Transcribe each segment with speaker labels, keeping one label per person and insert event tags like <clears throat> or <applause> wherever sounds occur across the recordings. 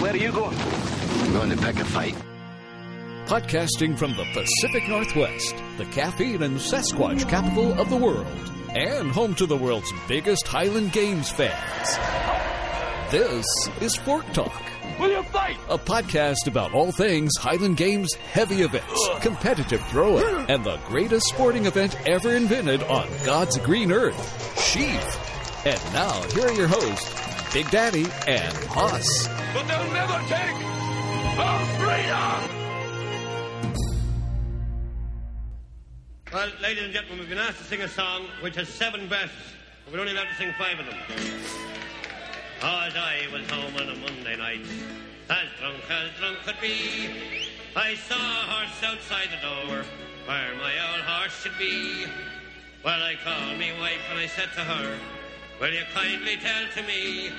Speaker 1: Where are you going?
Speaker 2: I'm going to pick a fight.
Speaker 3: Podcasting from the Pacific Northwest, the caffeine and Sasquatch capital of the world, and home to the world's biggest Highland Games fans. This is Fork Talk.
Speaker 1: Will you fight?
Speaker 3: A podcast about all things Highland Games heavy events, competitive throwing, and the greatest sporting event ever invented on God's green earth, Sheaf. And now, here are your hosts, Big Daddy and Hoss.
Speaker 1: But they'll never take our freedom!
Speaker 4: Well, ladies and gentlemen, we've been asked to sing a song which has seven verses, but we're only allowed to sing five of them. As I was home on a Monday night, as drunk as drunk could be, I saw a horse outside the door where my old horse should be. Well, I called me wife and I said to her, Will you kindly tell to me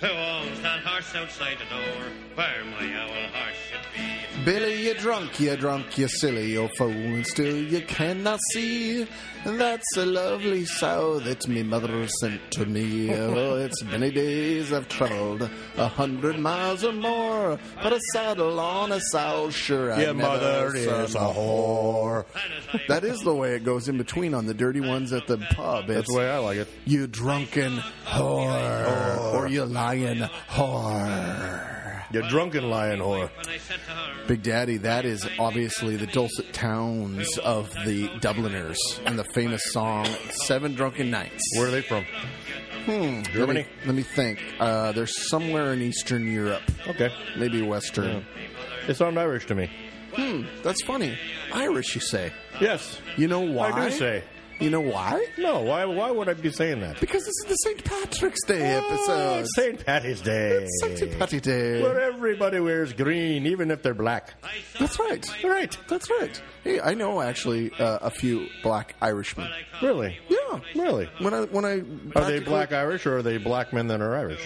Speaker 4: who owns that horse outside the door where my old horse should be?
Speaker 5: Billy, you're drunk, you're drunk, you're silly, you're fool, and still you cannot see. That's a lovely sow that me mother sent to
Speaker 6: <laughs>
Speaker 5: me. Oh, it's many days I've travelled, a hundred miles or more, but a saddle on a sow, sure I
Speaker 6: Your
Speaker 5: never
Speaker 6: mother
Speaker 5: saw
Speaker 6: is a whore.
Speaker 5: That is the way it goes in between on the dirty ones at the pub. It's
Speaker 6: That's the way I like it.
Speaker 5: you drunken whore, or you lying whore.
Speaker 6: You drunken lion whore.
Speaker 4: When I said to her,
Speaker 5: Big Daddy, that is obviously the dulcet tones of the Dubliners and the famous song Seven Drunken Nights.
Speaker 6: Where are they from?
Speaker 5: Hmm,
Speaker 6: Germany?
Speaker 5: Let me, let me think. Uh, they're somewhere in Eastern Europe,
Speaker 6: Okay.
Speaker 5: maybe Western.
Speaker 6: They sound Irish to me.
Speaker 5: That's funny. Irish, you say.
Speaker 6: Yes.
Speaker 5: You know why?
Speaker 6: I do say.
Speaker 5: You know why?
Speaker 6: No, why Why would I be saying that?
Speaker 5: Because this is the St. Patrick's Day
Speaker 6: Oh,
Speaker 5: episode.
Speaker 6: it's St. Patty's Day.
Speaker 5: It's St. Patty Day.
Speaker 6: Where everybody wears green, even if they're black.
Speaker 5: That's right.
Speaker 6: Right.
Speaker 5: That's right. Hey, I know actually uh, a few black Irishmen.
Speaker 6: Really?
Speaker 5: Yeah.
Speaker 6: Really?
Speaker 5: When I when I
Speaker 6: Are they black Irish or are they black men that are Irish?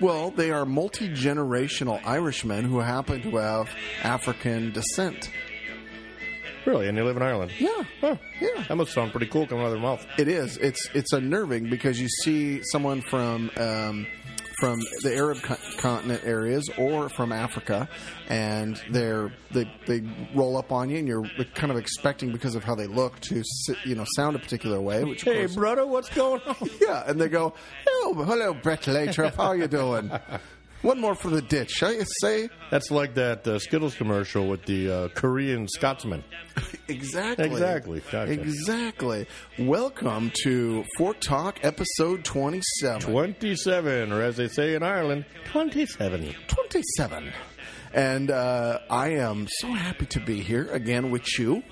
Speaker 5: Well, they are multi generational Irishmen who happen to have African descent.
Speaker 6: Really? And they live in Ireland?
Speaker 5: Yeah.
Speaker 6: Huh.
Speaker 5: Yeah.
Speaker 6: That must sound pretty cool coming out of their mouth.
Speaker 5: It is. It's it's unnerving because you see someone from um, from the Arab co- continent areas or from Africa, and they're they they roll up on you, and you're kind of expecting because of how they look to si- you know sound a particular way. Which of
Speaker 6: Hey,
Speaker 5: course-
Speaker 6: brother, what's going on?
Speaker 5: Yeah, and they go, "Oh, hello, Brett Latrobe, how you doing? One more for the ditch, I say."
Speaker 6: That's like that uh, Skittles commercial with the uh, Korean Scotsman.
Speaker 5: Exactly.
Speaker 6: Exactly. Gotcha.
Speaker 5: Exactly. Welcome to Fork Talk, episode 27.
Speaker 6: 27, or as they say in Ireland, 27.
Speaker 5: 27. And uh, I am so happy to be here again with you.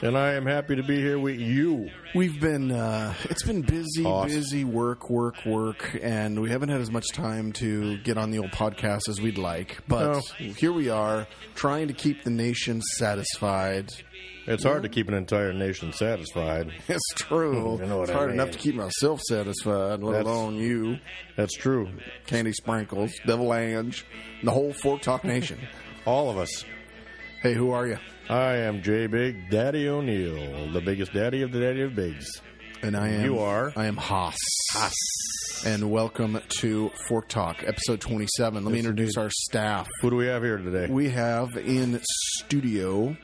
Speaker 6: And I am happy to be here with you.
Speaker 5: We've been, uh, it's been busy,
Speaker 6: Awesome.
Speaker 5: busy work, work, work, and we haven't had as much time to get on the old podcast as we'd like. But here we are, trying to keep the nation satisfied. <laughs>
Speaker 6: It's hard to keep an entire nation satisfied.
Speaker 5: It's true.
Speaker 6: You know what
Speaker 5: it's
Speaker 6: I
Speaker 5: hard
Speaker 6: mean.
Speaker 5: enough to keep myself satisfied, let
Speaker 6: That's-
Speaker 5: alone you.
Speaker 6: That's true.
Speaker 5: Candy Sprinkles, Devil Ange, the whole Fork Talk
Speaker 6: <laughs>
Speaker 5: Nation.
Speaker 6: All of us.
Speaker 5: hey, who are you?
Speaker 6: I am J Big Daddy O'Neill, the biggest daddy of the daddy of bigs.
Speaker 5: And I am.
Speaker 6: You are?
Speaker 5: I am Haas. Haas. And welcome to Fork Talk, episode 27. Let me introduce our staff.
Speaker 6: Who do we have here today?
Speaker 5: We have in studio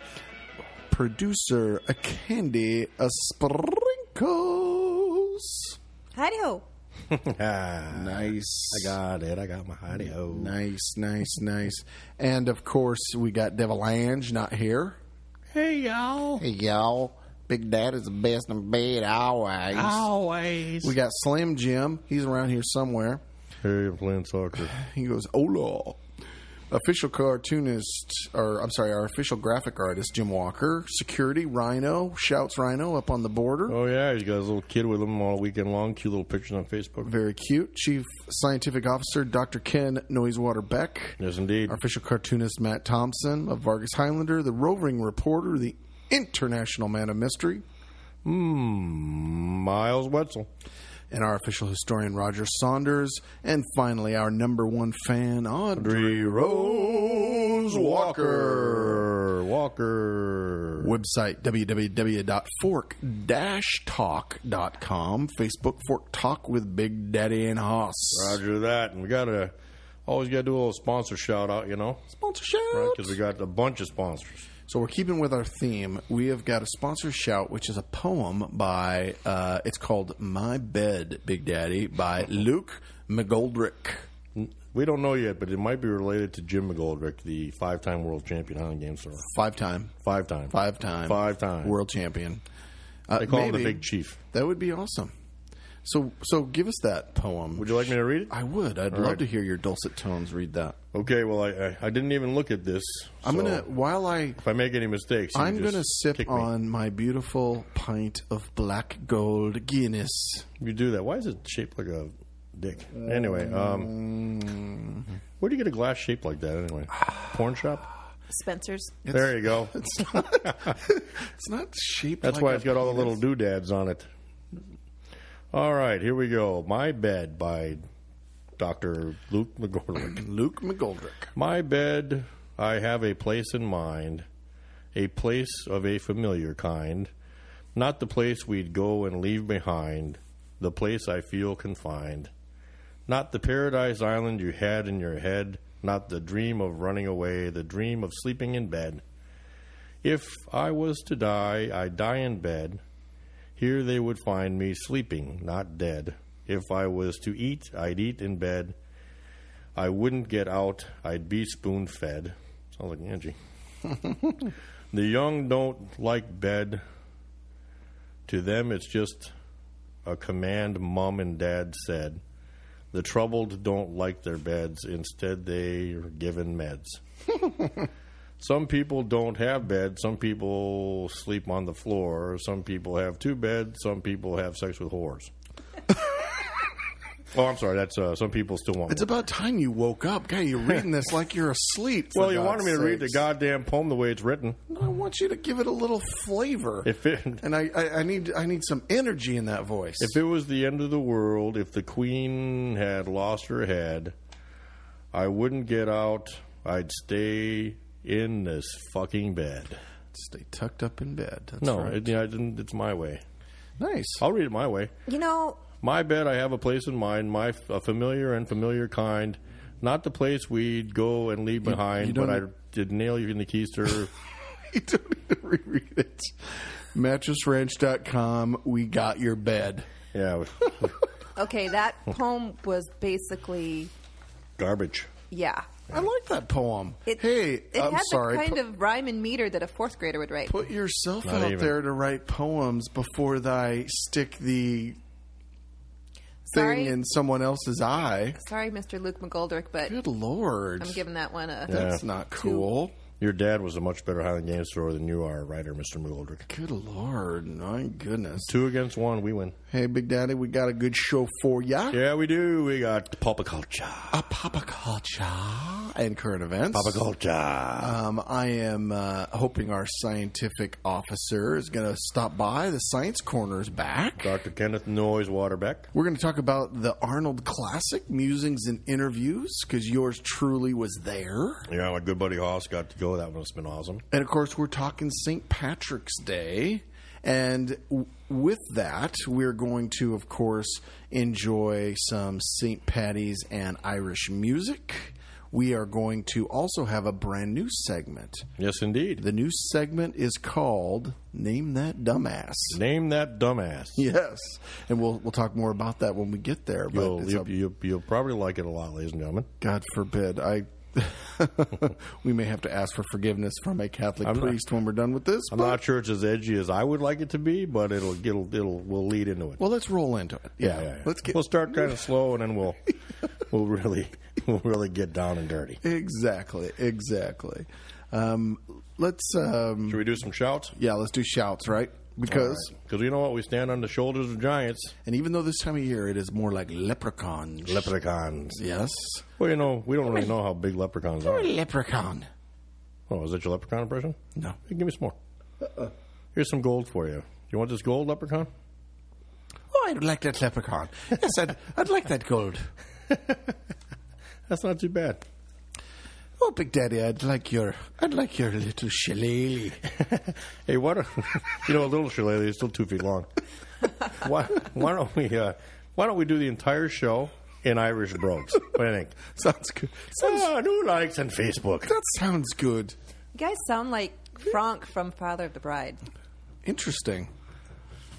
Speaker 5: producer a Candy a Sprinkles.
Speaker 7: Howdy ho.
Speaker 6: Ah,
Speaker 5: Nice.
Speaker 6: I got it. I got my hidey ho.
Speaker 5: Nice, nice, nice. And of course, we got Devil Ange not here.
Speaker 6: Hey, y'all.
Speaker 5: Hey, y'all. Big Dad is the best in bed always.
Speaker 6: Always.
Speaker 5: We got Slim Jim. He's around here somewhere.
Speaker 6: Hey, I'm playing soccer.
Speaker 5: He goes, Ola. Official cartoonist, or I'm sorry, our official graphic artist, Jim Walker. Security, Rhino. Shouts Rhino up on the border.
Speaker 6: Oh, yeah, he's got his little kid with him all weekend long. Cute little pictures on Facebook.
Speaker 5: Very cute. Chief Scientific Officer, Dr. Ken Noisewater Beck.
Speaker 6: Yes, indeed.
Speaker 5: Our official cartoonist, Matt Thompson of Vargas Highlander. The roving reporter, the international man of mystery.
Speaker 6: Hmm, Miles Wetzel.
Speaker 5: and our official historian Roger Saunders, and finally our number one fan Audrey Rose Walker.
Speaker 6: Walker. Walker.
Speaker 5: Website www.fork-talk.com. Facebook Fork Talk with Big Daddy and Hoss.
Speaker 6: Roger that. And we got a Always got to do a little sponsor shout out, you know,
Speaker 5: Sponsor shout.
Speaker 6: because we got a bunch of sponsors.
Speaker 5: So we're keeping with our theme. We have got a sponsor shout, which is a poem by. Uh, it's called "My Bed, Big Daddy" by Luke McGoldrick.
Speaker 6: We don't know yet, but it might be related to Jim McGoldrick, the five-time world champion Highland Games star.
Speaker 5: Five time,
Speaker 6: Five-time,
Speaker 5: five time,
Speaker 6: Five-time.
Speaker 5: world champion. Uh,
Speaker 6: They call him the
Speaker 5: maybe.
Speaker 6: Big Chief.
Speaker 5: That would be awesome. So, so give us that poem.
Speaker 6: Would you like me to read it?
Speaker 5: I would. I'd love
Speaker 6: right.
Speaker 5: to hear your dulcet tones read that.
Speaker 6: Okay. Well, I I, I didn't even look at this.
Speaker 5: I'm
Speaker 6: so
Speaker 5: gonna while I
Speaker 6: If I make any mistakes, you
Speaker 5: I'm
Speaker 6: just
Speaker 5: gonna sip
Speaker 6: kick me.
Speaker 5: on my beautiful pint of black gold Guinness.
Speaker 6: You do that. Why is it shaped like a dick? Anyway, um,
Speaker 5: Mm.
Speaker 6: where do you get a glass shaped like that? Anyway, porn shop.
Speaker 7: Spencer's.
Speaker 6: there you
Speaker 5: <laughs>
Speaker 6: go.
Speaker 5: It's not shaped.
Speaker 6: That's
Speaker 5: like
Speaker 6: why
Speaker 5: a
Speaker 6: it's got all the
Speaker 5: penis.
Speaker 6: little doodads on it. All right, here we go. My Bed by Dr. Luke McGorlick.
Speaker 5: Luke McGoldrick.
Speaker 6: My bed, I have a place in mind, a place of a familiar kind, not the place we'd go and leave behind, the place I feel confined. Not the paradise island you had in your head, not the dream of running away, the dream of sleeping in bed. If I was to die, I'd die in bed. Here they would find me sleeping, not dead. If I was to eat, I'd eat in bed. I wouldn't get out, I'd be spoon fed. Sounds like Angie. the young don't like bed. To them, it's just a command mom and dad said. The troubled don't like their beds, instead, they are given meds. some people don't have beds, some people sleep on the floor, some people have two beds, some people have sex with whores. oh, I'm sorry, that's uh, some people still want
Speaker 5: It's
Speaker 6: more.
Speaker 5: about time you woke up, guy. You're reading this like you're asleep. for
Speaker 6: Well, you
Speaker 5: God's
Speaker 6: wanted me to read the
Speaker 5: sakes.
Speaker 6: goddamn poem the way it's written.
Speaker 5: I want you to give it a little flavor.
Speaker 6: If it
Speaker 5: <laughs> and I, I, I need, I need some energy in that voice.
Speaker 6: if it was the end of the world, if the queen had lost her head, I wouldn't get out. I'd stay in this fucking bed.
Speaker 5: Stay tucked up in bed. That's
Speaker 6: no,
Speaker 5: right.
Speaker 6: it, yeah, I didn't, it's my way.
Speaker 5: nice. <laughs>
Speaker 6: I'll read it my way.
Speaker 7: You know,
Speaker 6: My bed, I have a place in mind. My f- a familiar and familiar kind, not the place we'd go and leave behind.
Speaker 5: you
Speaker 6: but I
Speaker 5: don't- e
Speaker 6: did nail you in the
Speaker 5: <laughs>
Speaker 6: keister.
Speaker 5: you don't need to reread it. MattressRanch.com. We got your bed.
Speaker 6: yeah,
Speaker 5: <laughs>
Speaker 7: okay, that poem was basically,
Speaker 6: garbage.
Speaker 7: yeah.
Speaker 5: I like that poem.
Speaker 7: It,
Speaker 5: hey,
Speaker 7: it
Speaker 5: I'm
Speaker 7: had
Speaker 5: sorry.
Speaker 7: the kind
Speaker 5: pu-
Speaker 7: of rhyme and meter that a fourth grader would write.
Speaker 5: Put yourself
Speaker 6: Not
Speaker 5: out
Speaker 6: even.
Speaker 5: there to write poems before thy stick the
Speaker 7: Sorry,
Speaker 5: thing in someone else's eye.
Speaker 7: sorry, Mr. Luke McGoldrick, but
Speaker 5: Good lord.
Speaker 7: I'm giving that one a.
Speaker 5: That's
Speaker 6: Yeah.
Speaker 5: not cool.
Speaker 6: Your dad was a much better Highland Games thrower than you are, writer, Mr. McGoldrick.
Speaker 5: Good lord. My goodness.
Speaker 6: Two against one, we win.
Speaker 5: Hey, Big Daddy, we got a good show for ya.
Speaker 6: Yeah, we do. We got Papa Culture.
Speaker 5: A papa culture and current events.
Speaker 6: Papa Culture.
Speaker 5: Um, I am uh, hoping our scientific officer is going to stop by. The science corner is back.
Speaker 6: Dr. Kenneth Noyes Waterbeck.
Speaker 5: We're going to talk about the Arnold Classic musings and interviews because yours truly was there.
Speaker 6: Yeah, my good buddy Hoss got to go. That must have been awesome.
Speaker 5: And of course, we're talking St. Patrick's Day. And w- with that, we're going to, of course, enjoy some St. Patty's and Irish music. We are going to also have a brand new segment.
Speaker 6: Yes, indeed.
Speaker 5: The new segment is called Name That Dumbass.
Speaker 6: Name that dumbass.
Speaker 5: <laughs> Yes. And we'll, we'll talk more about that when we get there. But
Speaker 6: You'll,
Speaker 5: it's
Speaker 6: you'll,
Speaker 5: a-
Speaker 6: you'll, you'll probably like it a lot, ladies and gentlemen.
Speaker 5: God forbid. I. <laughs> we may have to ask for forgiveness from a Catholic
Speaker 6: I'm not-
Speaker 5: priest when we're done with this.
Speaker 6: I'm
Speaker 5: but-
Speaker 6: not sure it's as edgy as I would like it to be, but it'll it'll, it'll we'll lead into it.
Speaker 5: Well, let's roll into it.
Speaker 6: yeah, yeah, yeah.
Speaker 5: Let's get
Speaker 6: We'll
Speaker 5: <laughs>
Speaker 6: start kind of slow, and then we'll we'll really <laughs> we'll really get down and dirty.
Speaker 5: exactly, exactly. Um, let's um,
Speaker 6: Should we do some shouts?
Speaker 5: yeah, let's do shouts, right? Because
Speaker 6: Because you know what, we stand on the shoulders of giants,
Speaker 5: and even though this time of year it is more like leprechauns.
Speaker 6: leprechauns.
Speaker 5: yes.
Speaker 6: Well, you know, we don't really know how big leprechauns are.
Speaker 5: leprechaun.
Speaker 6: Oh, is that your leprechaun impression?
Speaker 5: No.
Speaker 6: Hey, give me some more.
Speaker 5: Uh-uh.
Speaker 6: Here's some gold for you. You want this gold, leprechaun?
Speaker 5: Oh, I'd like that leprechaun. Yes, <laughs> I'd, I'd like that gold.
Speaker 6: That's not too bad.
Speaker 5: Oh, Big Daddy, I'd like your, I'd like your little shillelagh.
Speaker 6: Hey, why don't <laughs> you know a little shillelagh
Speaker 5: <laughs>
Speaker 6: is still two feet long? why why don't we uh, why don't we do the entire show in Irish brogues. What do you think?
Speaker 5: <laughs> Sounds good. Sounds,
Speaker 6: Ah, new likes on Facebook.
Speaker 5: That sounds good.
Speaker 7: You guys sound like Frank from Father of the Bride.
Speaker 5: Interesting.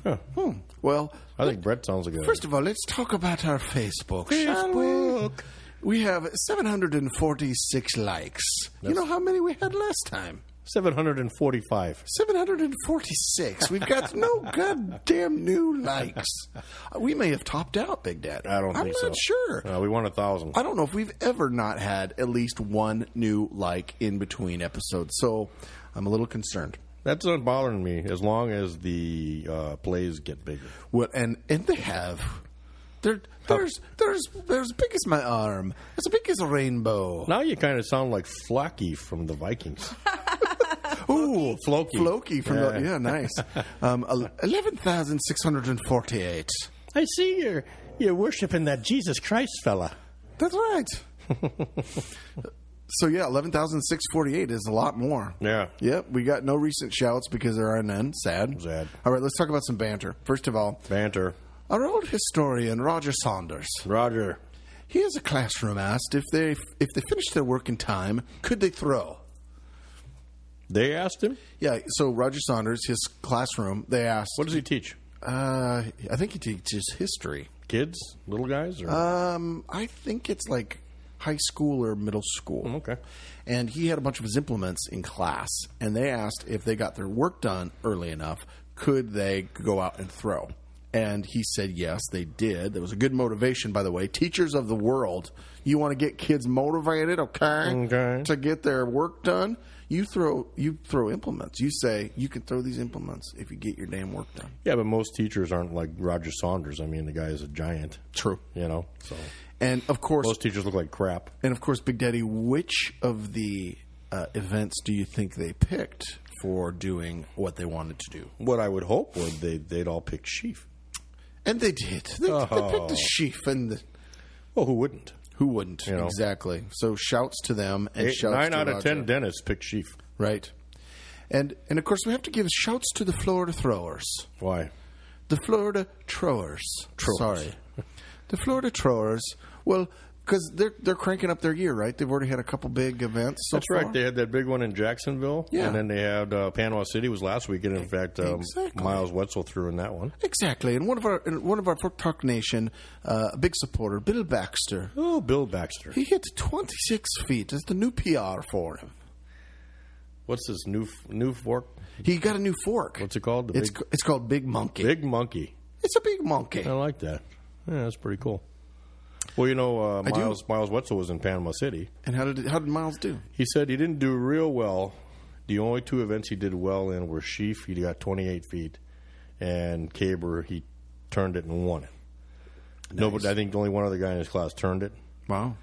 Speaker 6: Huh.
Speaker 5: Hmm. Well,
Speaker 6: I think Brett sounds like a
Speaker 5: First of all, let's talk about our Facebook. shall we?
Speaker 6: Facebook.
Speaker 5: We have 746 likes. you know how many we had last time?
Speaker 6: 745.
Speaker 5: 746. We've got
Speaker 6: <laughs>
Speaker 5: no goddamn new likes. Uh, We may have topped out, Big Dad.
Speaker 6: I don't
Speaker 5: I'm
Speaker 6: think so.
Speaker 5: not sure.
Speaker 6: No, we want a thousand.
Speaker 5: I don't know if we've ever not had at least one new like in between episodes, so I'm a little concerned.
Speaker 6: That's not bothering me as long as the uh, plays get bigger.
Speaker 5: Well, and and they have. There, there's there's there's big as my arm. As big as a rainbow.
Speaker 6: Now you kind of sound like Flocky from the Vikings.
Speaker 5: Ooh,
Speaker 6: Floki.
Speaker 5: Floki from
Speaker 6: Yeah.
Speaker 5: the yeah,
Speaker 6: <laughs>
Speaker 5: nice. Um, el- eleven thousand six hundred and forty-eight.
Speaker 6: I see you're you're worshiping that Jesus Christ fella.
Speaker 5: That's right. so yeah, eleven thousand six forty-eight is a lot more.
Speaker 6: Yeah.
Speaker 5: Yep, we got no recent shouts because there are none. Sad.
Speaker 6: Sad.
Speaker 5: All right, let's talk about some banter. First of all,
Speaker 6: Banter.
Speaker 5: our old historian Roger Saunders.
Speaker 6: Roger.
Speaker 5: He has a classroom asked if they if they finish their work in time, could they throw?
Speaker 6: They asked him.
Speaker 5: Yeah. So Roger Saunders, his classroom, they asked.
Speaker 6: What does he teach?
Speaker 5: Uh, I think he teaches history.
Speaker 6: Kids, little guys, or
Speaker 5: Um, I think it's like high school or middle school.
Speaker 6: Oh, okay.
Speaker 5: And he had a bunch of his implements in class, and they asked if they got their work done early enough, could they go out and throw? And he said yes, they did. There was a good motivation, by the way. Teachers of the world, you want to get kids motivated, okay?
Speaker 6: Okay.
Speaker 5: To get their work done, you throw you throw implements. You say you can throw these implements if you get your damn work done.
Speaker 6: yeah, but most teachers aren't like Roger Saunders. I mean, the guy is a giant.
Speaker 5: True.
Speaker 6: You know, so
Speaker 5: And of course,
Speaker 6: most teachers look like crap.
Speaker 5: And of course, Big Daddy, which of the uh, events do you think they picked for doing what they wanted to do?
Speaker 6: What I would hope would they they'd all pick Chief.
Speaker 5: And they did. They, they picked the sheaf and the.
Speaker 6: Well, who wouldn't?
Speaker 5: Who wouldn't?
Speaker 6: You know.
Speaker 5: Exactly. So shouts to them and
Speaker 6: Eight,
Speaker 5: shouts
Speaker 6: nine
Speaker 5: to
Speaker 6: out of
Speaker 5: Roger.
Speaker 6: ten dentists pick Chief.
Speaker 5: Right. And and of course we have to give shouts to the Florida throwers.
Speaker 6: Why?
Speaker 5: The Florida throwers. Sorry. The Florida throwers. Well, because they're they're cranking up their year, right? They've already had a couple big events. So
Speaker 6: That's right.
Speaker 5: far.
Speaker 6: They had that big one in Jacksonville,
Speaker 5: Yeah.
Speaker 6: and then they had uh, Panama City was last weekend. In fact, um,
Speaker 5: Exactly.
Speaker 6: Miles Wetzel threw in that one.
Speaker 5: Exactly, and one of our and one of our Fork Talk Nation, uh, a big supporter, Bill Baxter.
Speaker 6: Oh, Bill Baxter.
Speaker 5: He hit 26 feet. That's the new PR for him.
Speaker 6: What's this new f- new fork?
Speaker 5: He got a new fork.
Speaker 6: What's it called? The
Speaker 5: it's
Speaker 6: big-
Speaker 5: ca- it's called Big Monkey.
Speaker 6: Big monkey.
Speaker 5: It's a big monkey.
Speaker 6: I like that. Yeah, that's pretty cool. Well, you know, uh,
Speaker 5: I do.
Speaker 6: Miles Miles Wetzel was in Panama City.
Speaker 5: And how did how did Miles do?
Speaker 6: He said he didn't do real well. The only two events he did well in were Sheaf, he got 28 feet, and Caber, he turned it and won it. No, but I think only one other guy in his class turned it.
Speaker 5: Wow.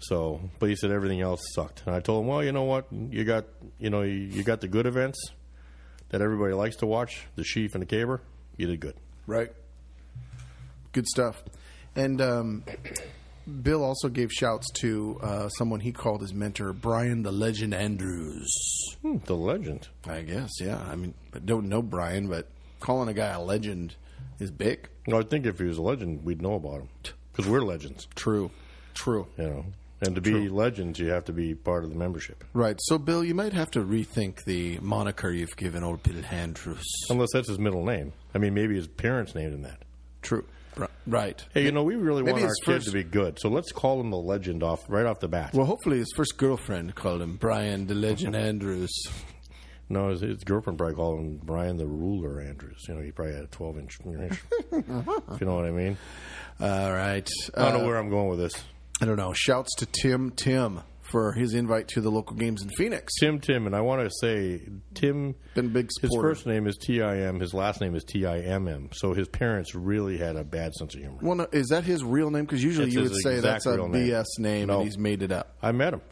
Speaker 6: So, but he said everything else sucked. And I told him, well, you know what? You got, you know, you, you got the good events that everybody likes to watch, the Sheaf and the Caber. You did good.
Speaker 5: Right. Good stuff. And um, Bill also gave shouts to uh, someone he called his mentor, Brian the Legend Andrews.
Speaker 6: Hmm, the legend.
Speaker 5: I guess, yeah. I mean, I don't know Brian, but calling a guy a legend is big.
Speaker 6: Well, I think if he was a legend, we'd know about him because we're legends,
Speaker 5: True. True.
Speaker 6: you know. And to be legends, you have to be part of the membership.
Speaker 5: Right. So, Bill, you might have to rethink the moniker you've given old Bill Andrews.
Speaker 6: Unless that's his middle name. I mean, maybe his parents named him that.
Speaker 5: True. Right.
Speaker 6: Hey, you know, we really
Speaker 5: Maybe
Speaker 6: want our
Speaker 5: his
Speaker 6: kid
Speaker 5: first-
Speaker 6: to be good, so let's call him the legend off right off the bat.
Speaker 5: Well, hopefully his first girlfriend called him Brian the Legend Andrews.
Speaker 6: no, his, his girlfriend probably called him Brian the Ruler Andrews. You know, he probably had a twelve-inch.
Speaker 5: <laughs>
Speaker 6: if you know what I mean.
Speaker 5: All right.
Speaker 6: I
Speaker 5: Uh,
Speaker 6: don't know where I'm going with this.
Speaker 5: I don't know. Shouts to Tim Tim for his invite to the local games in Phoenix.
Speaker 6: Tim, Tim, and I want to say Tim.
Speaker 5: Been a big
Speaker 6: His
Speaker 5: supporter.
Speaker 6: first name is T I M. His last name is T I M M. So his parents really had a bad sense of humor.
Speaker 5: Well, no, is that his real name? Because usually
Speaker 6: It's
Speaker 5: you
Speaker 6: his
Speaker 5: would say
Speaker 6: exact
Speaker 5: that's a
Speaker 6: real name.
Speaker 5: BS name
Speaker 6: No.
Speaker 5: and he's made it up.
Speaker 6: I met him.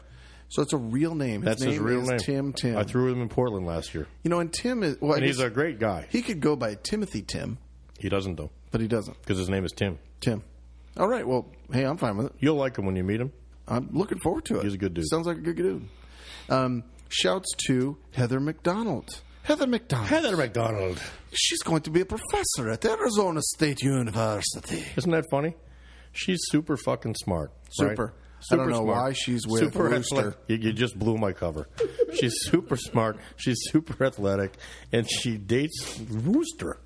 Speaker 5: So it's a real name.
Speaker 6: That's his,
Speaker 5: name
Speaker 6: real
Speaker 5: is
Speaker 6: name.
Speaker 5: Tim Tim.
Speaker 6: I threw him in Portland last year,
Speaker 5: you know, and Tim is. Well, I
Speaker 6: and he's
Speaker 5: guess
Speaker 6: a great guy.
Speaker 5: He could go by Timothy Tim,
Speaker 6: He doesn't though,
Speaker 5: but he doesn't.
Speaker 6: because his name is Tim.
Speaker 5: Tim. All right. Well, hey, I'm fine with it.
Speaker 6: You'll like him when you meet him.
Speaker 5: I'm looking forward to it.
Speaker 6: He's a good dude.
Speaker 5: Sounds like a good dude. Um, shouts to Heather McDonald. Heather McDonald.
Speaker 6: McDonald.
Speaker 5: She's going to be a professor at Arizona State University.
Speaker 6: Isn't that funny? She's super fucking smart. right?
Speaker 5: Super. I don't know why she's with Rooster.
Speaker 6: athletic. You, you just blew my cover. <laughs> she's super smart. She's super athletic, and she dates Rooster,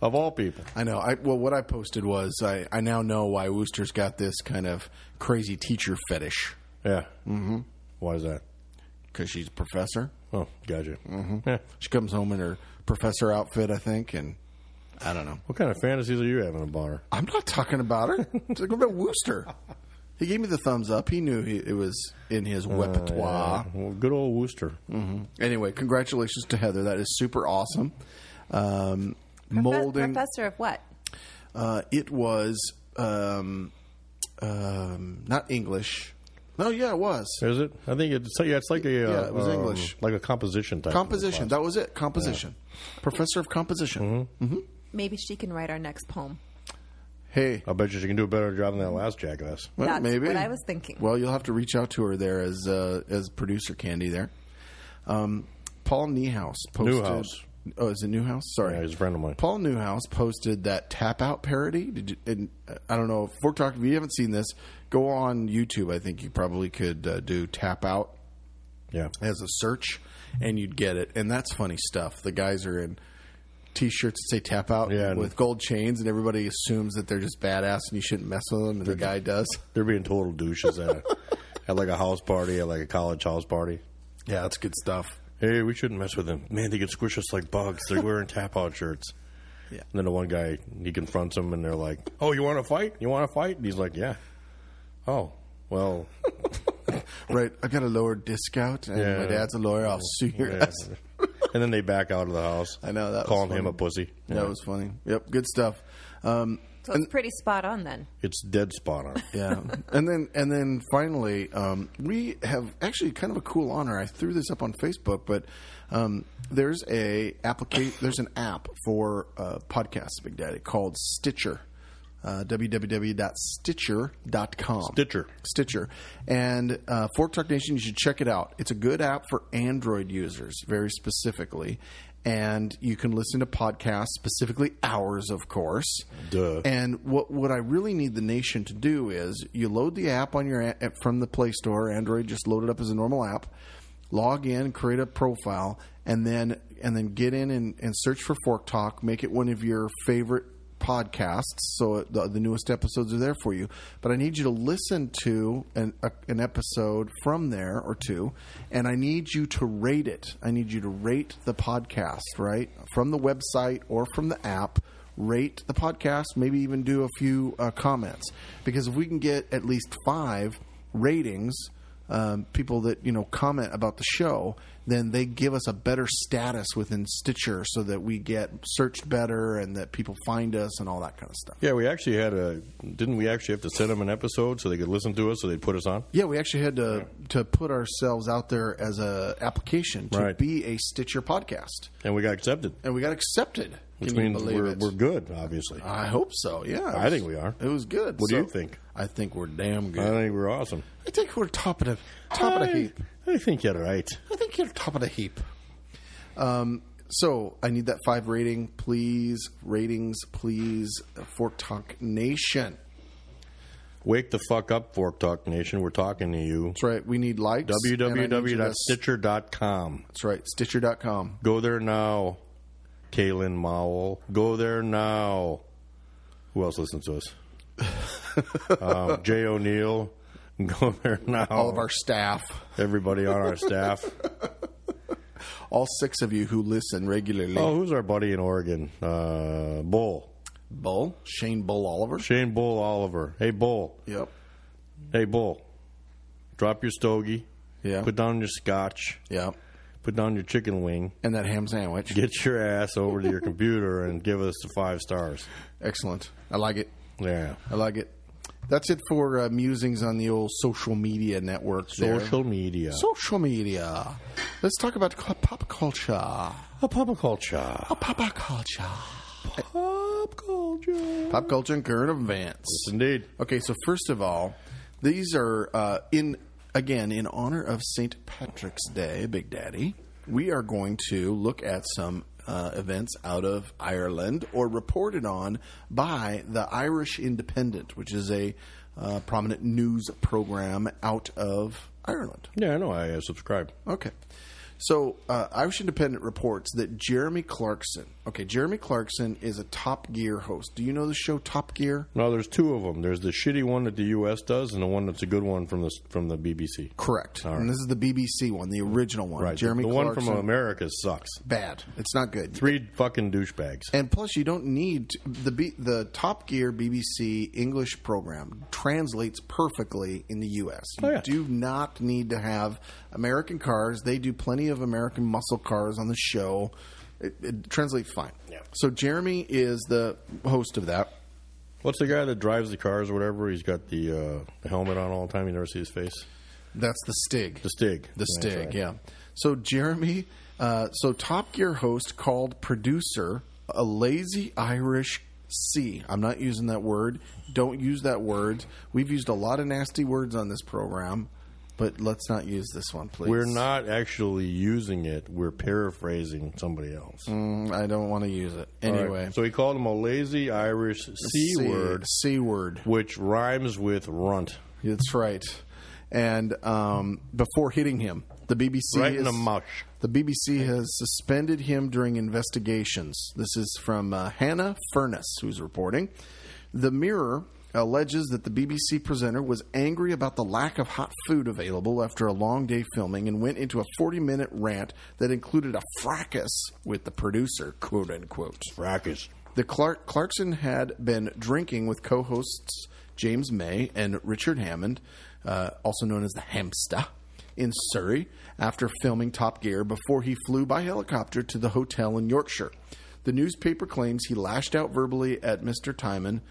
Speaker 6: of all people.
Speaker 5: I know. I well, what I posted was I, I now know why Wooster's got this kind of crazy teacher fetish
Speaker 6: Yeah. Mm-hmm. Why is that?
Speaker 5: because she's a professor.
Speaker 6: Oh, gotcha. Mm-hmm. Yeah.
Speaker 5: She comes home in her professor outfit, I think, and I don't know.
Speaker 6: What kind of fantasies are you having about her?
Speaker 5: I'm not talking about her. I'm talking about Wooster. He gave me the thumbs up. He knew he, it was in his repertoire.
Speaker 6: Well, good old Wooster.
Speaker 5: Mm. Anyway, congratulations to Heather. That is super awesome. Um, molding.
Speaker 7: Professor of what?
Speaker 5: Uh, it was um, um, not English. No, yeah, it was.
Speaker 6: Is it? I think it's yeah. It's like a uh,
Speaker 5: Yeah, it was
Speaker 6: um,
Speaker 5: English.
Speaker 6: like a composition type.
Speaker 5: Composition.
Speaker 6: Of a class.
Speaker 5: That was it. Composition. Professor of composition.
Speaker 7: Maybe she can write our next poem.
Speaker 5: Hey,
Speaker 6: I bet you she can do a better job than that last jackass.
Speaker 5: well,
Speaker 7: That's
Speaker 5: maybe.
Speaker 7: what I was thinking.
Speaker 5: Well, you'll have to reach out to her there as uh, as producer Candy there. Um, Paul Niehaus posted.
Speaker 6: Newhouse.
Speaker 5: Oh, is it Newhouse? Sorry,
Speaker 6: Yeah, he's a friend of mine.
Speaker 5: Paul Newhouse posted that tap out parody. Did you, and uh, I don't know if we're talking. If you haven't seen this, go on YouTube. I think you probably could uh, do tap out
Speaker 6: Yeah.
Speaker 5: as a search, and you'd get it. And that's funny stuff. The guys are in t-shirts that say "tap out"
Speaker 6: Yeah, and-
Speaker 5: with gold chains, and everybody assumes that they're just badass and you shouldn't mess with them. And the guy does.
Speaker 6: They're being total douches
Speaker 5: <laughs>
Speaker 6: at, a, at like a house party, at like a college house party.
Speaker 5: Yeah, that's good stuff.
Speaker 6: Hey, we shouldn't mess with them. Man, they can squish us like bugs. They're wearing tap out shirts.
Speaker 5: Yeah.
Speaker 6: And then the one guy, he confronts them and they're like, Oh, you want to fight? You want to fight? And he's like, Yeah. Oh,
Speaker 5: <laughs>
Speaker 6: well,
Speaker 5: Right, I got a lower discount, and
Speaker 6: Yeah.
Speaker 5: my dad's a lawyer. I'll sue your
Speaker 6: Yeah.
Speaker 5: ass.
Speaker 6: and then they back out of the house.
Speaker 5: I know that. was
Speaker 6: calling
Speaker 5: funny.
Speaker 6: him a pussy.
Speaker 5: <laughs>
Speaker 6: Yeah.
Speaker 5: That was funny. Yep, good stuff. Um,
Speaker 7: So it's pretty spot on then.
Speaker 6: it's dead spot on.
Speaker 5: <laughs> yeah, and then and then finally, um, we have actually kind of a cool honor. I threw this up on Facebook, but um, there's a applica- There's an app for uh, podcasts, Big Daddy, called Stitcher. Uh, www.stitcher.com.
Speaker 6: Stitcher.
Speaker 5: Stitcher. And uh, Fork Talk Nation, you should check it out. It's a good app for Android users, very specifically. And you can listen to podcasts, specifically ours, of course.
Speaker 6: Duh.
Speaker 5: And what what I really need the nation to do is you load the app on your a- from the Play Store, Android, just load it up as a normal app. Log in, create a profile, and then and then get in and, and search for Fork Talk. Make it one of your favorite podcasts, so the, the newest episodes are there for you. But I need you to listen to an a, an episode from there or two, and I need you to rate it. I need you to rate the podcast right from the website or from the app rate the podcast, maybe even do a few uh, comments. Because if we can get at least five ratings, um, people that you know comment about the show, then they give us a better status within Stitcher, so that we get searched better and that people find us and all that kind of stuff.
Speaker 6: Yeah, we actually had a. Didn't we actually have to send them an episode so they could listen to us so they'd put us on?
Speaker 5: Yeah, we actually had to to put ourselves out there as a application to
Speaker 6: Right.
Speaker 5: be a Stitcher podcast,
Speaker 6: And we got accepted,
Speaker 5: and we got accepted.
Speaker 6: which
Speaker 5: Can you
Speaker 6: means
Speaker 5: believe
Speaker 6: we're,
Speaker 5: it?
Speaker 6: we're good, obviously.
Speaker 5: I hope so. Yeah,
Speaker 6: I think we are.
Speaker 5: It was good.
Speaker 6: What do you think?
Speaker 5: I think we're damn good.
Speaker 6: I think we're awesome.
Speaker 5: I think we're top of the top of the heap.
Speaker 6: I think you're right.
Speaker 5: I think you're top of the heap. Um, so I need that five rating, please. Ratings, please. Fork Talk Nation.
Speaker 6: Wake the fuck up, Fork Talk Nation. We're talking to you.
Speaker 5: That's right. We need likes. and I need you to-
Speaker 6: www.stitcher.com.
Speaker 5: That's right. Stitcher.com.
Speaker 6: Go there now, Kaylin Mowell. Go there now. Who else listens to us? um, Jay O'Neill. Go there now.
Speaker 5: All of our staff,
Speaker 6: everybody on our staff.
Speaker 5: all six of you who listen regularly.
Speaker 6: Oh, who's our buddy in Oregon? Uh, Bull.
Speaker 5: Bull, Shane Bull Oliver.
Speaker 6: Shane Bull Oliver. Hey Bull.
Speaker 5: Yep.
Speaker 6: Hey Bull. Drop your stogie.
Speaker 5: Yeah.
Speaker 6: Put down your scotch.
Speaker 5: Yep.
Speaker 6: Put down your chicken wing.
Speaker 5: And that ham sandwich.
Speaker 6: Get your ass over to
Speaker 5: <laughs>
Speaker 6: your computer and give us the five stars.
Speaker 5: Excellent. I like it.
Speaker 6: Yeah.
Speaker 5: I like it. That's it for uh, musings on the old social media network. there.
Speaker 6: Social media.
Speaker 5: Social media. Let's talk about cu- pop culture.
Speaker 6: a pop culture.
Speaker 5: Pop culture.
Speaker 6: Pop culture.
Speaker 5: Pop culture and current events.
Speaker 6: Indeed.
Speaker 5: Okay, so first of all, these are uh, in again in honor of St. Patrick's Day, Big Daddy. We are going to look at some uh, events out of Ireland or reported on by the Irish Independent, which is a uh, prominent news program out of Ireland.
Speaker 6: Yeah, I know. I uh, subscribe.
Speaker 5: Okay. So, uh, Irish Independent reports that Jeremy Clarkson. Okay, Jeremy Clarkson is a Top Gear host. Do you know the show Top Gear?
Speaker 6: No, there's two of them. There's the shitty one that the U.S. does, and the one that's a good one from the from the BBC.
Speaker 5: Correct.
Speaker 6: All right.
Speaker 5: And this is the BBC one, the original one.
Speaker 6: Right.
Speaker 5: Jeremy
Speaker 6: the
Speaker 5: Clarkson.
Speaker 6: one from America sucks.
Speaker 5: Bad. It's not good.
Speaker 6: Three fucking douchebags.
Speaker 5: And plus, you don't need the B, the Top Gear BBC English program translates perfectly in the U.S. You
Speaker 6: Oh, yeah.
Speaker 5: do not need to have American cars. They do plenty of American muscle cars on the show. It, it translates fine.
Speaker 6: Yeah.
Speaker 5: So Jeremy is the host of that.
Speaker 6: What's the guy that drives the cars or whatever? He's got the, uh, the helmet on all the time. You never see his face.
Speaker 5: That's the Stig.
Speaker 6: The Stig.
Speaker 5: The
Speaker 6: That's
Speaker 5: Stig,
Speaker 6: right.
Speaker 5: yeah. So Jeremy, uh, so Top Gear host called producer a lazy Irish C. I'm not using that word. Don't use that word. We've used a lot of nasty words on this program, but let's not use this one, please.
Speaker 6: We're not actually using it. We're paraphrasing somebody else.
Speaker 5: Mm, I don't want to use it
Speaker 6: All right.
Speaker 5: anyway.
Speaker 6: So he called him a lazy Irish C, word,
Speaker 5: C word.
Speaker 6: which rhymes with runt.
Speaker 5: That's right. And um, before hitting him, the BBC
Speaker 6: Right in
Speaker 5: is-
Speaker 6: the mouth.
Speaker 5: The BBC has suspended him during investigations. This is from uh, Hannah Furness, who's reporting. The Mirror alleges that the BBC presenter was angry about the lack of hot food available after a long day filming and went into a 40 minute rant that included a fracas with the producer, quote unquote.
Speaker 6: Fracas.
Speaker 5: The Clark Clarkson had been drinking with co-hosts James May and Richard Hammond, uh, also known as the Hamster, in Surrey after filming Top Gear before he flew by helicopter to the hotel in Yorkshire. The newspaper claims he lashed out verbally at Mr. Timon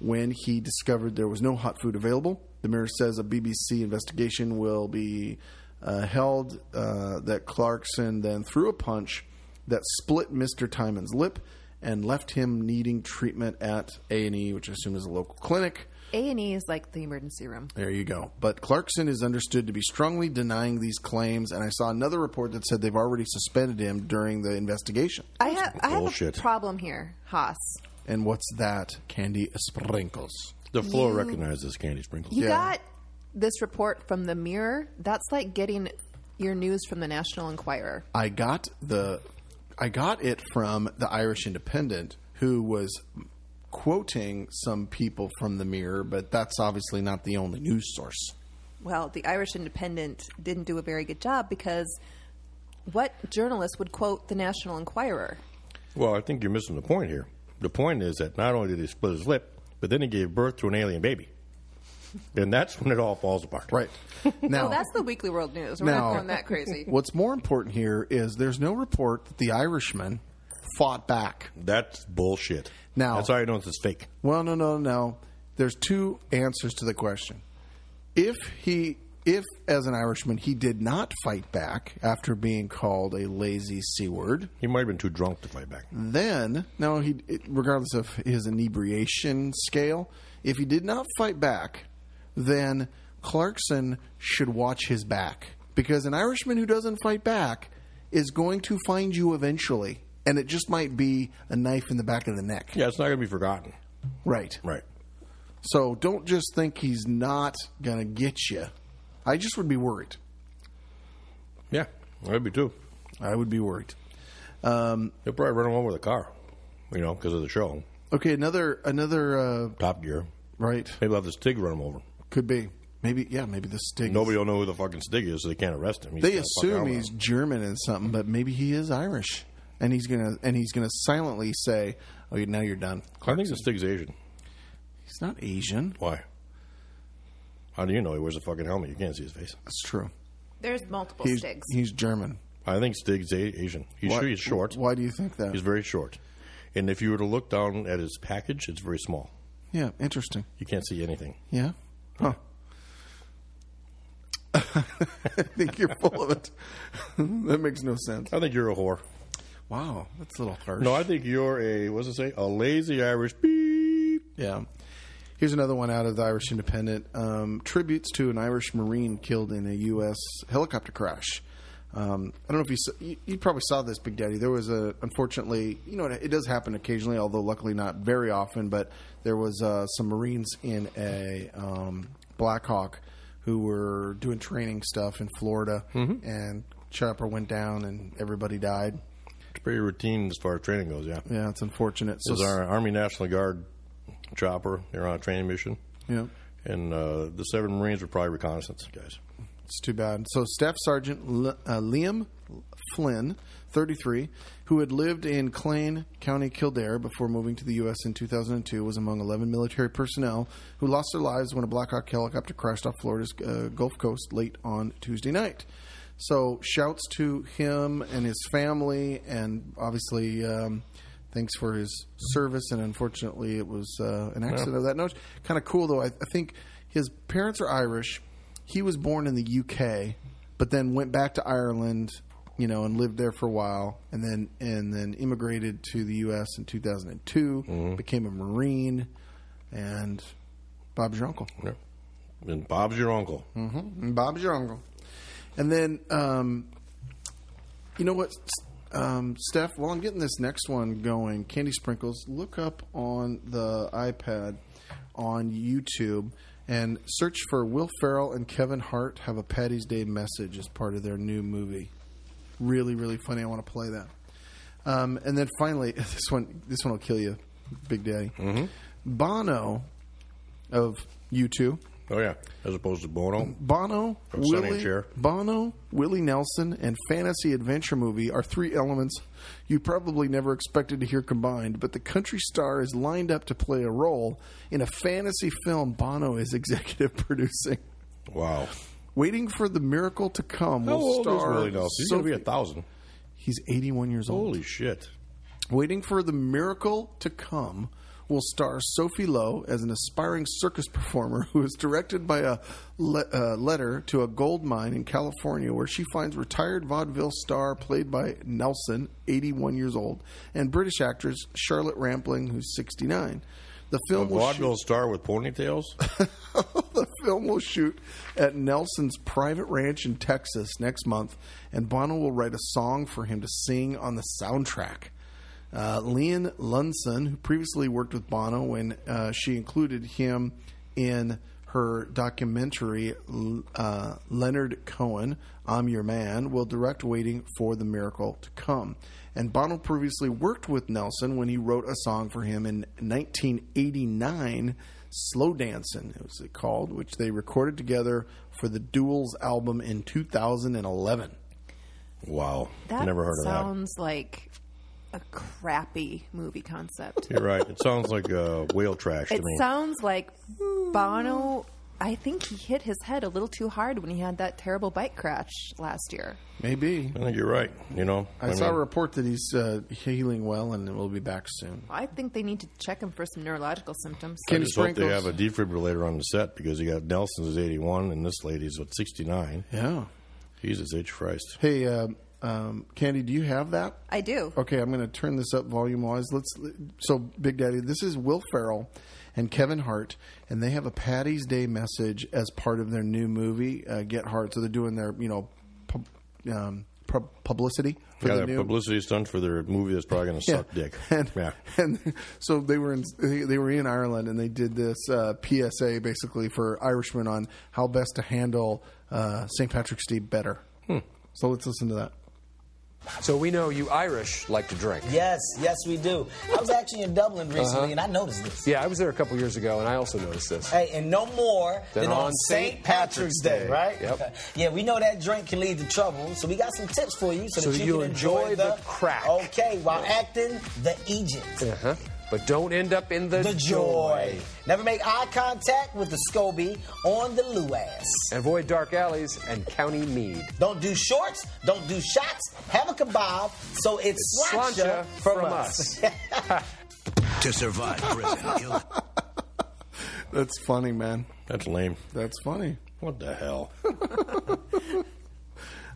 Speaker 5: when he discovered there was no hot food available. The Mirror says a BBC investigation will be uh, held uh, that Clarkson then threw a punch that split Mr. Timon's lip and left him needing treatment at A&E, which I assume is a local clinic.
Speaker 7: A and E is like the emergency room.
Speaker 5: There you go. But Clarkson is understood to be strongly denying these claims, and I saw another report that said they've already suspended him during the investigation.
Speaker 7: I have I have
Speaker 6: Bullshit.
Speaker 7: a problem here, Haas.
Speaker 5: And what's that? Candy sprinkles.
Speaker 6: The floor recognizes Candy Sprinkles.
Speaker 7: You
Speaker 5: Mm. Yeah.
Speaker 7: got this report from the Mirror. That's like getting your news from the National Enquirer.
Speaker 5: I got the I got it from the Irish Independent who was quoting some people from the mirror, but that's obviously not the only news source.
Speaker 7: Well, the Irish Independent didn't do a very good job because what journalist would quote the National Enquirer?
Speaker 6: Well, I think you're missing the point here. The point is that not only did he split his lip, but then he gave birth to an alien baby. And that's when it all falls apart.
Speaker 5: Right. Now
Speaker 7: <laughs> Well, Oh, that's the Weekly World News. We're
Speaker 5: Now-
Speaker 7: not going that
Speaker 5: <laughs>
Speaker 7: crazy.
Speaker 5: What's more important here is there's no report that the Irishman fought back.
Speaker 6: That's bullshit.
Speaker 5: Now-
Speaker 6: that's how you know it's fake.
Speaker 5: Well, no, no, no. There's two answers to the question. If he, if as an Irishman, he did not fight back after being called a lazy c word,
Speaker 6: He might have been too drunk to fight back.
Speaker 5: Mm. then no, he it- regardless of his inebriation scale, if he did not fight back, then Clarkson should watch his back because an Irishman who doesn't fight back is going to find you eventually, and it just might be a knife in the back of the neck.
Speaker 6: Yeah, it's not going to be forgotten.
Speaker 5: Right.
Speaker 6: Right.
Speaker 5: So don't just think he's not gonna get you. I just would be worried.
Speaker 6: Yeah, I'd be too.
Speaker 5: I would be worried. Um,
Speaker 6: They'll probably run him over with a car, you know, because of the show.
Speaker 5: Okay, another another uh,
Speaker 6: Top Gear.
Speaker 5: right
Speaker 6: Maybe they'll have the Stig run him over.
Speaker 5: could be maybe yeah maybe the stig.
Speaker 6: Nobody will know who the fucking Stig is, so they can't arrest him. He's
Speaker 5: They
Speaker 6: got a fucking
Speaker 5: assume
Speaker 6: arm
Speaker 5: he's
Speaker 6: on him.
Speaker 5: German and something, but maybe he is Irish, and he's gonna and he's gonna silently say, "Oh, you- now you're done."
Speaker 6: I think the Stig's Asian.
Speaker 5: He's not Asian.
Speaker 6: Why? How do you know he wears a fucking helmet? You can't see his face.
Speaker 5: That's true.
Speaker 7: There's multiple
Speaker 5: He's
Speaker 7: Stigs.
Speaker 5: he's German.
Speaker 6: I think Stig's a- Asian. He's,
Speaker 5: Why-
Speaker 6: he's short.
Speaker 5: Why do you think that?
Speaker 6: He's very short. And if you were to look down at his package, it's very small.
Speaker 5: yeah, interesting.
Speaker 6: You can't see anything.
Speaker 5: Yeah. Huh. <laughs> I think you're full of it. <laughs> that makes no sense.
Speaker 6: I think you're a whore.
Speaker 5: Wow, that's a little harsh.
Speaker 6: No, I think you're a, what's it say? A lazy Irish beep.
Speaker 5: Yeah. Here's another one out of the Irish Independent. Um, tributes to an Irish Marine killed in a U.S. helicopter crash. Um, I don't know if you, saw, you you probably saw this, Big Daddy. There was a unfortunately, you know, it, it does happen occasionally, although luckily not very often. But there was uh, some Marines in a um, Black Hawk who were doing training stuff in Florida,
Speaker 6: Mm-hmm.
Speaker 5: and chopper went down and everybody died.
Speaker 6: It's pretty routine as far as training goes. Yeah,
Speaker 5: Yeah, it's unfortunate.
Speaker 6: It was our Army National Guard chopper. They were on a training mission,
Speaker 5: yeah.
Speaker 6: and uh, the seven Marines were probably reconnaissance guys.
Speaker 5: It's too bad. So, Staff Sergeant L- uh, Liam Flynn, 33, who had lived in Clane County, Kildare, before moving to the U.S. in 2002, was among 11 military personnel who lost their lives when a Black Hawk helicopter crashed off Florida's uh, Gulf Coast late on Tuesday night. So, shouts to him and his family, and obviously, um, thanks for his service. And unfortunately, it was uh, an accident of that note. Kind of cool, though. I, I think his parents are Irish he was born in the UK, but then went back to Ireland, you know, and lived there for a while, and then and then immigrated to the U.S. in 2002, became a Marine, and Bob's your uncle.
Speaker 6: Yeah. And Bob's your uncle.
Speaker 5: Hmm. And Bob's your uncle. And then, um, you know what, um, Steph? While I'm getting this next one going, Candy Sprinkles, look up on the iPad on YouTube and search for Will Ferrell and Kevin Hart have a Patty's Day message as part of their new movie. Really, really funny. I want to play that. Um, and then finally, <laughs> this one, this one will kill you, Big Daddy. Bono of U2
Speaker 6: Oh yeah, as opposed to Bono.
Speaker 5: Bono,
Speaker 6: From Sonny
Speaker 5: Willie,
Speaker 6: and Cher.
Speaker 5: Bono, Willie Nelson, and fantasy adventure movie are three elements you probably never expected to hear combined. But the country star is lined up to play a role in a fantasy film Bono is <laughs> executive producing.
Speaker 6: Wow.
Speaker 5: Waiting for the miracle to come
Speaker 6: How
Speaker 5: will
Speaker 6: old is
Speaker 5: star.
Speaker 6: Willie Nelson? He's gonna be a
Speaker 5: Sophie-
Speaker 6: thousand.
Speaker 5: He's 81 years old.
Speaker 6: Holy shit!
Speaker 5: Waiting for the Miracle to Come will star Sophie Lowe as an aspiring circus performer who is directed by a le- uh, letter to a gold mine in California where she finds retired vaudeville star played by Nelson, 81 years old, and British actress Charlotte Rampling, who's 69. The
Speaker 6: A
Speaker 5: film will shoot-
Speaker 6: vaudeville star
Speaker 5: <laughs>
Speaker 6: with ponytails.
Speaker 5: the film will shoot at Nelson's private ranch in Texas next month, and Bono will write a song for him to sing on the soundtrack. Uh, Leon Lunson, who previously worked with Bono when uh, she included him in her documentary uh, Leonard Cohen, I'm Your Man, will direct Waiting for the Miracle to Come. And Bono previously worked with Nelson when he wrote a song for him in 1989, Slow Dancin', it was called, which they recorded together for the Duels album in 2011.
Speaker 6: Wow.
Speaker 7: That
Speaker 6: Never heard of that.
Speaker 7: sounds like a crappy movie concept.
Speaker 6: You're right. It sounds like uh, whale trash
Speaker 7: it
Speaker 6: to me.
Speaker 7: sounds like Bono. I think he hit his head a little too hard when he had that terrible bike crash last year.
Speaker 5: Maybe.
Speaker 6: I think you're right. You know,
Speaker 5: I saw a
Speaker 6: mean,
Speaker 5: report that he's uh, healing well and will be back soon.
Speaker 7: I think they need to check him for some neurological symptoms.
Speaker 5: Can-
Speaker 6: I just hope they
Speaker 5: Sprinkles.
Speaker 6: have a defibrillator on the set because you got Nelson's 81 and this lady's what 69.
Speaker 5: Yeah.
Speaker 6: Jesus H Christ.
Speaker 5: Hey, uh, um, Candy, do you have that?
Speaker 7: I do.
Speaker 5: Okay, I'm going to turn this up volume wise. Let's. So, Big Daddy, this is Will Ferrell and Kevin Hart, and they have a Patty's Day message as part of their new movie, uh, Get Hart. So they're doing their, you know, pub, um, pub publicity for
Speaker 6: Yeah,
Speaker 5: the
Speaker 6: that
Speaker 5: new
Speaker 6: publicity stunt for their movie that's probably going to suck dick.
Speaker 5: <laughs> and,
Speaker 6: yeah.
Speaker 5: and so they were in they they were in Ireland and they did this uh, PSA basically for Irishmen on how best to handle uh, St. Patrick's Day better.
Speaker 6: Hmm.
Speaker 5: So let's listen to that.
Speaker 8: So we know you Irish like to drink.
Speaker 9: Yes, yes, we do. I was actually in Dublin recently, and Uh-huh. I noticed this.
Speaker 8: Yeah, I was there a couple years ago, and I also noticed this.
Speaker 9: Hey, and no more
Speaker 8: Than
Speaker 9: than,
Speaker 8: on
Speaker 9: on St. Patrick's Day, right?
Speaker 8: Yep.
Speaker 9: <laughs> Yeah, we know that drink can lead to trouble, so we got some tips for you so,
Speaker 8: So
Speaker 9: that you,
Speaker 8: you'll
Speaker 9: can enjoy,
Speaker 8: enjoy the crack.
Speaker 9: Okay, while acting the agent.
Speaker 8: Uh-huh. But don't end up in the,
Speaker 9: The joy. Never make eye contact with the SCOBY on the Luas.
Speaker 8: And avoid dark alleys and county mead.
Speaker 9: Don't do shorts. Don't do shots. Have a kebab. So it's,
Speaker 8: It's
Speaker 9: slancha
Speaker 8: slancha
Speaker 9: from,
Speaker 8: from
Speaker 9: us. <laughs>
Speaker 2: To survive prison, you'll
Speaker 5: That's funny, man.
Speaker 6: That's lame.
Speaker 5: That's funny.
Speaker 6: What the hell?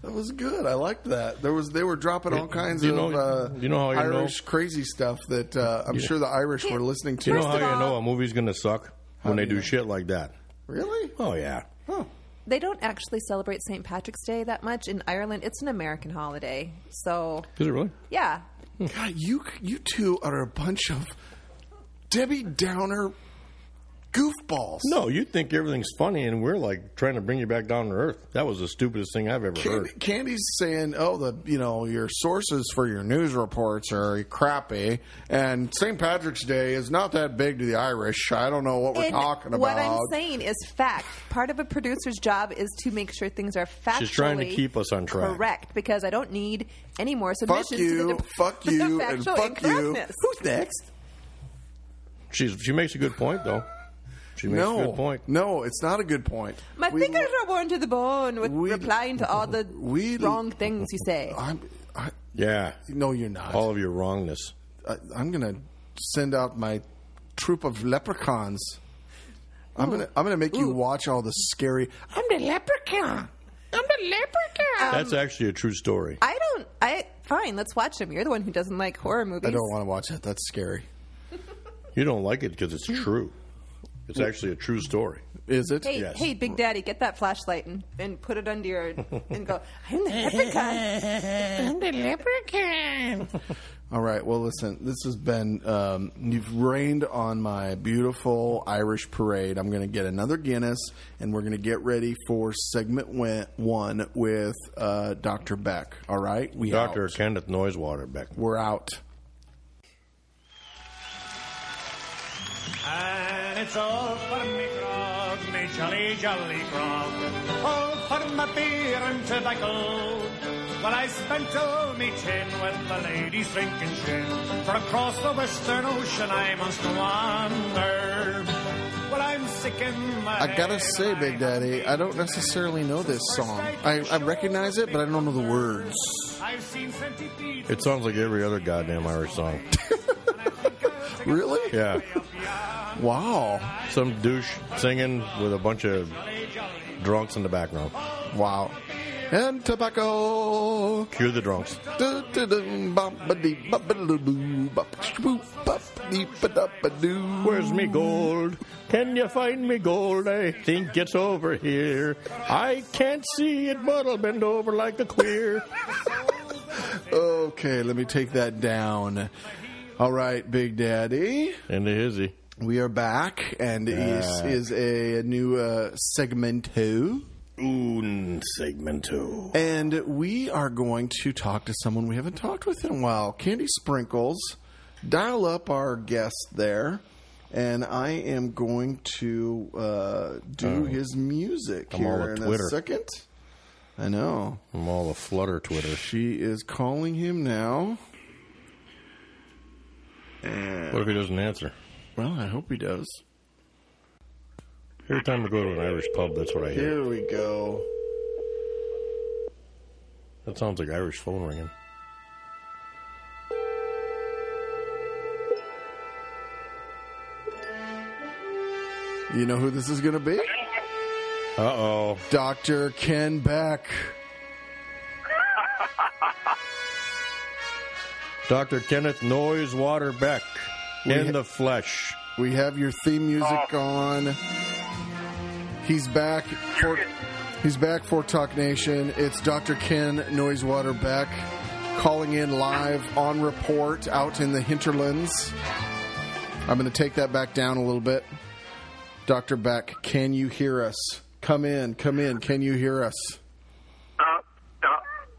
Speaker 5: That was good. I liked that. There was they were dropping all kinds
Speaker 6: do you
Speaker 5: of
Speaker 6: know-
Speaker 5: uh,
Speaker 6: do you know how you know-
Speaker 5: Irish crazy stuff that uh, I'm sure the Irish were listening to.
Speaker 6: you know
Speaker 7: First
Speaker 6: how
Speaker 7: of
Speaker 6: you
Speaker 7: all-
Speaker 6: know a movie's going to suck when they do shit like that?
Speaker 5: really?
Speaker 6: Oh yeah.
Speaker 5: Huh.
Speaker 7: they don't actually celebrate St. Patrick's Day that much in Ireland. It's an American holiday. So,
Speaker 6: Is it really?
Speaker 7: yeah.
Speaker 5: God, you you two are a bunch of Debbie Downer goofballs.
Speaker 6: No, you think everything's funny, and we're like trying to bring you back down to earth. That was the stupidest thing I've ever
Speaker 5: Candy,
Speaker 6: heard.
Speaker 5: Candy's saying, "Oh, the you know your sources for your news reports are crappy, and St. Patrick's Day is not that big to the Irish. I don't know what we're
Speaker 7: And
Speaker 5: talking about."
Speaker 7: What I'm saying is fact. Part of a producer's job is to make sure things are factually
Speaker 6: She's trying to keep us on track.
Speaker 7: Correct, because I don't need any more submissions
Speaker 5: fuck
Speaker 7: to <laughs> the
Speaker 5: you,
Speaker 7: dep-
Speaker 5: fuck you, and
Speaker 7: factual
Speaker 5: fuck you.
Speaker 7: incorrectness.
Speaker 5: Who's next?
Speaker 6: She's she makes a good point though. She makes a
Speaker 5: No,
Speaker 6: good point.
Speaker 5: no, it's not a good point.
Speaker 7: My
Speaker 5: We-
Speaker 7: fingers are worn to the bone with
Speaker 5: we-
Speaker 7: replying to all the
Speaker 5: <laughs> we-
Speaker 7: wrong things you
Speaker 5: <laughs>
Speaker 7: say.
Speaker 5: I'm, I,
Speaker 6: Yeah,
Speaker 5: no, you're not.
Speaker 6: all of your wrongness.
Speaker 5: I, I'm gonna send out my troop of leprechauns. I'm gonna I'm gonna make you watch all the scary. I'm the leprechaun. I'm the leprechaun.
Speaker 6: That's actually a true story.
Speaker 7: Um, I don't. I fine. Let's watch them. You're the one who doesn't like horror movies.
Speaker 5: I don't want to watch that. That's scary.
Speaker 6: you don't like it because
Speaker 5: Hmm.
Speaker 6: it's true. It's actually a true story.
Speaker 5: Is it?
Speaker 7: Hey,
Speaker 6: Yes.
Speaker 7: hey, Big Daddy, get that flashlight and, and put it under your and go. <laughs> I'm the leprechaun.
Speaker 5: <laughs> All right. Well, listen. This has been um, you've rained on my beautiful Irish parade. I'm going to get another Guinness, and we're going to get ready for segment win- one with uh, Doctor Beck. All right. We
Speaker 6: Doctor
Speaker 5: out.
Speaker 6: Kenneth Noisewater back.
Speaker 5: We're out.
Speaker 1: And it's all for me grog, me jolly, jolly grog. All for my beer and tobacco. Well, I spent all me tin with the ladies drinking gin. For across the western ocean I must wander. Well, I'm sick in my
Speaker 5: I gotta
Speaker 1: head,
Speaker 5: say,
Speaker 1: I
Speaker 5: Big
Speaker 1: have
Speaker 5: Daddy,
Speaker 1: been
Speaker 5: I don't necessarily know this song. I, I recognize it, but I don't know the words.
Speaker 1: I've seen centipedes.
Speaker 6: It sounds like every other goddamn Irish song.
Speaker 5: Really?
Speaker 6: Yeah,
Speaker 5: Wow.
Speaker 6: some douche singing with a bunch of drunks in the background.
Speaker 5: Wow. And tobacco.
Speaker 6: Cue the drunks.
Speaker 5: Du-du-dum, bop-a-dee, bop-a-doo-doo, bop-a-doo, bop-a-dee, ba-da-ba-doo.
Speaker 6: Where's me gold? Can you find me gold? I think it's over here. I can't see it, but I'll bend over like a queer.
Speaker 5: Okay, let me take that down. All right, Big Daddy.
Speaker 6: And the hizzy.
Speaker 5: We are back, and this
Speaker 6: Back.
Speaker 5: is a new uh, segment two.
Speaker 6: Un segmento.
Speaker 5: And we are going to talk to someone we haven't talked with in a while. Candy Sprinkles, dial up our guest there. And I am going to uh, do his music
Speaker 6: Oh. I'm
Speaker 5: here
Speaker 6: all a
Speaker 5: in
Speaker 6: Twitter.
Speaker 5: a second. I know.
Speaker 6: I'm all a flutter Twitter.
Speaker 5: She is calling him now.
Speaker 6: What if he doesn't answer?
Speaker 5: Well, I hope he does.
Speaker 6: Every time I go to an Irish pub, that's what I hear.
Speaker 5: Here we go.
Speaker 6: That sounds like Irish phone ringing.
Speaker 5: You know who this is going to be?
Speaker 6: Uh oh.
Speaker 5: Dr. Ken Beck.
Speaker 6: Dr. Kenneth Noisewater Beck in the flesh.
Speaker 5: We have your theme music on. He's back for he's back for Talk Nation. It's Dr. Ken Noisewater Beck calling in live on report out in the hinterlands. I'm going to take that back down a little bit. Dr. Beck, can you hear us? Come in, come in. Can you hear us?
Speaker 10: Uh, uh,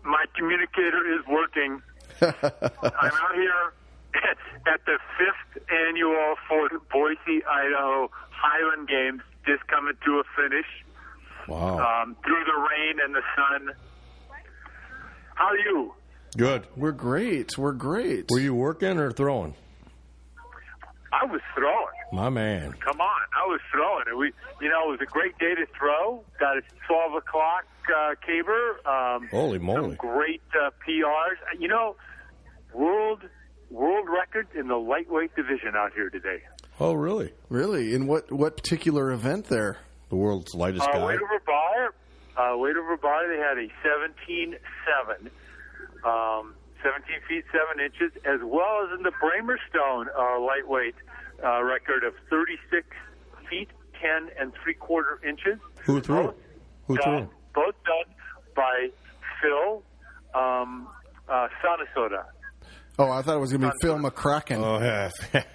Speaker 10: my communicator is working. I'm out here at the fifth annual for Boise, Idaho Highland Games, just coming to a finish
Speaker 6: Wow.
Speaker 10: um, through the rain and the sun. How are you?
Speaker 6: Good.
Speaker 5: We're great. We're great.
Speaker 6: Were you working or throwing?
Speaker 10: I was throwing.
Speaker 6: My man.
Speaker 10: Come on, I was throwing. It was, you know, it was a great day to throw. Got a 12 o'clock uh, caber. Um,
Speaker 6: Holy
Speaker 10: some
Speaker 6: moly.
Speaker 10: great uh, PRs. You know, world world record in the lightweight division out here today.
Speaker 6: Oh, really?
Speaker 5: really? In what what particular event there?
Speaker 6: The world's lightest
Speaker 10: Uh,
Speaker 6: guy.
Speaker 10: weight over bar, uh, weight over bar. They had a 17.7, um, 17 feet 7 inches, as well as in the Bramerstone uh, lightweight uh, record of 36 feet 10 and three quarter inches.
Speaker 6: Who threw it? Who
Speaker 10: done,
Speaker 6: threw?
Speaker 10: both done by Phil um, uh, Sonasoda.
Speaker 5: Oh, I thought it was going to be Phil McCracken.
Speaker 6: Oh, yeah. <laughs>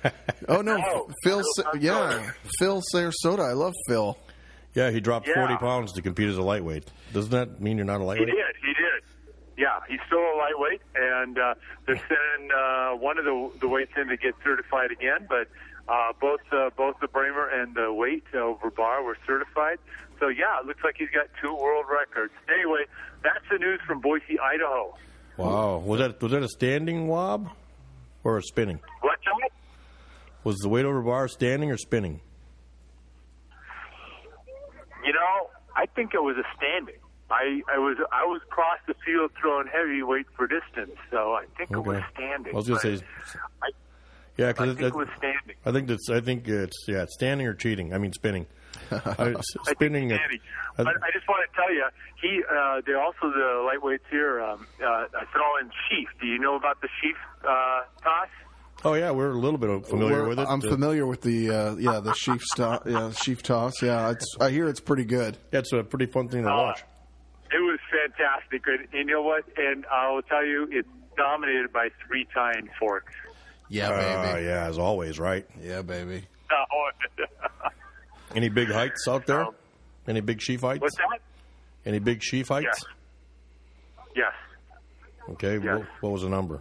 Speaker 5: Oh no, Phil. Sa-
Speaker 10: Phil
Speaker 5: yeah,
Speaker 10: Sarasota.
Speaker 5: Phil Sarasota. I love Phil.
Speaker 6: yeah, he dropped
Speaker 10: Yeah.
Speaker 6: 40 pounds to compete as a lightweight. Doesn't that mean you're not a
Speaker 10: He
Speaker 6: lightweight?
Speaker 10: did. He did. Yeah, he's still a lightweight, and uh,
Speaker 6: <laughs>
Speaker 10: they're sending uh, one of the the weights in to get certified again. But uh, both uh, both the Bramer and the weight over bar were certified. So yeah, it looks like he's got two world records. Anyway, that's the news from Boise, Idaho.
Speaker 6: Wow. Was that was that a standing wob or a spinning?
Speaker 10: What's that?
Speaker 6: Was the weight over bar standing or spinning?
Speaker 10: You know, I think it was a standing. I, I was I was across the field throwing heavyweight for distance, so I think it was
Speaker 6: Okay.
Speaker 10: standing.
Speaker 6: I was gonna
Speaker 10: but
Speaker 6: say-
Speaker 10: I,
Speaker 6: Yeah,
Speaker 10: I
Speaker 6: because
Speaker 10: think it was standing.
Speaker 6: I think that's. I think it's yeah, it's standing or cheating. I mean
Speaker 5: <laughs>
Speaker 6: spinning. I, s-
Speaker 10: I think
Speaker 6: spinning.
Speaker 10: it's Danny. But I, just want to tell you, he uh, they're also the lightweights here. Um, uh, throwing Sheaf. Do you know about the Sheaf uh, toss?
Speaker 6: oh yeah, we're a little bit familiar
Speaker 5: We're-
Speaker 6: with it.
Speaker 5: I'm
Speaker 6: The-
Speaker 5: familiar with the uh, yeah the sheaf sto- yeah sheaf toss. Yeah, it's, I hear it's pretty good.
Speaker 6: That's a pretty fun
Speaker 10: Oh,
Speaker 6: thing to watch.
Speaker 10: It was fantastic, and, and you know what? And I'll tell you, it's dominated by three tying forks.
Speaker 5: Yeah,
Speaker 6: Uh, yeah, as always, right?
Speaker 5: Yeah, baby.
Speaker 10: Oh,
Speaker 6: Any big heights out there? Any big sheaf heights?
Speaker 10: Um, what's that?
Speaker 6: Any big sheaf heights?
Speaker 10: Yes,
Speaker 6: Okay,
Speaker 10: Yes.
Speaker 6: what, what was the number?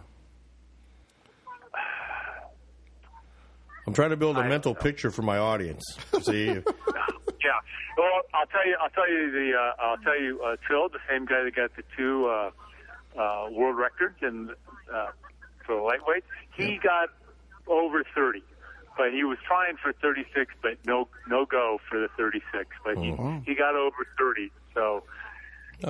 Speaker 6: I'm trying to build a mental picture for my audience.
Speaker 10: <laughs>
Speaker 6: See,
Speaker 10: yeah. Well, I'll tell you. I'll tell you the. Uh, I'll tell you. Uh, Trill, the same guy that got the two uh, uh, world records and uh, for the lightweight, he got over thirty, but he was trying for thirty six, but no no go for the thirty six. But
Speaker 5: Oh,
Speaker 10: he he got over thirty. So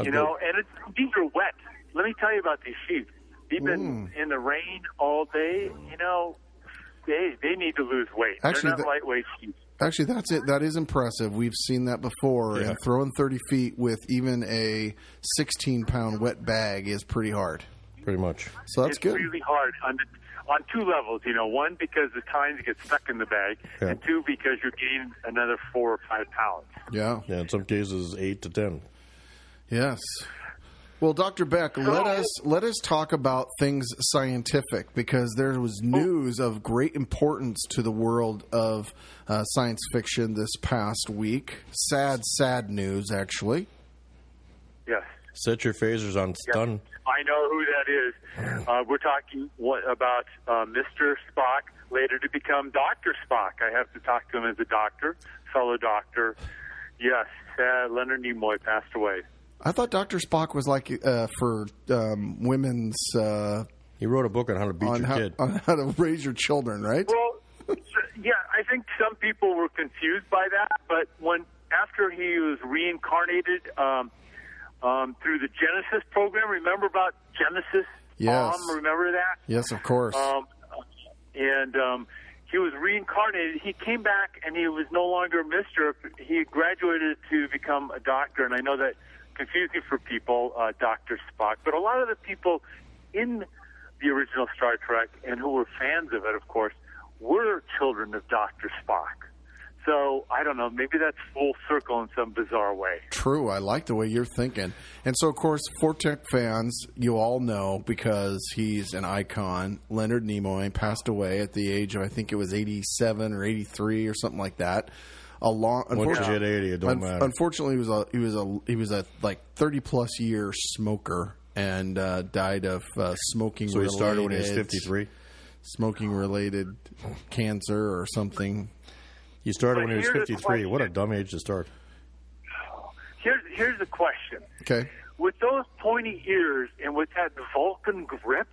Speaker 10: you know, and it's, these are wet. Let me tell you about these sheep. They've been in the rain all day. You know, they they need to lose weight.
Speaker 5: Actually,
Speaker 10: They're not
Speaker 5: the-
Speaker 10: lightweight sheep.
Speaker 5: Actually, that's it. That is impressive. We've seen that before.
Speaker 6: Yeah.
Speaker 5: And throwing 30 feet with even a 16 pound wet bag is pretty hard.
Speaker 6: pretty much.
Speaker 5: So that's
Speaker 10: it's
Speaker 5: good.
Speaker 10: really hard on the, on two levels. You know, one because the tines get stuck in the bag,
Speaker 6: Yeah.
Speaker 10: and two because you gain another four or five pounds.
Speaker 5: yeah.
Speaker 6: Yeah, in some cases, eight to ten.
Speaker 5: Yes. Well, Dr. Beck, let us let us talk about things scientific because there was news of great importance to the world of uh, science fiction this past week. Sad, sad news, actually.
Speaker 10: Yes,
Speaker 6: Set your phasers on stun.
Speaker 10: I know who that is. Uh, we're talking what, about uh, Mr. Spock, later to become Doctor Spock. I have to talk to him as a doctor, fellow doctor. Yes, uh, Leonard Nimoy passed away.
Speaker 5: I thought Doctor Spock was like uh, for um, women's uh,
Speaker 6: He wrote a book on how to beat
Speaker 5: on
Speaker 6: your
Speaker 5: how,
Speaker 6: kid.
Speaker 5: on how to raise your children, right?
Speaker 10: Well, s- yeah, I think some people were confused by that, but when after he was reincarnated um, um, through the Genesis program, remember about Genesis?
Speaker 5: Yes.
Speaker 10: Mom, remember that?
Speaker 5: Yes, of course.
Speaker 10: Um, and um, he was reincarnated. He came back, and he was no longer a Mister. He graduated to become a doctor, and I know that confusing for people, uh, Doctor Spock. But a lot of the people in the original Star Trek and who were fans of it, of course, were children of Doctor Spock. So I don't know. Maybe that's full circle in some bizarre way.
Speaker 5: True. I like the way you're thinking. And so, of course, Fortec fans, you all know because he's an icon. Leonard Nimoy passed away at the age of, I think it was 87 or 83 or something like that. A long,
Speaker 6: Once you
Speaker 5: unfortunately,
Speaker 6: hit eighty, it don't
Speaker 5: un-
Speaker 6: matter.
Speaker 5: unfortunately, he was a he was a he was a like 30 plus year smoker and uh, died of uh, smoking.
Speaker 6: so he started when he was
Speaker 5: related-
Speaker 6: fifty-three.
Speaker 5: Smoking related cancer or something.
Speaker 6: He started
Speaker 10: But
Speaker 6: when he was
Speaker 10: here's the
Speaker 6: fifty-three. What a
Speaker 10: question.
Speaker 6: dumb age to start.
Speaker 10: Here's here's the question.
Speaker 5: Okay.
Speaker 10: With those pointy ears and with that Vulcan grip,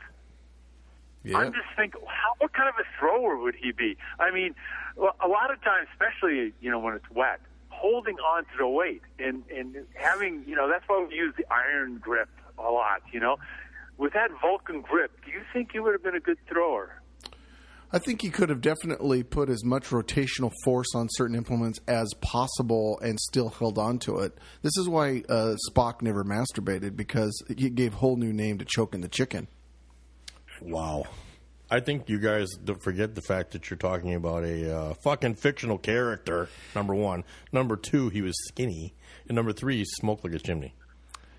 Speaker 5: Yeah.
Speaker 10: I'm just thinking, how, what kind of a thrower would he be? I mean, well, a lot of times, especially you know when it's wet, holding on to the weight and and having you know that's why we use the iron grip a lot. You know, with that Vulcan grip, do you think he would have been a good thrower?
Speaker 5: I think he could have definitely put as much rotational force on certain implements as possible and still held on to it. This is why uh, Spock never masturbated because he gave a whole new name to choking the chicken.
Speaker 6: Wow. I think you guys don't forget the fact that you're talking about a uh, fucking fictional character. Number one, number two, he was skinny, and number three, he smoked like a chimney.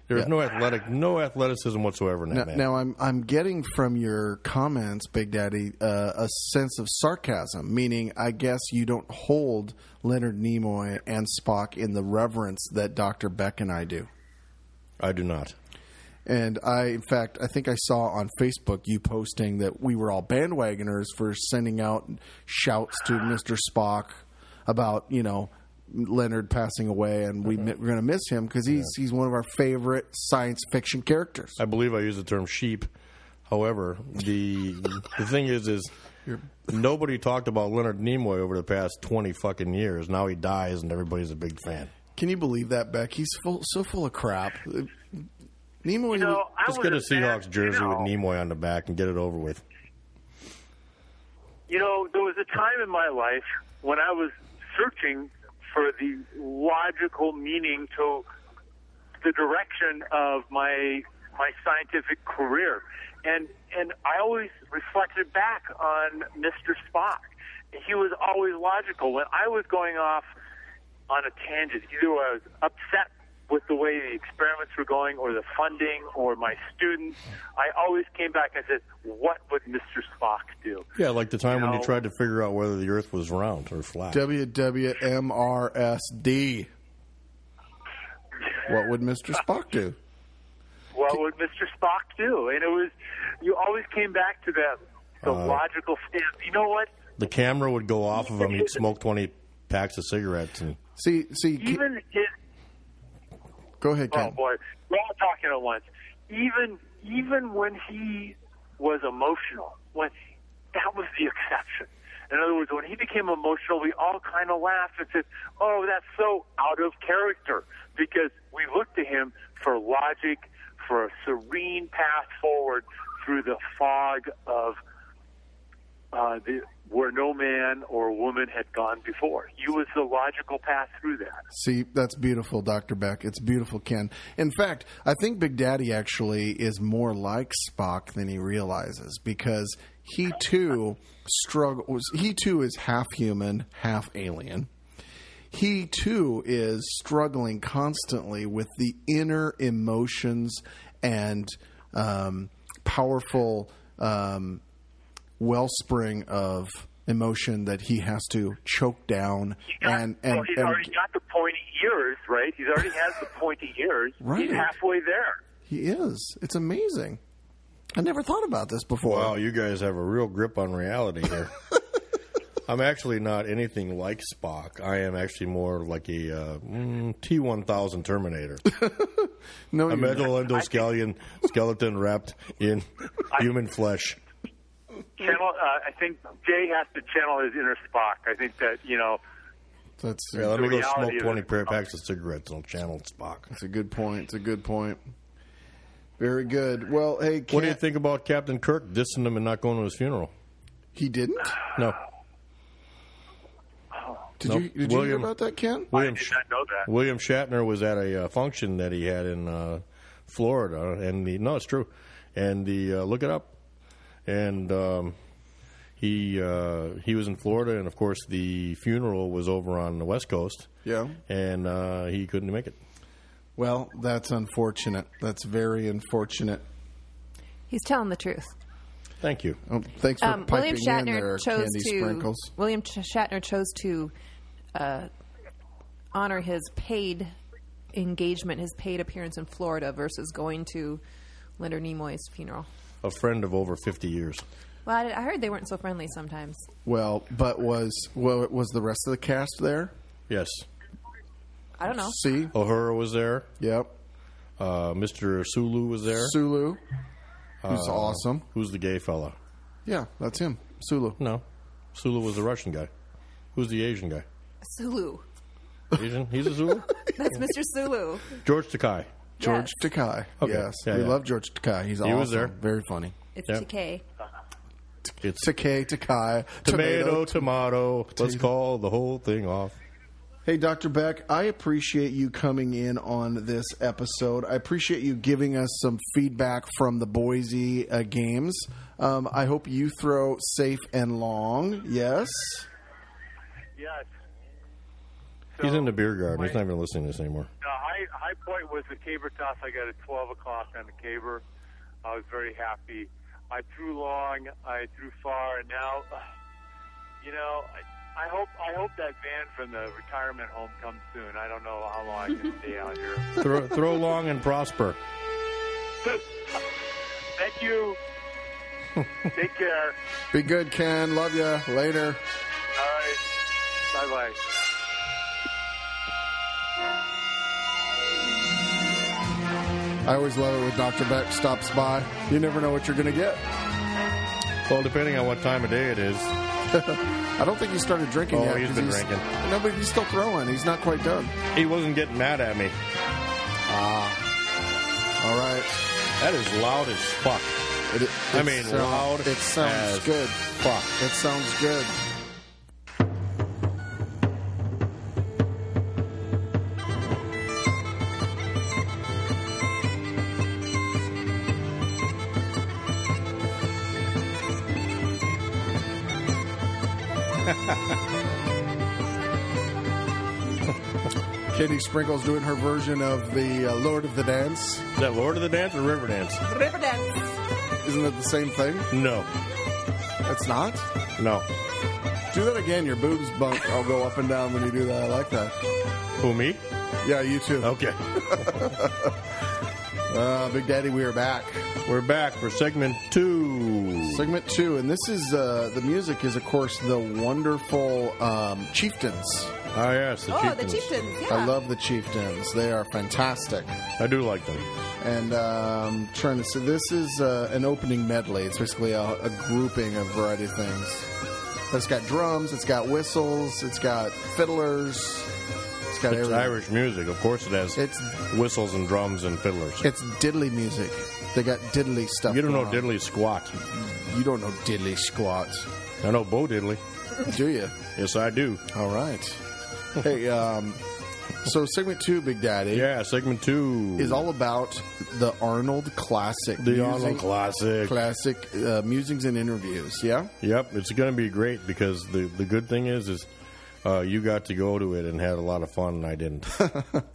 Speaker 6: There's
Speaker 5: Yeah. uh
Speaker 6: no athletic, no athleticism whatsoever in that
Speaker 5: Now,
Speaker 6: man.
Speaker 5: now I'm I'm getting from your comments, Big Daddy, uh, a sense of sarcasm, meaning I guess you don't hold Leonard Nimoy and Spock in the reverence that Doctor Beck and I do.
Speaker 6: I do not.
Speaker 5: And I, in fact, I think I saw on Facebook you posting that we were all bandwagoners for sending out shouts to Mr. Spock about you know Leonard passing away, and we mi- we're going to miss him because he's he's one of our favorite science fiction characters.
Speaker 6: I believe I used the term sheep. However, the the thing is, is nobody talked about Leonard Nimoy over the past twenty fucking years. Now he dies, and everybody's a big fan.
Speaker 5: Can you believe that, Beck? He's full, so full of crap. Uh, Nimoy,
Speaker 10: No, I
Speaker 6: Just
Speaker 10: was
Speaker 6: get a
Speaker 10: fan-
Speaker 6: Seahawks jersey
Speaker 10: you know,
Speaker 6: with Nimoy on the back and get it over with.
Speaker 10: You know, there was a time in my life when I was searching for the logical meaning to the direction of my my scientific career, and and I always reflected back on Mr. Spock. He was always logical. When I was going off on a tangent, either I was upset with the way the experiments were going, or the funding, or my students, I always came back and said, "What would Mr. Spock do?"
Speaker 6: Yeah, like the time when you
Speaker 10: No.
Speaker 6: tried to figure out whether the Earth was round or flat.
Speaker 5: WWMRSD. What would Mr. Spock do?
Speaker 10: what would Mr. Spock do? And it was, you always came back to that the logical stance. You know what?
Speaker 6: the camera would go off of him. He'd smoke twenty packs of cigarettes, and
Speaker 5: See, see. Ke-
Speaker 10: Even his
Speaker 5: go ahead,
Speaker 10: oh
Speaker 5: Ken.
Speaker 10: boy, we're all talking at once. Even even when he was emotional, when that was the exception. In other words, when he became emotional, we all kind of laughed and said, "Oh, that's so out of character," because we looked to him for logic, for a serene path forward through the fog of uh, the, where no man or woman had gone before. He was the logical path through that.
Speaker 5: See, that's beautiful, Dr. Beck. It's beautiful, Ken. In fact, I think Big Daddy actually is more like Spock than he realizes because he too struggles. He too is half human, half alien. He too is struggling constantly with the inner emotions and um, powerful um, wellspring of emotion that he has to choke down
Speaker 10: got-
Speaker 5: and and,
Speaker 10: well, he's
Speaker 5: and
Speaker 10: already got the pointy ears, right? He's already has the pointy ears.
Speaker 5: <laughs> Right.
Speaker 10: He's halfway there.
Speaker 5: He is. It's amazing. I never thought about this before.
Speaker 6: wow, you guys have a real grip on reality here. I'm actually not anything like Spock. I am actually more like a uh, mm, T1000 Terminator,
Speaker 5: no, <laughs> you're
Speaker 6: a
Speaker 5: not.
Speaker 6: metal endoskeleton skeleton wrapped in human flesh.
Speaker 10: Channel. Uh, I think Jay has to channel his inner Spock. I think that you know.
Speaker 5: that's
Speaker 6: Yeah, let me go
Speaker 10: reality
Speaker 6: smoke
Speaker 10: of it.
Speaker 6: 20 pair packs of cigarettes and I'll channel Spock.
Speaker 5: that's a good point. It's a good point. Very good. Well, hey,
Speaker 6: What do you
Speaker 5: Ken-
Speaker 6: think about Captain Kirk dissing him and not going to his funeral?
Speaker 5: He didn't.
Speaker 6: No.
Speaker 5: Did
Speaker 6: Nope.
Speaker 5: you did you hear
Speaker 6: William-
Speaker 5: about that, Ken?
Speaker 6: William,
Speaker 10: I did
Speaker 6: Sh-
Speaker 10: not know that.
Speaker 6: William Shatner was at a uh, function that he had in uh, Florida, and the no, it's true. And the uh, look it up, and um, he uh, he was in Florida, and of course the funeral was over on the West Coast.
Speaker 5: Yeah.
Speaker 6: and uh, he couldn't make it.
Speaker 5: Well, that's unfortunate. That's very unfortunate.
Speaker 7: <laughs> He's telling the truth.
Speaker 6: Thank you.
Speaker 5: Oh, thanks for
Speaker 7: Um, William
Speaker 5: piping in there,
Speaker 7: Shatner chose
Speaker 5: Candy
Speaker 7: to
Speaker 5: Sprinkles.
Speaker 7: William Ch- Shatner chose to uh, honor his paid engagement, his paid appearance in Florida versus going to Leonard Nimoy's funeral.
Speaker 6: A friend of over fifty years.
Speaker 7: Well, I, I heard they weren't so friendly sometimes.
Speaker 5: Well, but was well was the rest of the cast there?
Speaker 6: Yes,
Speaker 7: I don't know.
Speaker 5: See,
Speaker 6: O'Hara was there.
Speaker 5: yep.
Speaker 6: Uh, Mr. Sulu was there. Uh,
Speaker 5: Sulu, who's awesome.
Speaker 6: Who's the gay fella?
Speaker 5: Yeah, that's him. Sulu.
Speaker 6: No, Sulu was the Russian guy. Who's the Asian guy?
Speaker 7: Sulu.
Speaker 6: Asian? He's a Zulu.
Speaker 5: <laughs>
Speaker 7: That's Mr. Sulu.
Speaker 6: George Takai.
Speaker 5: George
Speaker 7: Yes.
Speaker 5: Takai.
Speaker 6: Okay.
Speaker 5: Yes,
Speaker 6: Yeah,
Speaker 5: we
Speaker 6: yeah.
Speaker 5: love George Takai. He's he awesome.
Speaker 6: was there.
Speaker 5: Very funny.
Speaker 7: It's
Speaker 6: Yeah.
Speaker 7: TK.
Speaker 6: It's
Speaker 5: Takai, Takai,
Speaker 6: tomato, tomato. Let's call the whole thing off.
Speaker 5: Hey, Dr. Beck, I appreciate you coming in on this episode. I appreciate you giving us some feedback from the Boise uh, games. Um, I hope you throw safe and long. Yes.
Speaker 10: Yes.
Speaker 6: He's in the beer garden. He's not even listening to this anymore.
Speaker 10: The high, high point was the caber toss I got at 12 o'clock on the caber. I was very happy. I threw long, I threw far, and now, <sighs> ugh, you know, I, I hope I hope that van from the retirement home comes soon. I don't know how long I can stay out here.
Speaker 6: throw, throw long and prosper.
Speaker 10: <laughs> Thank you.
Speaker 11: <laughs>
Speaker 10: Take care.
Speaker 5: Be good, Ken. Love you. Later.
Speaker 10: All right. Bye bye.
Speaker 5: I always love it when Dr. Beck stops by. You never know what you're going to get.
Speaker 6: Well, depending on what time of day it is.
Speaker 5: I don't think he started drinking
Speaker 6: Oh,
Speaker 5: yet.
Speaker 6: he's
Speaker 5: 'cause
Speaker 6: been drinking.
Speaker 5: No, but he's still throwing. He's not quite done.
Speaker 6: He wasn't getting mad at me.
Speaker 5: All right.
Speaker 6: That is loud as fuck.
Speaker 5: It, it
Speaker 6: I mean,
Speaker 5: sound-
Speaker 6: loud
Speaker 5: It sounds
Speaker 6: as
Speaker 5: good.
Speaker 6: fuck.
Speaker 5: It sounds good. <laughs> Katie Sprinkle's doing her version of the uh, Lord of the Dance.
Speaker 6: Is that Lord of the Dance or River Dance?
Speaker 5: Isn't it the same thing?
Speaker 6: No.
Speaker 5: It's not.
Speaker 6: No.
Speaker 5: Do that again. Your boobs bump. I'll go up and down when you do that. I like that.
Speaker 6: Who, me?
Speaker 5: Yeah, you too.
Speaker 6: Okay.
Speaker 5: Uh, Big Daddy, we are back.
Speaker 6: We're back for segment two.
Speaker 5: Segment two, and this is uh, the music is, of course, the wonderful um, Chieftains.
Speaker 6: Ah, yes, the
Speaker 7: oh,
Speaker 6: chieftains.
Speaker 7: the chieftains. Yeah.
Speaker 5: I love the Chieftains. They are fantastic.
Speaker 6: I do like them.
Speaker 5: And um, trying to so this is uh, an opening medley. It's basically a, a grouping of a variety of things. It's got drums. It's got whistles. It's got fiddlers. It's got
Speaker 6: It's
Speaker 5: everything.
Speaker 6: Irish music. Of course it has
Speaker 5: It's
Speaker 6: whistles and drums and fiddlers.
Speaker 5: It's diddly music. They got diddly stuff.
Speaker 6: You don't know
Speaker 5: going on.
Speaker 6: diddly squat.
Speaker 5: You don't know diddly squat,
Speaker 6: I know Bo Diddley.
Speaker 5: do you?
Speaker 6: Yes, I do.
Speaker 5: All
Speaker 6: <laughs>
Speaker 5: right. hey, um, so segment two, Big Daddy,
Speaker 6: Yeah, segment two
Speaker 5: is all about the Arnold classic.
Speaker 6: the
Speaker 5: Musing-
Speaker 6: Arnold Classic.
Speaker 5: classic uh, musings and interviews. Yeah.
Speaker 6: Yep, it's going to be great because the the good thing is is uh, you got to go to it and had a lot of fun, and I
Speaker 5: <laughs>
Speaker 6: didn't.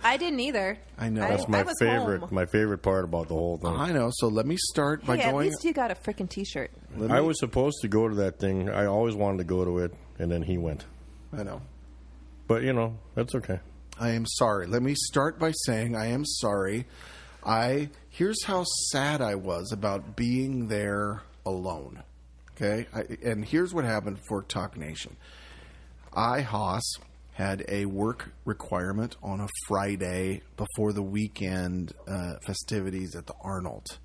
Speaker 7: I didn't either.
Speaker 5: I know.
Speaker 7: I-
Speaker 5: That's
Speaker 6: That's my
Speaker 7: was
Speaker 6: favorite.
Speaker 7: home.
Speaker 6: My favorite part about the whole thing.
Speaker 5: I know. So let me start by
Speaker 7: Hey, at
Speaker 5: going.
Speaker 7: least you got a freaking T-shirt.
Speaker 5: let me-
Speaker 6: I was supposed to go to that thing. I always wanted to go to it, and then he went.
Speaker 5: I know.
Speaker 6: But you know, that's okay.
Speaker 5: I am sorry. Let me start by saying I am sorry. I here's how sad I was about being there alone. Okay, I, and here's what happened for Talk Nation. I Haas had a work requirement on a Friday before the weekend uh, festivities at the Arnold,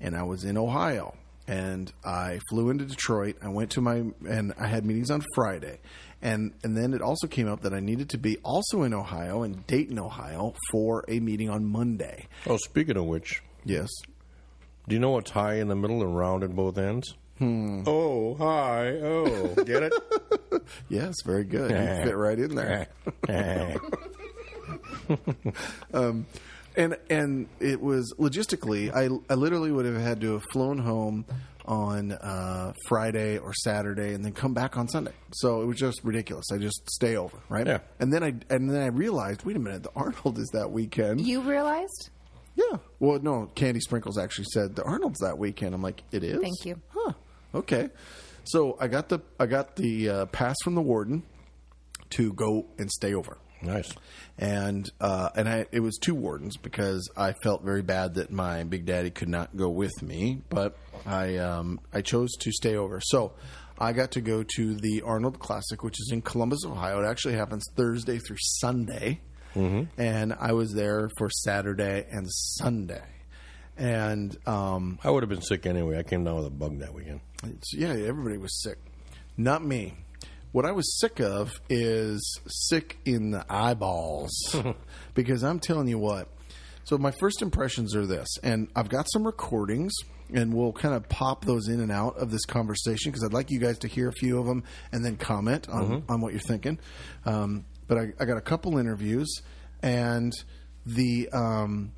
Speaker 5: and I was in Ohio. And I flew into Detroit. I went to my and I had meetings on Friday, and and then it also came up that I needed to be also in Ohio in Dayton, Ohio, for a meeting on Monday.
Speaker 6: Oh, speaking of which,
Speaker 5: Yes,
Speaker 6: do you know what's high in the middle and round at both ends? Hmm. Oh, hi.
Speaker 5: <laughs>
Speaker 6: Oh, get it?
Speaker 5: yes, very good.
Speaker 6: <laughs>
Speaker 5: You fit right in there. Um, and and it was logistically I, I literally would have had to have flown home on uh, Friday or Saturday and then come back on Sunday. So it was just ridiculous. I just stay over, right?
Speaker 6: Yeah.
Speaker 5: And then I and then I realized, wait a minute, the Arnold is that weekend.
Speaker 7: You realized?
Speaker 5: yeah. Well, no, Candy Sprinkles actually said the Arnold's that weekend. I'm like, it is.
Speaker 7: Thank you.
Speaker 5: Huh. Okay. So I got the I got the uh, pass from the warden to go and stay over
Speaker 6: nice.
Speaker 5: and uh, and I, it was two wardens because I felt very bad that my big daddy could not go with me, but I um, I chose to stay over. So I got to go to the Arnold Classic, which is in Columbus, Ohio. It actually happens Thursday through Sunday, and I was there for Saturday and Sunday. And um,
Speaker 6: I would have been sick anyway. I came down with a bug that weekend.
Speaker 5: it's, yeah, everybody was sick. Not me. What I was sick of is sick in the eyeballs. because I'm telling you what. So, my first impressions are this, and I've got some recordings, and we'll kind of pop those in and out of this conversation because I'd like you guys to hear a few of them and then comment on, on what you're thinking. Um, but I, I got a couple interviews, and the um,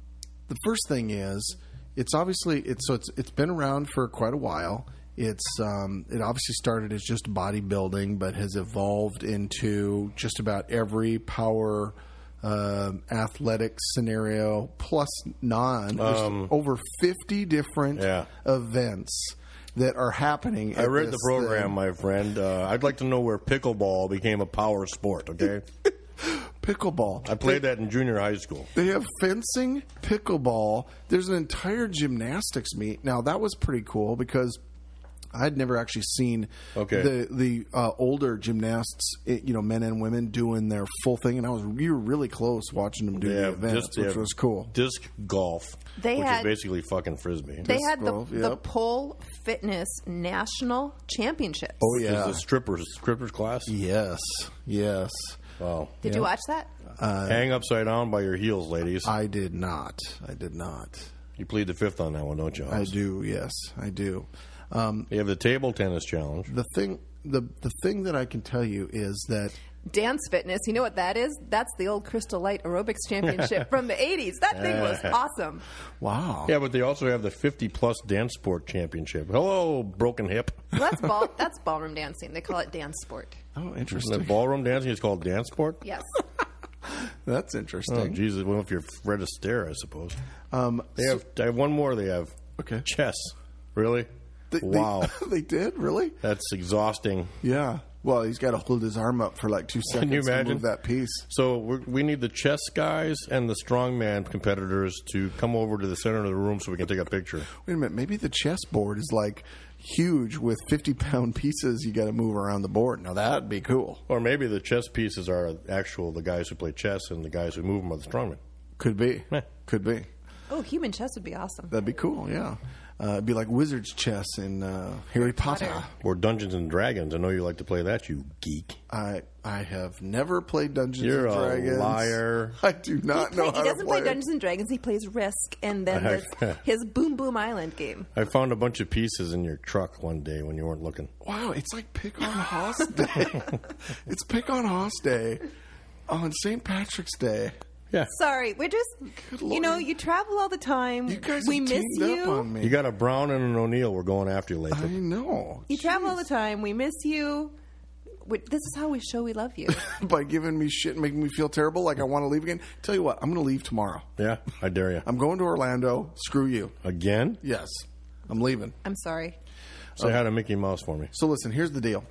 Speaker 5: the first thing is it's obviously it's so it's it's been around for quite a while. It's um, it obviously started as just bodybuilding, but has evolved into just about every power um athletic scenario plus non There's over fifty different
Speaker 6: Um, Yeah.
Speaker 5: events that are happening.
Speaker 6: I
Speaker 5: at
Speaker 6: read the
Speaker 5: this
Speaker 6: program,
Speaker 5: thing.
Speaker 6: my friend. Uh, I'd like to know where pickleball became a power
Speaker 5: <laughs>
Speaker 6: sport. Okay,
Speaker 5: Pickleball.
Speaker 6: I played that in junior high school.
Speaker 5: They have fencing, pickleball. There's an entire gymnastics meet. Now that was pretty cool because I'd never actually seen
Speaker 6: Okay.
Speaker 5: the the uh, older gymnasts, it, you know, men and women doing their full thing, and I was you were really close watching them do the events,
Speaker 6: disc-
Speaker 5: which
Speaker 6: yeah,
Speaker 5: was cool.
Speaker 6: Disc golf,
Speaker 7: They
Speaker 6: which
Speaker 7: had-
Speaker 6: is basically fucking frisbee.
Speaker 7: They had the,
Speaker 5: golf,
Speaker 7: the
Speaker 5: yep.
Speaker 7: pole fitness national championships.
Speaker 5: Oh
Speaker 6: There's
Speaker 5: yeah,
Speaker 6: a strippers strippers class.
Speaker 5: yes, yes.
Speaker 6: Wow.
Speaker 7: Did you watch that?
Speaker 6: Hang upside down by your heels, ladies.
Speaker 5: I did not. I did not.
Speaker 6: you plead the fifth on that one, don't you?
Speaker 5: I
Speaker 6: Hans?
Speaker 5: do. Yes, I do. Um,
Speaker 6: You have the table tennis challenge.
Speaker 5: the thing, the the thing that I can tell you is that
Speaker 7: Dance fitness. You know what that is? That's the old Crystal Light Aerobics
Speaker 5: <laughs>
Speaker 7: Championship from the 80s. That thing was awesome.
Speaker 5: wow,
Speaker 6: Yeah, but they also have the 50 plus dance sport championship. Hello, broken hip.
Speaker 7: Well, that's,
Speaker 5: <laughs>
Speaker 7: ball, that's ballroom dancing. They call it dance sport.
Speaker 5: oh <laughs>
Speaker 6: The
Speaker 5: interesting.
Speaker 6: ballroom dancing is called dance sport?
Speaker 5: <laughs>
Speaker 7: Yes.
Speaker 5: That's
Speaker 6: Oh,
Speaker 5: interesting.
Speaker 6: Jesus. Well, if you're Fred Astaire, I suppose.
Speaker 5: um,
Speaker 6: They have, I have one more they have.
Speaker 5: Okay.
Speaker 6: Chess. Really?
Speaker 5: They- they-
Speaker 6: wow.
Speaker 5: <laughs>
Speaker 6: <laughs>
Speaker 5: They, did really?
Speaker 6: That's exhausting.
Speaker 5: Yeah. Well, he's got to hold his arm up for like two seconds.
Speaker 6: you
Speaker 5: to move
Speaker 6: imagine?
Speaker 5: that piece?
Speaker 6: So we're, we need the chess guys and the strongman competitors to come over to the center of the room so we can take a picture.
Speaker 5: Wait a minute. Maybe the chessboard is like huge with fifty-pound pieces. You got to move around the board. Now that'd be cool.
Speaker 6: Or maybe the chess pieces are actual the guys who play chess and the guys who move them are the strongmen.
Speaker 5: Could be.
Speaker 6: Meh.
Speaker 5: Could be.
Speaker 7: Oh, human chess would be <laughs> awesome.
Speaker 5: That'd be cool. Yeah. Uh, it'd be like wizard's chess in uh, Harry Potter.
Speaker 6: Or Dungeons and Dragons. I know you like to play that, you geek.
Speaker 5: I I have never played Dungeons
Speaker 6: You're
Speaker 5: and
Speaker 6: a
Speaker 5: Dragons.
Speaker 6: liar.
Speaker 5: <laughs> I do not
Speaker 7: he
Speaker 5: know how to
Speaker 7: doesn't
Speaker 5: play.
Speaker 7: play Dungeons and Dragons. He plays Risk and then this, his Boom Boom Island game.
Speaker 6: I found a bunch of pieces in your truck one day when you weren't looking.
Speaker 5: Wow, it's like Pick on Hoss Day. it's Pick on Hoss Day on St. Patrick's Day.
Speaker 6: Yeah.
Speaker 7: Sorry, we're just you
Speaker 5: Lord.
Speaker 7: know you travel all the time.
Speaker 5: You guys
Speaker 7: we
Speaker 5: have
Speaker 7: miss
Speaker 5: teamed
Speaker 7: you.
Speaker 5: up on me.
Speaker 6: You got a Brown and an O'Neill. We're going after you,
Speaker 5: I
Speaker 6: Lathan.
Speaker 5: know.
Speaker 7: You travel all the time. We miss you. We, this is how we show we love
Speaker 5: <laughs>
Speaker 7: you.
Speaker 5: <laughs> By giving me shit and making me feel terrible like I want to leave again. Tell you what, I'm going to leave tomorrow.
Speaker 6: Yeah, I dare you.
Speaker 5: I'm going to Orlando. Screw you.
Speaker 6: Again?
Speaker 5: Yes, I'm leaving.
Speaker 7: I'm sorry.
Speaker 6: Say hi to Mickey Mouse for me.
Speaker 5: So listen, here's the deal.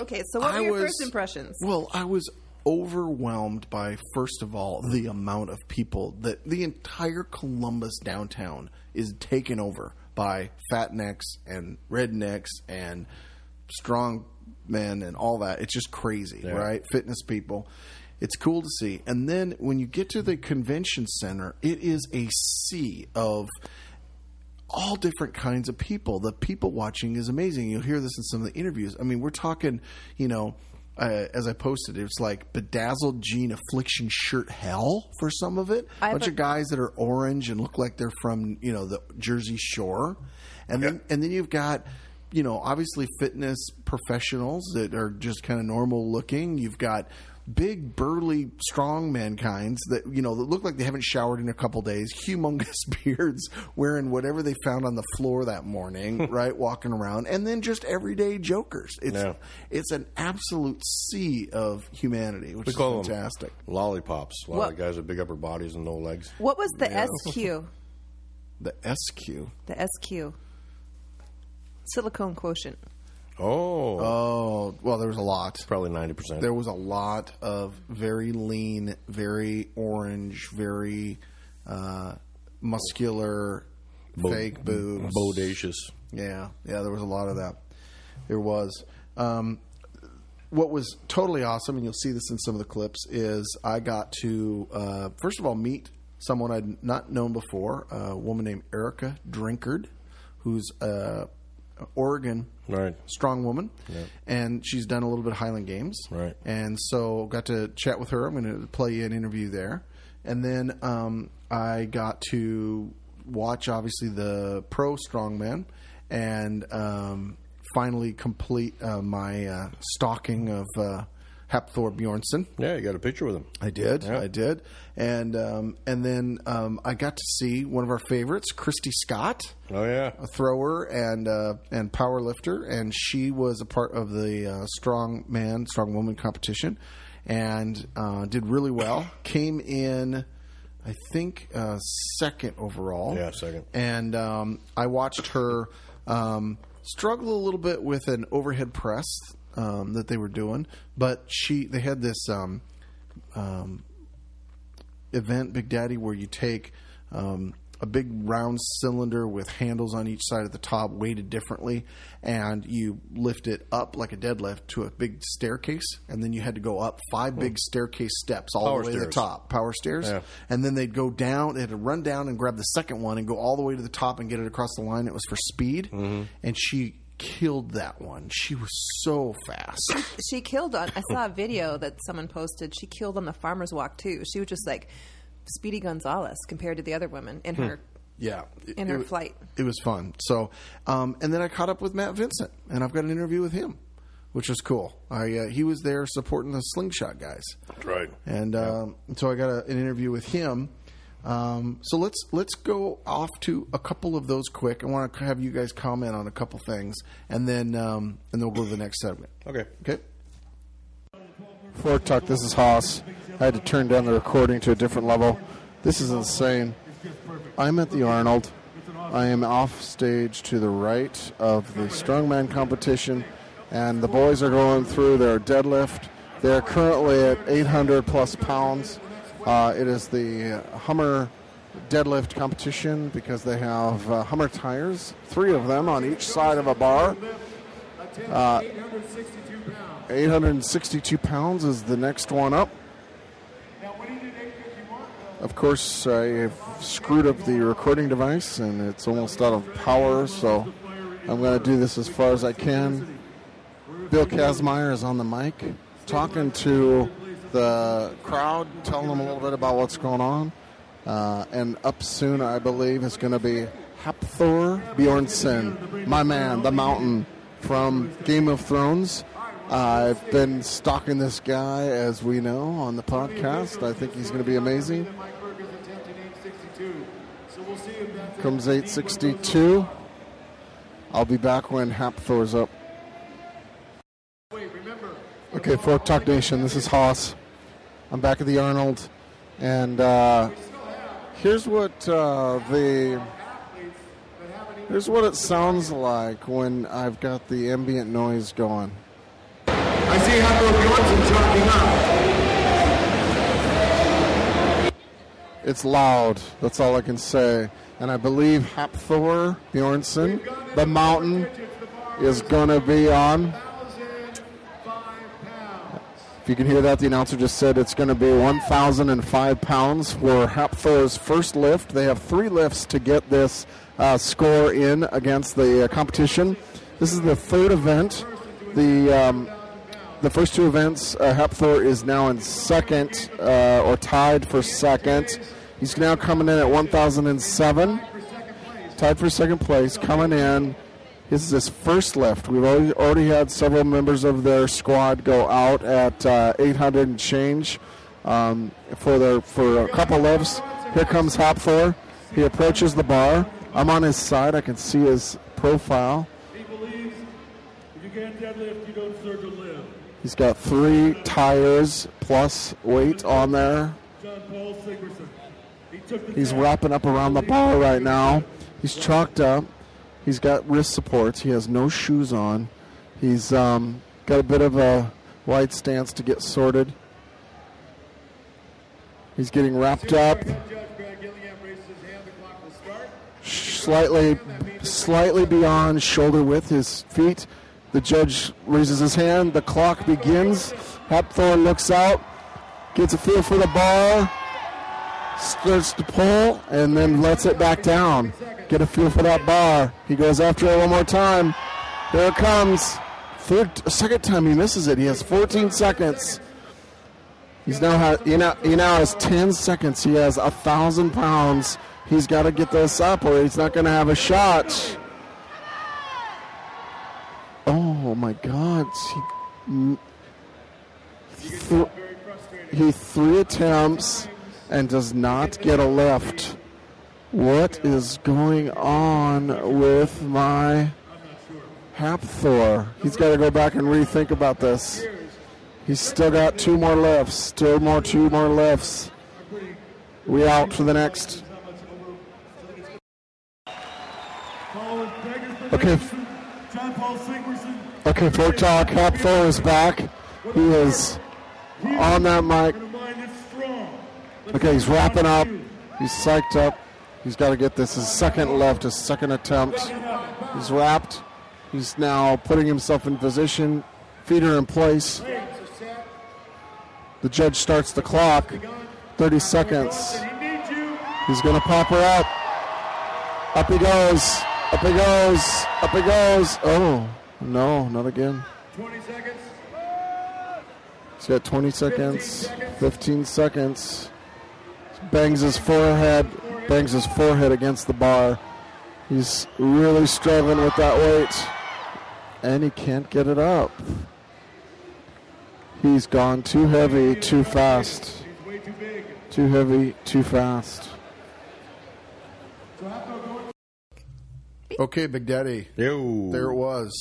Speaker 7: Okay, so what
Speaker 5: I
Speaker 7: were your
Speaker 5: was-
Speaker 7: first impressions?
Speaker 5: Well, I was overwhelmed by first of all the amount of people that the entire Columbus downtown is taken over by fatnecks and rednecks and strong men and all that. It's just crazy, right? Fitness people. It's cool to see. And then when you get to the convention center, it is a sea of all different kinds of people. The people watching is amazing. You'll hear this in some of the interviews. I mean, we're talking, you know, uh, as I posted, it's like bedazzled jean affliction shirt hell for some of it.
Speaker 7: I have
Speaker 5: bunch
Speaker 7: a-
Speaker 5: of guys that are orange and look like they're from you know the Jersey Shore, and then and then you've got. You know, obviously, fitness professionals that are just kind of normal looking. You've got big, burly, strong mankinds that you know that look like they haven't showered in a couple days, humongous <laughs> beards, wearing whatever they found on the floor that
Speaker 6: <laughs>
Speaker 5: morning, right, walking around, and then just everyday jokers. It's
Speaker 6: Yeah.
Speaker 5: it's an absolute sea of humanity, which
Speaker 6: We
Speaker 5: is
Speaker 6: call them
Speaker 5: fantastic.
Speaker 6: lollipops. A lot
Speaker 7: What-
Speaker 6: of guys with big upper bodies and no legs.
Speaker 7: what was the
Speaker 5: <laughs>
Speaker 7: SQ?
Speaker 5: The SQ.
Speaker 7: The SQ. Silicone quotient.
Speaker 6: Oh,
Speaker 5: Oh well, there was a lot.
Speaker 6: probably 90%.
Speaker 5: There was a lot of very lean, very orange, very uh, muscular, fake boobs,
Speaker 6: Bodacious.
Speaker 5: Yeah, yeah, there was a lot of that. There was. Um, what was totally awesome, and you'll see this in some of the clips, is I got to uh, first of all meet someone I'd not known before, a woman named Erica Drinkard, who's a Oregon
Speaker 6: Right.
Speaker 5: strong woman, and she's done a little bit of Highland Games,
Speaker 6: Right.
Speaker 5: And so got to chat with her. I'm going to play you an interview there, and then um, I got to watch obviously the pro strongman, and um, finally complete uh, my uh, stalking of uh,
Speaker 6: Hapthor Bjornsson.
Speaker 12: Yeah, you got a picture with him.
Speaker 6: I did.
Speaker 12: Yeah.
Speaker 6: I did. And um, and then um, I got to see one of our favorites, Christy Scott,
Speaker 12: Oh yeah,
Speaker 6: a thrower and uh, and power lifter, and she was a part of the uh, strong man, strong woman competition, and uh, did really well. Came in. I think uh, second overall.
Speaker 12: Yeah, second.
Speaker 6: And um, I watched her um, struggle a little bit with an overhead press um, that they were doing, but she they had this um, event, Big Daddy, where you take um, a big round cylinder with handles on each side at the top, weighted differently, and you lift it up like a deadlift to a big staircase, and then you had to go up five big staircase steps all
Speaker 12: Hmm. Power
Speaker 6: the way to the
Speaker 12: stairs.
Speaker 6: top, power stairs,
Speaker 12: Yeah.
Speaker 6: and then they'd go down, they had to run down and grab the second one and go all the way to the top and get it across the line. It was for speed,
Speaker 12: Mm-hmm.
Speaker 6: and she killed that one. She was so fast.
Speaker 7: She killed on. I saw a video that someone posted. She killed on the farmer's walk too. She was just like Speedy Gonzalez compared to the other women
Speaker 5: Hmm.
Speaker 7: in her.
Speaker 6: Yeah, It-
Speaker 7: In her
Speaker 6: it wa-
Speaker 7: flight.
Speaker 6: it was fun. So, um, and then I caught up with Matt Vincent, and I've got an interview with him, which was cool. I uh, he was there supporting the slingshot guys,
Speaker 12: that's right.
Speaker 6: and um, so I got a, an interview with him. Um, so let's let's go off to a couple of those quick. I want to have you guys comment on a couple things, and then um, and then we'll go to the next segment.
Speaker 12: Okay.
Speaker 6: Okay.
Speaker 5: Fork Talk, this is Haas. I had to turn down the recording to a different level. This is insane. I'm at the Arnold. I am off stage to the right of the strongman competition, and the boys are going through their deadlift. They're currently at 800 plus pounds. Uh, it is the Hummer deadlift competition because they have uh, Hummer tires, three of them on each side of a bar. 862 pounds is the next one up. Of course, I've screwed up the recording device and it's almost out of power, so I'm going to do this as far as I can. Bill Kazmaier is on the mic talking to the crowd, telling them a little bit about what's going on. Uh, and up soon, I believe, is going to be Hapthor Bjornsson, my man, the mountain from Game of Thrones. I've been stalking this guy, as we know, on the podcast. I think he's going to be amazing. Comes 862. I'll be back when Hapthor's up. Okay, Fork Talk Nation, this is Haas. I'm back at the Arnold, and uh, here's what uh, the here's what it sounds like when I've got the ambient noise going.
Speaker 13: I see how those Bjornson's talking up.
Speaker 5: It's loud. That's all I can say. And I believe Hapthor Bjornsson, the mountain, is going to be on. If you can hear that, the announcer just said it's going to be 1,005 pounds for Hapthor's first lift. They have three lifts to get this uh, score in against the uh, competition. This is the third event. The um, the first two events, uh, Hapthor is now in second uh, or tied for second. He's now coming in at 1,007, tied for second place, coming in. This is his first lift. We've already, already had several members of their squad go out at uh, 800 and change um, for their for a couple lifts. Here comes Hapthor. He approaches the bar. I'm on his side. I can see his profile. He's got three tires plus weight on there. He's wrapping up around the bar right now. He's chalked up. He's got wrist supports. He has no shoes on. He's um, got a bit of a wide stance to get sorted. He's getting wrapped up. Slightly, slightly beyond shoulder width, his feet. The judge raises his hand. The clock begins. Hapthorne looks out, gets a feel for the bar starts to pull and then lets it back down. Get a feel for that bar. He goes after it one more time. There it comes. Third, second time he misses it. He has 14 seconds. He's now ha he now he now has 10 seconds. He has a thousand pounds. He's got to get this up or he's not going to have a shot. mm, Oh my God! He,
Speaker 12: th- he three attempts and does not get a lift. What is going on with my Hapthor? He's got to go back and rethink about this. He's still got two more lifts. Still more, two more lifts. We out for the next Okay.
Speaker 1: John Paul Sigmerson.
Speaker 12: Okay, Folk Talk. Hap Thor is back. He is on that mic. Okay, he's wrapping up. He's psyched up. He's got to get this. His second left, his second attempt. He's wrapped. He's now putting himself in position. Feet are in place. The judge starts the clock. 30 seconds. He's going to pop her up. Up he goes. Up he goes. Up he goes. Oh, no, not again.
Speaker 1: 20 seconds.
Speaker 12: He's got 20 seconds, 15 seconds. Bangs his forehead, bangs his forehead against the bar. He's really struggling with that weight, and he can't get it up. He's gone too heavy, too fast. Too heavy, too fast.
Speaker 5: Okay, Big Daddy.
Speaker 6: Yo.
Speaker 5: There it was.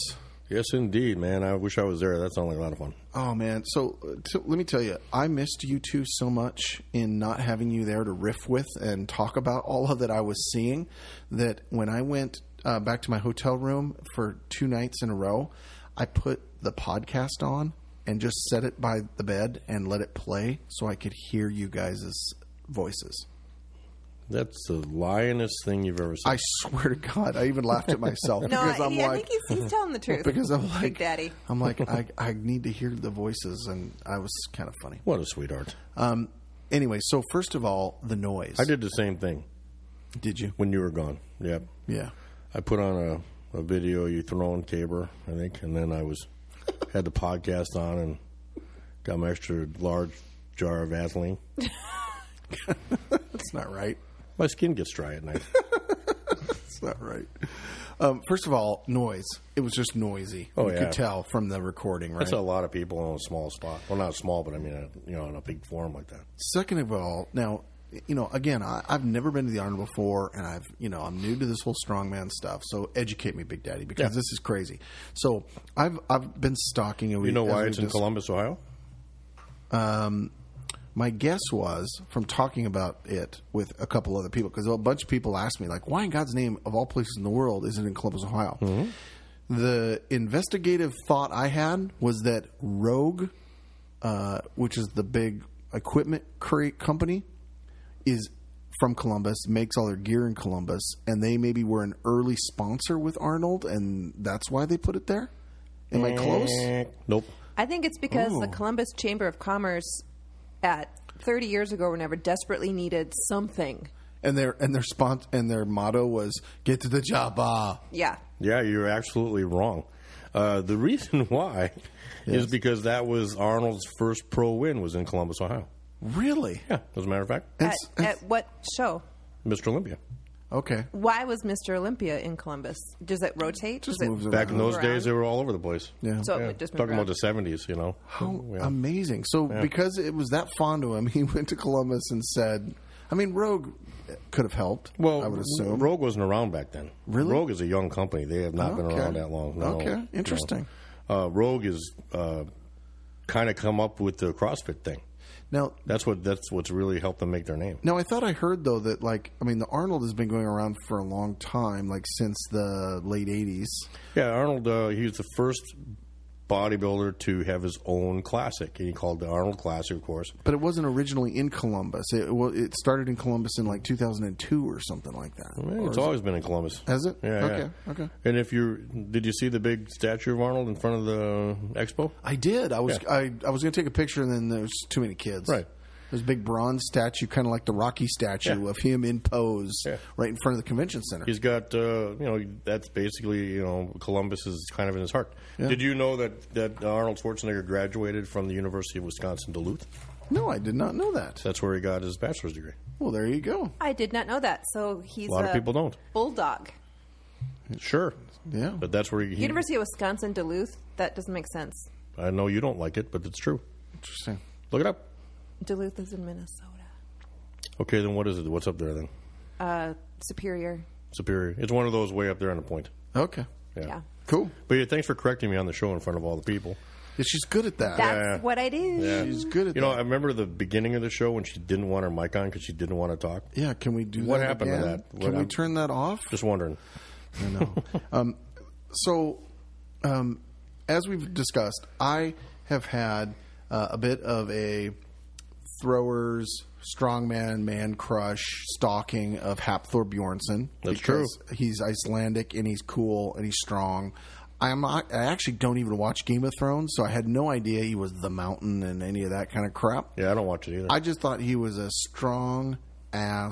Speaker 6: Yes, indeed, man. I wish I was there. That sounds like a lot of fun.
Speaker 5: Oh man, so uh, t- let me tell you, I missed you two so much in not having you there to riff with and talk about all of that I was seeing. That when I went uh, back to my hotel room for two nights in a row, I put the podcast on and just set it by the bed and let it play so I could hear you guys' voices.
Speaker 6: That's the lionest thing you've ever seen.
Speaker 5: I swear to God, I even laughed at myself
Speaker 7: No,
Speaker 5: because
Speaker 7: I,
Speaker 5: I'm
Speaker 7: he- I
Speaker 5: like,
Speaker 7: think he's, he's
Speaker 5: <laughs>
Speaker 7: telling the truth.
Speaker 5: because I'm
Speaker 7: Big
Speaker 5: like,
Speaker 7: Daddy.
Speaker 5: I'm like, I, I need to hear the voices, and I was kind of funny.
Speaker 6: What a sweetheart.
Speaker 5: Um, anyway, so first of all, the noise.
Speaker 6: I did the same thing
Speaker 5: Did you?
Speaker 6: when you were gone. Yep.
Speaker 5: Yeah.
Speaker 6: I put on a, a video you throwing Tabor, I think, and then I was had the podcast on and got my extra large jar of Vaseline.
Speaker 5: That's not right.
Speaker 6: My skin gets dry at night.
Speaker 5: That's not right. Um, first of all, noise. It was just noisy. <laughs>
Speaker 6: Oh,
Speaker 5: you
Speaker 6: yeah.
Speaker 5: could tell from the recording, right?
Speaker 6: That's a lot of people on a small spot. Well, not small, but I mean, a, you know, on a big forum like that.
Speaker 5: Second of all, now you know, again, I, I've never been to the Iron before, and I've you know, I'm new to this whole strongman stuff. So educate me, Big Daddy, because
Speaker 6: Yeah.
Speaker 5: this is crazy. So I've I've been stalking.
Speaker 6: You know why it's in Columbus, Ohio?
Speaker 5: um, my guess was from talking about it with a couple other people because a bunch of people asked me like, "Why in God's name, of all places in the world, is it in Columbus, Ohio?" The investigative thought I had was that Rogue, uh, which is the big equipment cre- company, is from Columbus, makes all their gear in Columbus, and they maybe were an early sponsor with Arnold, and that's why they put it there. Am I close?
Speaker 6: Eh, Nope.
Speaker 7: I think it's because the
Speaker 5: Ooh.
Speaker 7: Columbus Chamber of Commerce at 30 years ago or whenever desperately needed something.
Speaker 5: and their and their sponsor and their motto was "Get to the job." Ah,
Speaker 7: Yeah.
Speaker 6: Yeah, you're absolutely wrong. Uh, the reason <laughs> why is because that was Arnold's first pro win was in Columbus, Ohio.
Speaker 5: really?
Speaker 6: Yeah, as a matter of fact,
Speaker 7: At, at what show?
Speaker 6: Mr. Olympia.
Speaker 5: Okay.
Speaker 7: Why was Mr. Olympia in Columbus? Does it rotate?
Speaker 5: Just
Speaker 7: Does it-
Speaker 5: moves
Speaker 6: Back in
Speaker 5: around.
Speaker 6: those
Speaker 7: Around.
Speaker 6: days, they were all over the place.
Speaker 5: Yeah.
Speaker 7: So
Speaker 6: Yeah,
Speaker 7: it just moved
Speaker 6: talking about
Speaker 7: around.
Speaker 6: the seventies, you know.
Speaker 5: How
Speaker 6: Yeah.
Speaker 5: amazing! So because it was that fond to him, <laughs> he went to Columbus and said, "I mean, Rogue could have helped."
Speaker 6: Well,
Speaker 5: I would assume.
Speaker 6: Rogue wasn't around back then.
Speaker 5: Really?
Speaker 6: Rogue is a young company. They have not been
Speaker 5: Okay.
Speaker 6: around that long. No,
Speaker 5: Okay,
Speaker 6: no.
Speaker 5: interesting.
Speaker 6: Uh, Rogue is uh, kind of come up with the CrossFit thing.
Speaker 5: now,
Speaker 6: That's what that's what's really helped them make their name.
Speaker 5: now I thought I heard though that like I mean the Arnold has been going around for a long time, like since the late '80s.
Speaker 6: Yeah, Arnold. Uh, he was the first bodybuilder to have his own classic, and he called the Arnold Classic, of course.
Speaker 5: But it wasn't originally in Columbus. It well, it started in Columbus in like 2002 or something like that.
Speaker 6: Yeah,
Speaker 5: Or
Speaker 6: it's
Speaker 5: is it-
Speaker 6: always been in Columbus.
Speaker 5: Has it?
Speaker 6: Yeah.
Speaker 5: Okay,
Speaker 6: yeah.
Speaker 5: okay.
Speaker 6: And if you did, you see the big statue of Arnold in front of the uh, expo.
Speaker 5: I did. I was
Speaker 6: Yeah.
Speaker 5: I, I was going to take a picture, and then there's too many kids.
Speaker 6: Right.
Speaker 5: There's a big bronze statue, kind of like the Rocky statue
Speaker 6: Yeah.
Speaker 5: of him in pose,
Speaker 6: Yeah.
Speaker 5: right in front of the convention center.
Speaker 6: He's got, uh, you know, that's basically, you know, Columbus is kind of in his heart. Did you know that, that Arnold Schwarzenegger graduated from the University of Wisconsin Duluth?
Speaker 5: no, I did not know that.
Speaker 6: That's where he got his bachelor's degree.
Speaker 5: Well, there you go.
Speaker 7: I did not know that. So he's
Speaker 6: A lot of people don't.
Speaker 7: bulldog.
Speaker 6: Sure.
Speaker 5: Yeah.
Speaker 6: But that's where he.
Speaker 7: University of Wisconsin Duluth. That doesn't make sense.
Speaker 6: I know you don't like it, but it's true.
Speaker 5: Interesting.
Speaker 6: Look it up.
Speaker 7: Duluth is in Minnesota.
Speaker 6: Okay, then what is it? What's up there then?
Speaker 7: Uh, Superior.
Speaker 6: Superior. It's one of those way up there on the point.
Speaker 5: Okay.
Speaker 6: Yeah.
Speaker 7: Yeah.
Speaker 5: Cool.
Speaker 6: But yeah, thanks for correcting me on the show in front of all the people.
Speaker 5: Yeah, she's good at that.
Speaker 7: That's what I do.
Speaker 5: She's good at
Speaker 6: You know,
Speaker 5: that.
Speaker 6: I remember the beginning of the show when she didn't want her mic on because she didn't want to talk.
Speaker 5: Yeah, can we do
Speaker 6: What
Speaker 5: that
Speaker 6: happened to
Speaker 5: again?
Speaker 6: that? What-
Speaker 5: Can we
Speaker 6: I'm-
Speaker 5: turn that off?
Speaker 6: Just wondering.
Speaker 5: I know. um, so, um, as we've discussed, I have had uh, a bit of a throwers, strongman, man crush, stalking of Hapthor Bjornsson.
Speaker 6: That's
Speaker 5: because He's Icelandic and he's cool and he's strong. I'm not, I actually don't even watch Game of Thrones, so I had no idea he was the Mountain and any of that kind of crap.
Speaker 6: Yeah, I don't watch it either.
Speaker 5: I just thought he was a strong ass,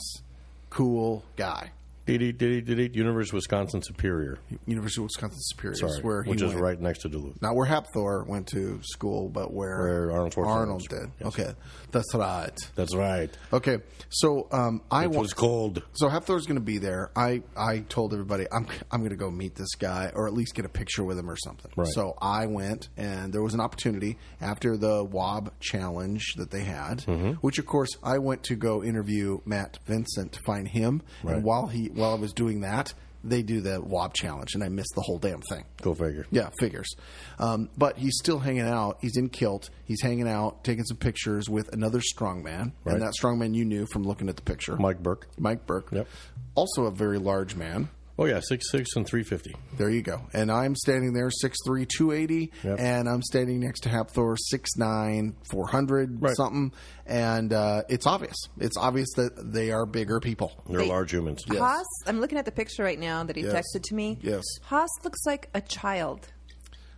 Speaker 5: cool guy.
Speaker 6: Dee dee dee dee University of Wisconsin Superior.
Speaker 5: University of Wisconsin Superior is
Speaker 6: Sorry,
Speaker 5: where he
Speaker 6: which is
Speaker 5: went.
Speaker 6: right next to Duluth.
Speaker 5: Not where Hapthor went to school, but where,
Speaker 6: Where Arnold Schwarzenegger
Speaker 5: Arnold
Speaker 6: was.
Speaker 5: did.
Speaker 6: Yes.
Speaker 5: Okay, that's right.
Speaker 6: That's right.
Speaker 5: Okay, so um, I
Speaker 6: It
Speaker 5: wa-
Speaker 6: was cold.
Speaker 5: So Hapthor's going to be there. I, I told everybody I'm I'm going to go meet this guy or at least get a picture with him or something.
Speaker 6: Right.
Speaker 5: So I went, and there was an opportunity after the Wob challenge that they had, which of course I went to go interview Matt Vincent to find him.
Speaker 6: Right.
Speaker 5: And while he while I was doing that, they do the Wob challenge, and I missed the whole damn thing.
Speaker 6: Go figure.
Speaker 5: Yeah, figures. Um, but he's still hanging out. He's in kilt. He's hanging out, taking some pictures with another strongman,
Speaker 6: Right.
Speaker 5: and that strongman you knew from looking at the picture,
Speaker 6: Mike Burke.
Speaker 5: Mike Burke.
Speaker 6: Yep.
Speaker 5: Also a very large man.
Speaker 6: Oh yeah, six six and three fifty.
Speaker 5: There you go. And I'm standing there, 6'3", 280,
Speaker 6: Yep.
Speaker 5: and I'm standing next to Hapthor, 6'9", 400,
Speaker 6: Right.
Speaker 5: something. And uh, it's obvious. It's obvious that they are bigger people.
Speaker 6: They're
Speaker 7: They-
Speaker 6: large humans.
Speaker 7: Haas, I'm looking at the picture right now that he
Speaker 5: Yes.
Speaker 7: texted to me.
Speaker 5: Yes.
Speaker 7: Haas looks like a child.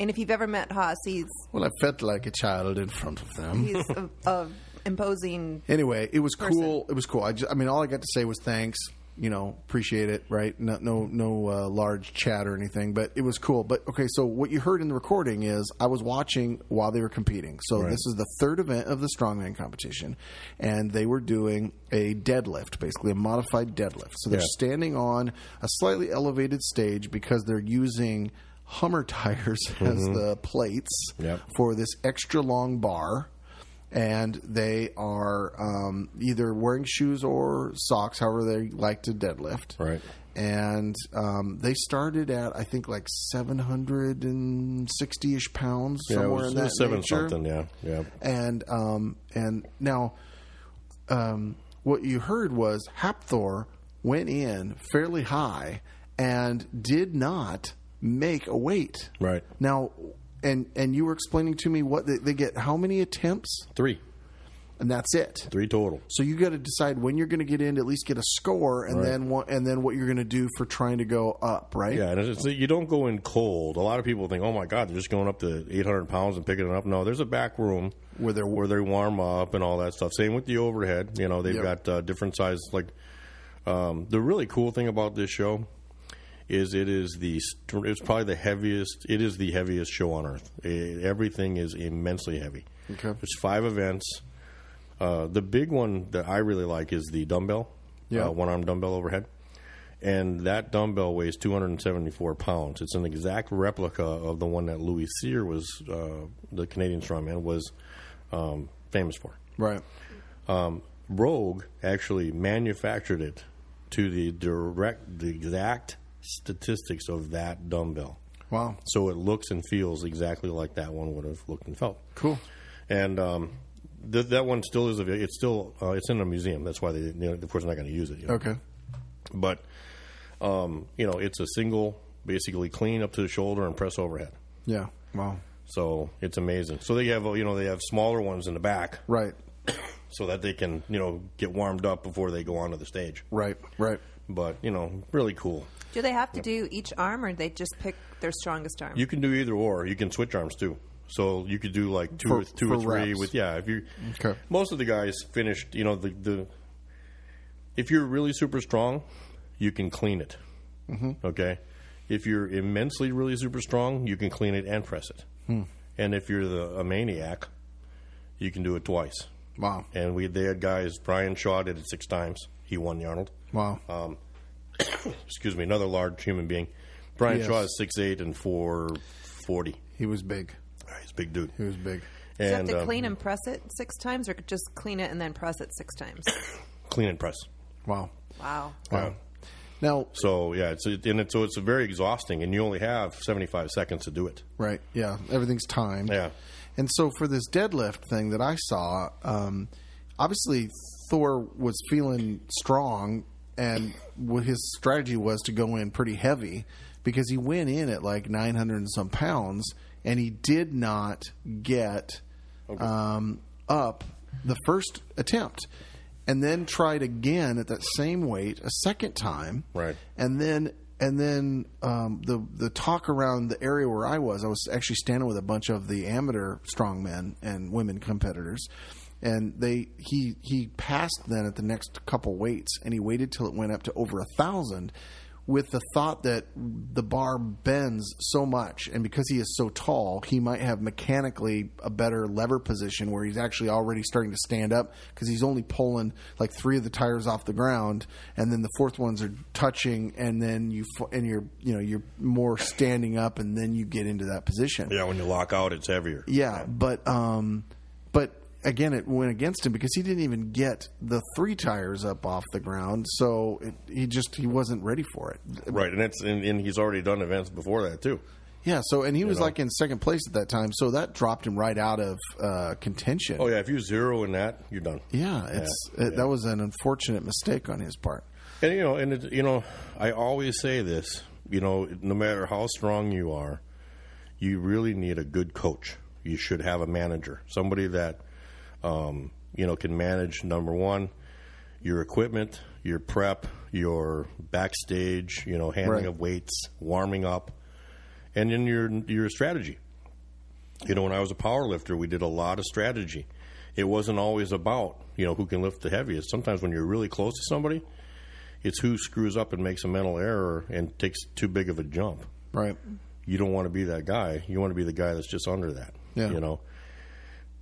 Speaker 7: And if you've ever met Haas, he's
Speaker 5: Well, I felt like a child in front of them.
Speaker 7: he's a, a imposing.
Speaker 5: <laughs> anyway, it was cool. It was cool. I, just, I mean, all I got to say was thanks. You know, appreciate it. Right? No, no, no uh, large chat or anything, but it was cool. But okay, so what you heard in the recording is I was watching while they were competing. So this is the third event of the strongman competition, and they were doing a deadlift, basically a modified deadlift. So they're
Speaker 6: Yeah.
Speaker 5: standing on a slightly elevated stage because they're using. Hummer tires <laughs> as the plates
Speaker 6: Mm-hmm. Yep.
Speaker 5: for this extra long bar and they are um, either wearing shoes or socks, however they like to deadlift.
Speaker 6: Right.
Speaker 5: And um, they started at I think like seven hundred and sixty ish pounds
Speaker 6: Yeah, it
Speaker 5: somewhere
Speaker 6: was,
Speaker 5: in
Speaker 6: it
Speaker 5: that
Speaker 6: was seven
Speaker 5: nature.
Speaker 6: something. Yeah, yeah.
Speaker 5: And um, and now, um, what you heard was Hapthor went in fairly high and did not make a weight.
Speaker 6: Right.
Speaker 5: now, and and you were explaining to me what they, they get how many attempts
Speaker 6: Three,
Speaker 5: and that's it.
Speaker 6: three total.
Speaker 5: So you got to decide when you're going to get in to at least get a score, and
Speaker 6: Right.
Speaker 5: then what, and then what you're going to do for trying to go up, right?
Speaker 6: Yeah, and it's, you don't go in cold. A lot of people think, "Oh my God, they're just going up to 800 pounds and picking it up." No, there's a back room
Speaker 5: Where they're-
Speaker 6: where they warm up and all that stuff. Same with the overhead. You know, they've
Speaker 5: Yep.
Speaker 6: got uh, different sizes. Like um, the really cool thing about this show is it is the st- it's probably the heaviest. It is the heaviest show on earth. It, everything is immensely heavy.
Speaker 5: Okay.
Speaker 6: there's five events. Uh, the big one that I really like is the dumbbell,
Speaker 5: Yeah.
Speaker 6: uh, one arm dumbbell overhead, and that dumbbell weighs 274 pounds. It's an exact replica of the one that Louis Sear was, uh, the Canadian strongman, was um, famous for.
Speaker 5: Right.
Speaker 6: Um, Rogue actually manufactured it to the direct, the exact statistics of that dumbbell.
Speaker 5: Wow.
Speaker 6: So it looks and feels exactly like that one would have looked and felt.
Speaker 5: Cool.
Speaker 6: And um, th- that one still is. av- It's still. Uh, it's in a museum. That's why they. You know, of course, they're not going to use it. you know.
Speaker 5: Okay.
Speaker 6: But um, you know, it's a single, basically clean up to the shoulder and press overhead.
Speaker 5: Yeah. Wow.
Speaker 6: So it's amazing. So they have. uh, You know, they have smaller ones in the back,
Speaker 5: Right.
Speaker 6: so that they can you know get warmed up before they go onto the stage.
Speaker 5: Right. Right.
Speaker 6: But you know, really cool.
Speaker 7: Do they have to do each arm, or they just pick their strongest arm?
Speaker 6: You can do either or. You can switch arms too. So you could do like two
Speaker 5: For-
Speaker 6: or two
Speaker 5: for
Speaker 6: or three
Speaker 5: reps.
Speaker 6: with yeah. If you
Speaker 5: Okay.
Speaker 6: most of the guys finished, you know the the if you're really super strong, you can clean it. Mm-hmm. Okay, if you're immensely really super strong, you can clean it and press it.
Speaker 5: Hmm.
Speaker 6: And if you're the a maniac, you can do it twice.
Speaker 5: Wow.
Speaker 6: And we they had guys. Brian Shaw did it six times. He won the Arnold Um,
Speaker 5: Wow.
Speaker 6: <coughs> excuse me, another large human being. Brian
Speaker 5: Yes.
Speaker 6: Shaw is six eight and four forty.
Speaker 5: he was big.
Speaker 6: He's a big dude.
Speaker 5: He was big.
Speaker 7: Do you have
Speaker 6: And,
Speaker 7: to
Speaker 6: um,
Speaker 7: clean and press it six times, or just clean it and then press it six
Speaker 5: <coughs>
Speaker 7: times?
Speaker 6: clean and press.
Speaker 5: Wow.
Speaker 7: Wow.
Speaker 6: Wow.
Speaker 5: Now,
Speaker 6: so yeah, it's and it's, so it's very exhausting, and you only have seventy five seconds to do it.
Speaker 5: Right. Yeah. Everything's timed.
Speaker 6: Yeah.
Speaker 5: And so for this deadlift thing that I saw, um, obviously Thor was feeling strong, and what his strategy was to go in pretty heavy because he went in at like 900 and some pounds, and he did not get um, up the first attempt. And then tried again at that same weight a second time,
Speaker 6: right?
Speaker 5: And then and then um, the the talk around the area where I was, I was actually standing with a bunch of the amateur strongmen and women competitors, and they he he passed then at the next couple weights, and he waited till it went up to over a thousand. With the thought that the bar bends so much, and because he is so tall, he might have mechanically a better lever position where he's actually already starting to stand up because he's only pulling like three of the tires off the ground, and then the fourth ones are touching, and then you f- and you're you know you're more standing up, and then you get into that position.
Speaker 6: Yeah, when you lock out, it's heavier.
Speaker 5: Yeah, but um, but again, it went against him because he didn't even get the three tires up off the ground, so it, he just he wasn't ready for it.
Speaker 6: Right, and it's and, and he's already done events before that too.
Speaker 5: Yeah, so and he was
Speaker 6: know?
Speaker 5: like in second place at that time, so that dropped him right out of uh, contention.
Speaker 6: Oh yeah, if you zero in that, you're done.
Speaker 5: Yeah, it's it, that was an unfortunate mistake on his part.
Speaker 6: And you know, and it, you know, I always say this. You know, no matter how strong you are, you really need a good coach. You should have a manager, somebody that um, you know can manage number one, your equipment, your prep, your backstage, you know, handling
Speaker 5: Right.
Speaker 6: of weights, warming up, and then your your strategy. You know, when I was a power lifter, we did a lot of strategy. It wasn't always about you know who can lift the heaviest. Sometimes when you're really close to somebody, it's who screws up and makes a mental error and takes too big of a jump.
Speaker 5: Right.
Speaker 6: You don't want to be that guy. You want to be the guy that's just under that.
Speaker 5: Yeah.
Speaker 6: You know.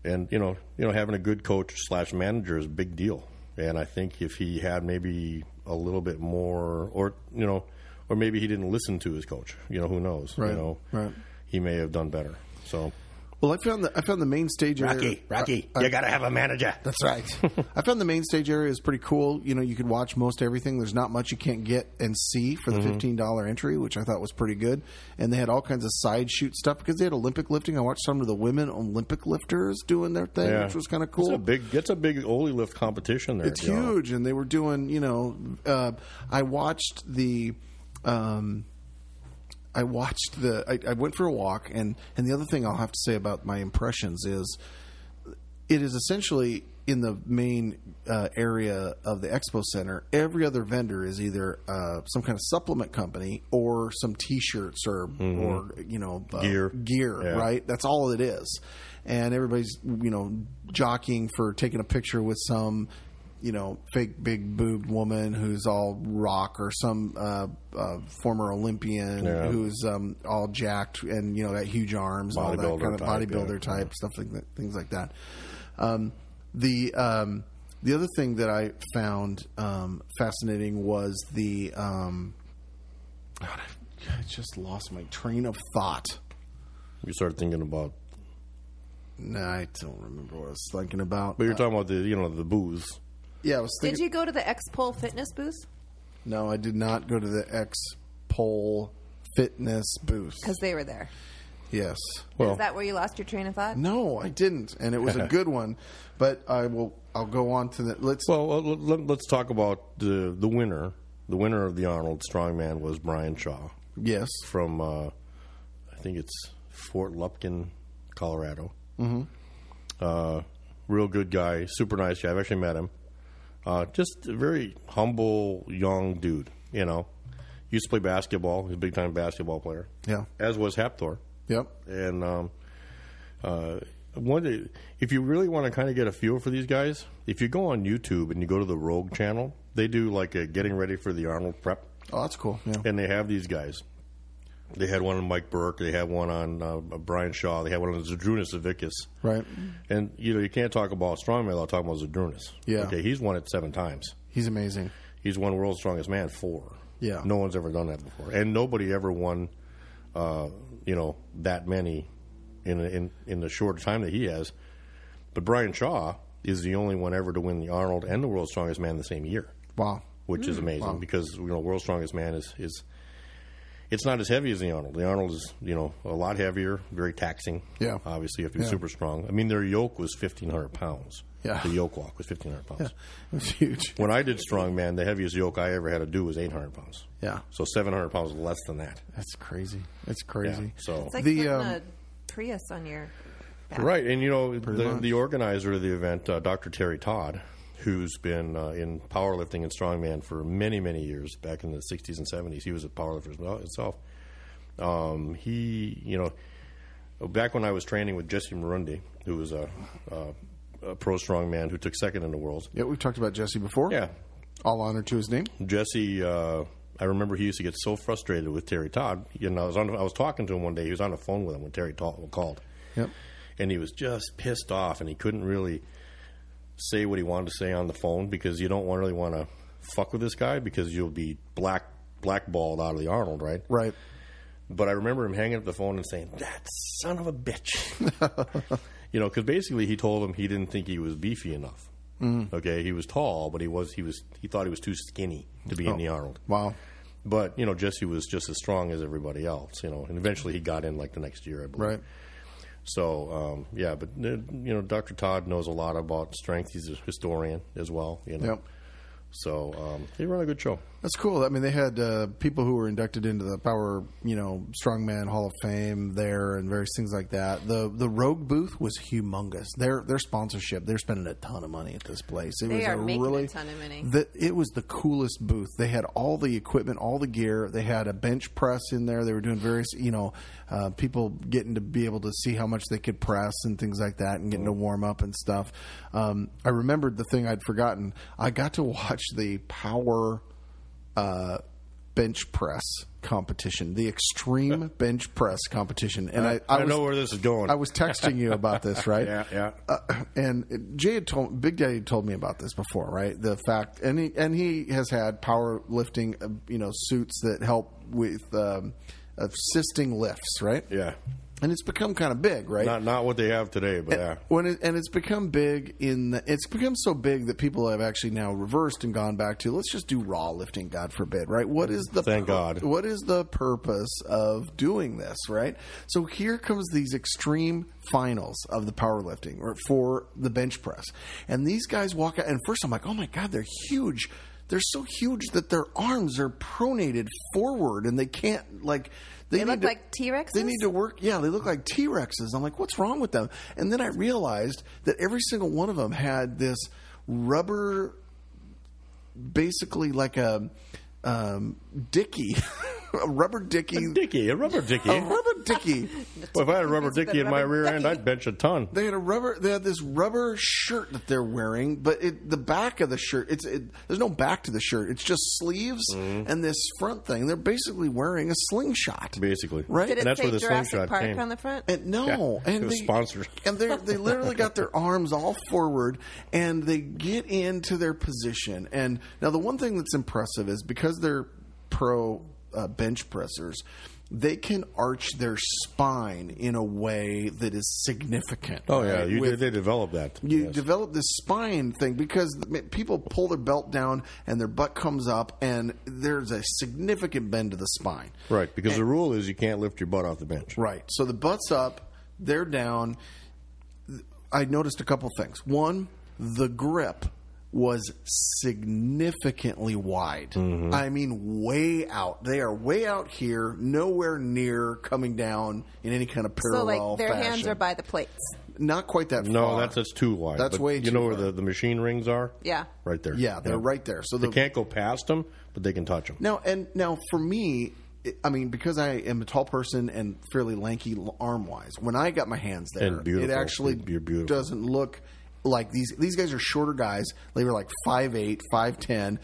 Speaker 6: And you know, you know, having a good coach slash manager is a big deal. And I think if he had maybe a little bit more, or you know, or maybe he didn't listen to his coach. You know, who knows?
Speaker 5: Right.
Speaker 6: You know,
Speaker 5: Right.
Speaker 6: he may have done better. So.
Speaker 5: Well, I found the I found the main stage area.
Speaker 6: Rocky, Rocky, you gotta have a manager.
Speaker 5: uh, That's right.
Speaker 6: <laughs>
Speaker 5: I found the main stage area is pretty cool. You know, you could watch most everything. There's not much you can't get and see for the
Speaker 6: Mhm.
Speaker 5: fifteen dollar entry, which I thought was pretty good. And they had all kinds of side shoot stuff because they had Olympic lifting. I watched some of the women Olympic lifters doing their thing,
Speaker 6: Yeah.
Speaker 5: which was kind of cool.
Speaker 6: It's a big, it's a big Oli lift competition there.
Speaker 5: It's
Speaker 6: you know.
Speaker 5: huge, and they were doing. You know, uh, I watched the. Um, I watched the. I, I went for a walk, and and the other thing I'll have to say about my impressions is, it is essentially in the main uh, area of the expo center. Every other vendor is either uh, some kind of supplement company or some T-shirts or
Speaker 6: Mhm.
Speaker 5: or you know uh,
Speaker 6: Gear.
Speaker 5: gear,
Speaker 6: Yeah.
Speaker 5: right? That's all it is. And everybody's, you know, jockeying for taking a picture with some, you know, fake big boobed woman who's all rock or some uh, uh, former Olympian
Speaker 6: Yeah.
Speaker 5: who's um, all jacked and, you know, got huge arms, and all that
Speaker 6: Bodybuilder
Speaker 5: kind of
Speaker 6: type,
Speaker 5: bodybuilder
Speaker 6: yeah.
Speaker 5: type stuff, like that, things like that. Um, the um, the other thing that I found um, fascinating was the um, God, I I just lost my train of thought.
Speaker 6: You start thinking about
Speaker 5: No, I don't remember what I was thinking about.
Speaker 6: But you're talking about the you know the booze.
Speaker 5: Yeah, I was
Speaker 7: Did
Speaker 5: thinking.
Speaker 7: you go to the X Pole Fitness booth?
Speaker 5: No, I did not go to the X Pole Fitness booth.
Speaker 7: Because they were there.
Speaker 5: Yes.
Speaker 7: Is that where you lost your train of thought?
Speaker 5: no, I didn't, and it was
Speaker 7: <laughs>
Speaker 5: a good one. But I will. I'll go on to the. Let's.
Speaker 6: Well, well, let, let- let's talk about the the winner. The winner of the Arnold Strongman was Brian Shaw.
Speaker 5: Yes,
Speaker 6: from uh, I think it's Fort Lupkin, Colorado.
Speaker 5: Mhm.
Speaker 6: Uh, real good guy, super nice guy. I've actually met him. Uh, just a very humble young dude. You know, used to play basketball. He's a big time basketball player.
Speaker 5: Yeah.
Speaker 6: as was Haptor.
Speaker 5: Yep.
Speaker 6: And um, uh, one, of the- if you really want to kind of get a feel for these guys, if you go on YouTube and you go to the Rogue channel, they do like a getting ready for the Arnold prep.
Speaker 5: Oh, that's cool. Yeah.
Speaker 6: And they have these guys. They had one on Mike Burke. They had one on uh, Brian Shaw. They had one on Zadrunas Avicus.
Speaker 5: Right.
Speaker 6: And you know you can't talk about strongman without talking about Zadrunas.
Speaker 5: Yeah.
Speaker 6: Okay, he's won it seven times.
Speaker 5: He's amazing.
Speaker 6: He's won World's Strongest Man four.
Speaker 5: Yeah.
Speaker 6: No one's ever done that before, and nobody ever won. Uh, you know that many in in in the short time that he has. But Brian Shaw is the only one ever to win the Arnold and the World's Strongest Man the same year.
Speaker 5: Wow,
Speaker 6: which is
Speaker 5: Mm.
Speaker 6: amazing
Speaker 5: Wow.
Speaker 6: because you know World's Strongest Man is is it's not as heavy as the Arnold. The Arnold is you know a lot heavier, very taxing.
Speaker 5: Yeah.
Speaker 6: obviously you have to be
Speaker 5: Yeah.
Speaker 6: super strong. I mean, their yoke was fifteen hundred pounds.
Speaker 5: Yeah.
Speaker 6: the yoke walk was fifteen hundred pounds.
Speaker 5: <laughs> it was huge.
Speaker 6: When I did strongman, the heaviest yoke I ever had to do was eight hundred pounds.
Speaker 5: Yeah.
Speaker 6: so seven hundred pounds less than that.
Speaker 5: That's crazy. It's crazy.
Speaker 6: So
Speaker 7: It's like
Speaker 6: the
Speaker 7: putting
Speaker 6: um,
Speaker 7: a Prius on your back.
Speaker 6: Right, and you know the,
Speaker 7: much.
Speaker 6: the organizer of the event, uh, Dr. Terry Todd, who's been uh, in powerlifting and strongman for many, many years. Back in the '60s and '70s, he was a powerlifter as well- himself. Um, he, you know, back when I was training with Jesse Marundi, who was a, a, a pro strongman who took second in the world.
Speaker 5: Yeah, we've talked about Jesse before.
Speaker 6: Yeah,
Speaker 5: all honor to his name.
Speaker 6: Jesse, uh, I remember he used to get so frustrated with Terry Todd. You know, I was on, I was talking to him one day. He was on the phone with him when Terry Todd called.
Speaker 5: Yep.
Speaker 6: And he was just pissed off, and he couldn't really say what he wanted to say on the phone because you don't want, really want to fuck with this guy because you'll be black blackballed out of the Arnold, right?
Speaker 5: Right.
Speaker 6: But I remember him hanging up the phone and saying, "That son of a bitch,"
Speaker 5: <laughs>
Speaker 6: you know, because basically he told him he didn't think he was beefy enough.
Speaker 5: Mm.
Speaker 6: Okay, he was tall, but he was he was he thought he was too skinny to be in
Speaker 5: Oh.
Speaker 6: the Arnold.
Speaker 5: Wow.
Speaker 6: But you know, Jesse was just as strong as everybody else. You know, and eventually he got in like the next year, I believe.
Speaker 5: Right.
Speaker 6: So um, yeah, but uh, you know, Dr. Todd knows a lot about strength. He's a historian as well. You know.
Speaker 5: Yep.
Speaker 6: So um, they run a good show.
Speaker 5: That's cool. I mean, they had uh, people who were inducted into the Power, you know, Strongman Hall of Fame there, and various things like that. the The Rogue booth was humongous. Their their sponsorship. They're spending a ton of money at this place. It
Speaker 7: They
Speaker 5: was
Speaker 7: are
Speaker 5: a
Speaker 7: making
Speaker 5: really
Speaker 7: a ton of money.
Speaker 5: The, it was the coolest booth. They had all the equipment, all the gear. They had a bench press in there. They were doing various, you know, uh, people getting to be able to see how much they could press and things like that, and getting to warm up and stuff. Um, I remembered the thing I'd forgotten. I got to watch the power uh, bench press competition, the extreme bench press competition, and I, I,
Speaker 6: I
Speaker 5: was,
Speaker 6: know where this is going.
Speaker 5: I was texting you about this, right?
Speaker 6: <laughs> Yeah, yeah.
Speaker 5: Uh, and Jay had told Big Daddy had told me about this before, right? The fact, and he and he has had powerlifting, uh, you know, suits that help with um, assisting lifts, right?
Speaker 6: Yeah.
Speaker 5: And it's become kind of big, right?
Speaker 6: Not not what they have today, but yeah.
Speaker 5: when it, and it's become big in the, it's become so big that people have actually now reversed and gone back to let's just do raw lifting god forbid right what is the
Speaker 6: Thank God.
Speaker 5: what is the purpose of doing this right so here comes these extreme finals of the powerlifting or <laughs> for the bench press and these guys walk out and first i'm like oh my god they're huge they're so huge that their arms are pronated forward and they can't like they,
Speaker 7: They
Speaker 5: need
Speaker 7: look
Speaker 5: to-
Speaker 7: like T-Rexes?
Speaker 5: They need to work. Yeah, they look like T Rexes. I'm like, what's wrong with them? And then I realized that every single one of them had this rubber, basically like a um, dicky, a rubber dicky, a
Speaker 6: dicky, a rubber dicky,
Speaker 5: a Oh, rubber dicky.
Speaker 6: Well, if I had a rubber dicky in my rear end, I'd bench a ton.
Speaker 5: They had a rubber. They had this rubber shirt that they're wearing, but it, the back of the shirt, it's it, there's no back to the shirt. It's just sleeves and this front thing. They're basically wearing a slingshot.
Speaker 6: Basically,
Speaker 5: Right.
Speaker 7: Did it
Speaker 5: And that's
Speaker 7: say
Speaker 5: where the
Speaker 7: Jurassic
Speaker 6: slingshot
Speaker 7: Park
Speaker 6: came.
Speaker 7: on the front?
Speaker 5: And no,
Speaker 6: Yeah,
Speaker 5: and
Speaker 6: it was
Speaker 5: they,
Speaker 6: sponsored.
Speaker 5: and they they literally got their arms all forward, and they get into their position. And now the one thing that's impressive is because they're pro uh, bench pressers, they can arch their spine in a way that is significant.
Speaker 6: Oh yeah,
Speaker 5: right?
Speaker 6: you
Speaker 5: With-
Speaker 6: did, they developed that.
Speaker 5: you
Speaker 6: Yes.
Speaker 5: develop this spine thing because m- people pull their belt down and their butt comes up, and there's a significant bend to the spine.
Speaker 6: Right, because the rule is you can't lift your butt off the bench.
Speaker 5: Right. So the butt's up, they're down. Th- I noticed a couple things. One, the grip was significantly wide.
Speaker 6: Mm-hmm.
Speaker 5: I mean, way out. They are way out here, nowhere near coming down in any kind of
Speaker 7: so
Speaker 5: parallel
Speaker 7: like their
Speaker 5: fashion.
Speaker 7: hands are by the plates.
Speaker 5: Not quite that
Speaker 6: No,
Speaker 5: far.
Speaker 6: that's that's too wide.
Speaker 5: That's
Speaker 6: But
Speaker 5: way
Speaker 6: You
Speaker 5: too
Speaker 6: know
Speaker 5: far.
Speaker 6: where the, the machine rings are?
Speaker 7: Yeah.
Speaker 6: Right there.
Speaker 5: Yeah, they're right there. So
Speaker 6: they
Speaker 5: the-
Speaker 6: can't go past them, but they can touch them.
Speaker 5: Now and now for me, it- I mean because I am a tall person and fairly lanky arm wise. When I got my hands there,
Speaker 6: And beautiful.
Speaker 5: it actually
Speaker 6: You're beautiful.
Speaker 5: doesn't look like these. These guys are shorter guys. They were like 5'8", 5'10",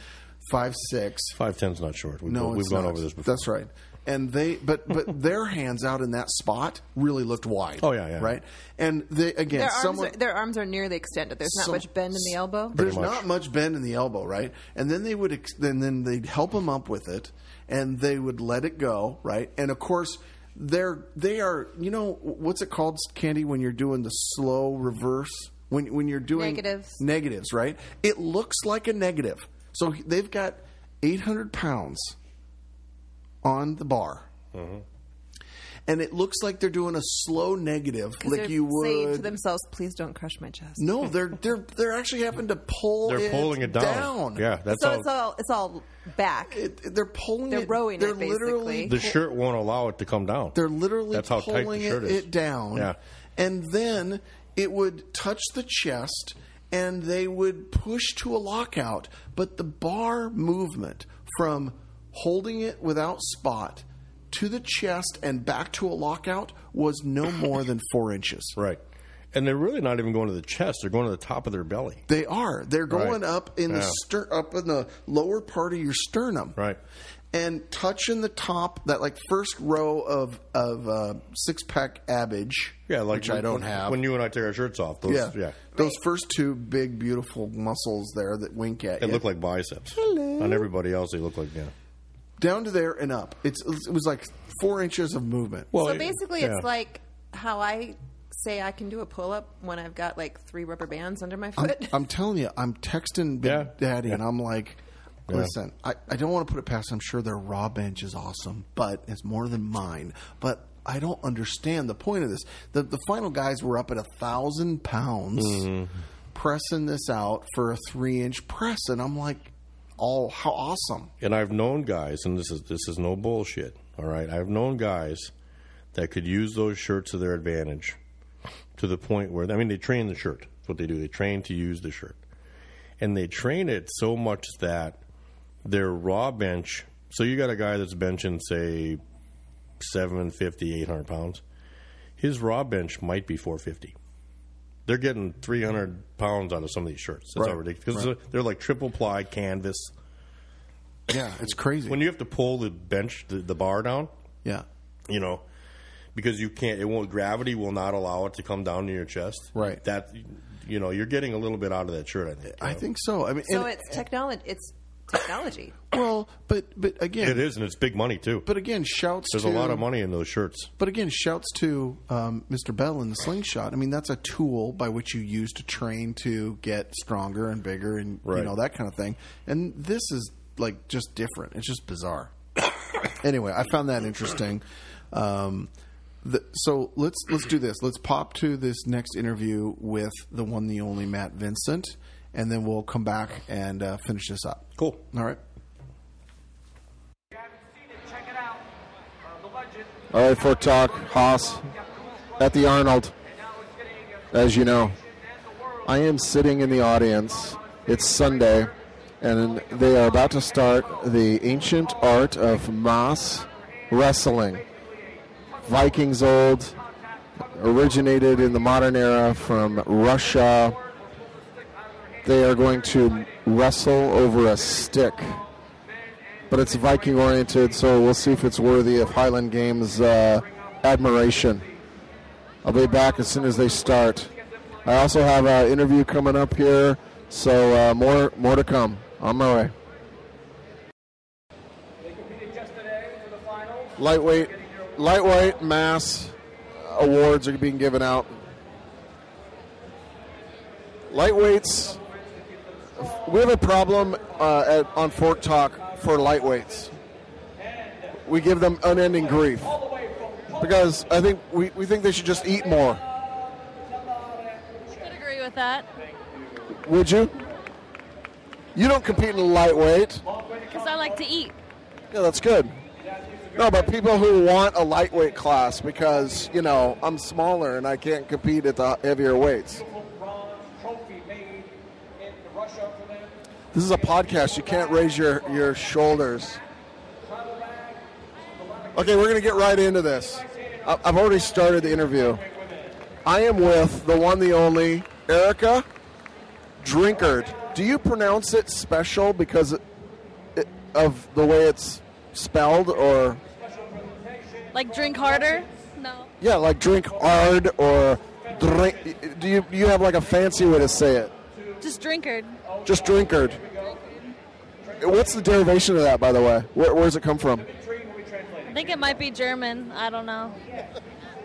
Speaker 5: 5'6".
Speaker 6: Five ten's not short. We've,
Speaker 5: No,
Speaker 6: we've
Speaker 5: it's
Speaker 6: gone
Speaker 5: not.
Speaker 6: over this before.
Speaker 5: That's right. And they, but but <laughs> their hands out in that spot really looked wide.
Speaker 6: Oh, yeah, yeah.
Speaker 5: right. And they again,
Speaker 7: Their arms,
Speaker 5: someone
Speaker 7: are, their arms are nearly extended. There's not
Speaker 5: Some-
Speaker 7: much bend in the elbow.
Speaker 5: there's not much bend in the elbow, right? And then they would, ex- and then they'd help him up with it, and they would let it go, right? And of course, They're they are you know what's it called, Candy? When you're doing the slow reverse, when when you're doing
Speaker 7: Negatives.
Speaker 5: negatives, right? It looks like a negative. So he- they've got 800 pounds on the bar. And it looks like they're doing a slow negative,
Speaker 7: 'Cause
Speaker 5: like
Speaker 7: they're
Speaker 5: you would.
Speaker 7: saying to themselves, "Please don't crush my chest."
Speaker 5: No, they're they're they're actually having to pull.
Speaker 6: They're
Speaker 5: it
Speaker 6: pulling it down. Yeah, that's
Speaker 7: so
Speaker 6: all.
Speaker 7: it's all it's all back.
Speaker 5: they're pulling.
Speaker 7: They're
Speaker 5: it-
Speaker 7: rowing
Speaker 5: they're
Speaker 7: it basically.
Speaker 5: literally-
Speaker 6: the shirt won't allow it to come down.
Speaker 5: They're literally
Speaker 6: That's how tight the
Speaker 5: pulling
Speaker 6: shirt
Speaker 5: it,
Speaker 6: is.
Speaker 5: it down.
Speaker 6: Yeah.
Speaker 5: And then it would touch the chest and they would push to a lockout. But the bar movement from holding it without spot to the chest and back to a lockout was
Speaker 6: <coughs>
Speaker 5: no more than four inches.
Speaker 6: Right. And they're really not even going to the chest. They're going to the top of their belly.
Speaker 5: They are. They're going
Speaker 6: Right.
Speaker 5: up in the
Speaker 6: Yeah.
Speaker 5: ster- up in the lower part of your sternum.
Speaker 6: Right.
Speaker 5: And touching the top, that like first row of of uh, six pack abage.
Speaker 6: Yeah, like
Speaker 5: which
Speaker 6: when,
Speaker 5: I don't
Speaker 6: when-
Speaker 5: have.
Speaker 6: When you and I take our shirts off, those,
Speaker 5: yeah,
Speaker 6: yeah.
Speaker 5: Those first two big, beautiful muscles there that wink at
Speaker 6: They
Speaker 5: you.
Speaker 6: look like biceps. On everybody else, they look like, yeah.
Speaker 5: down to there and up. It's it was like four inches of movement.
Speaker 6: Well,
Speaker 7: So basically, it's like how I say I can do a pull up when I've got like three rubber bands under my
Speaker 5: I'm,
Speaker 7: foot.
Speaker 5: I'm telling you, I'm texting Big
Speaker 6: Yeah.
Speaker 5: Daddy,
Speaker 6: Yeah.
Speaker 5: and I'm like,
Speaker 6: Yeah.
Speaker 5: listen, I, I don't want to put it past. I'm sure their raw bench is awesome, but it's more than mine. But I don't understand the point of this. The the final guys were up at a thousand pounds pressing this out for a three inch press, and I'm like, oh, how awesome!
Speaker 6: and I've known guys, and this is this is no bullshit. All right, I've known guys that could use those shirts to their advantage, to the point where I mean they train the shirt. That's what they do. They train to use the shirt, and they train it so much that their raw bench. So you got a guy that's benching say 750, 800 pounds. His raw bench might be 450. They're getting 300 pounds out of some of these shirts. That's how
Speaker 5: Right.
Speaker 6: ridiculous. 'Cause They're like triple ply canvas
Speaker 5: Yeah, it's crazy.
Speaker 6: when you have to pull the bench the, the bar down
Speaker 5: yeah,
Speaker 6: you know because you can't it won't gravity will not allow it to come down to your chest
Speaker 5: Right.
Speaker 6: that you know you're getting a little bit out of that shirt i think
Speaker 5: I think so. I mean,
Speaker 7: <laughs> so
Speaker 5: and-
Speaker 7: it's technology. It's technology.
Speaker 5: well, but but again,
Speaker 6: it is and it's big money too
Speaker 5: But again, shouts.
Speaker 6: there's
Speaker 5: to,
Speaker 6: a lot of money in those shirts
Speaker 5: But again, shouts to um, Mr. Bell and the slingshot. I mean, that's a tool by which you use to train to get stronger and bigger and you
Speaker 6: Right.
Speaker 5: know that kind of thing. And this is like just different. It's just bizarre. anyway, I found that interesting. Um, the, so let's let's do this. Let's pop to this next interview with the one, the only Matt Vincent, and then we'll come back and uh, finish this up.
Speaker 6: cool
Speaker 5: All right.
Speaker 12: All right, Fort Talk, Haas, at the Arnold. As you know, I am sitting in the audience. It's Sunday, and they are about to start the ancient art of Maas wrestling. Vikings old, originated in the modern era from Russia. They are going to wrestle over a stick but it's Viking oriented, so we'll see if it's worthy of Highland Games uh, admiration. I'll be back as soon as they start. I also have an interview coming up here, so uh, more more to come. On my way. Lightweight, lightweight mass awards are being given out. Lightweights we have a problem uh, at, on Fort Talk for lightweights. We give them unending grief because I think we, we think they should just eat more.
Speaker 14: Could agree with that.
Speaker 12: Would you? You don't compete in lightweight.
Speaker 14: Because I like to eat.
Speaker 12: Yeah, that's good. No, but people who want a lightweight class because you know I'm smaller and I can't compete at the heavier weights. This is a podcast. You can't raise your, your shoulders. Okay, we're going to get right into this. I- I've already started the interview. I am with the one, the only Erica Drinkard. Do you pronounce it special because it, it, of the way it's spelled, or
Speaker 14: Like drink harder? No.
Speaker 12: yeah, like drink hard or drink? Do you do you have like a fancy way to say it?
Speaker 14: Just drinkard.
Speaker 12: Just drinkard. What's the derivation of that, by the way? Where, where does it come from?
Speaker 14: It think it might be German. I don't know.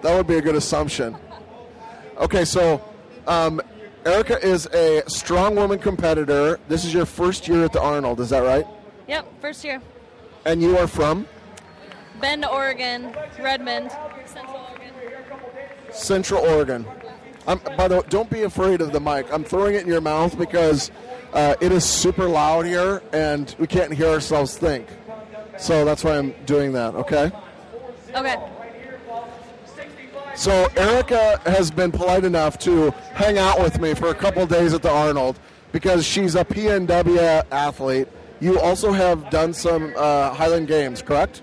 Speaker 5: That would be a good assumption. Okay, so um, Erica is a strong woman competitor. This is your first year at the Arnold, is that right?
Speaker 14: Yep, first year.
Speaker 5: And you are from
Speaker 14: Bend, Oregon, Redmond, Central Oregon.
Speaker 5: Central Oregon. I'm, by the way, don't be afraid of the mic. I'm throwing it in your mouth because uh, it is super loud here and we can't hear ourselves think. So that's why I'm doing that, okay?
Speaker 14: Okay.
Speaker 5: So Erica has been polite enough to hang out with me for a couple days at the Arnold because she's a PNW athlete. You also have done some uh, Highland Games, correct?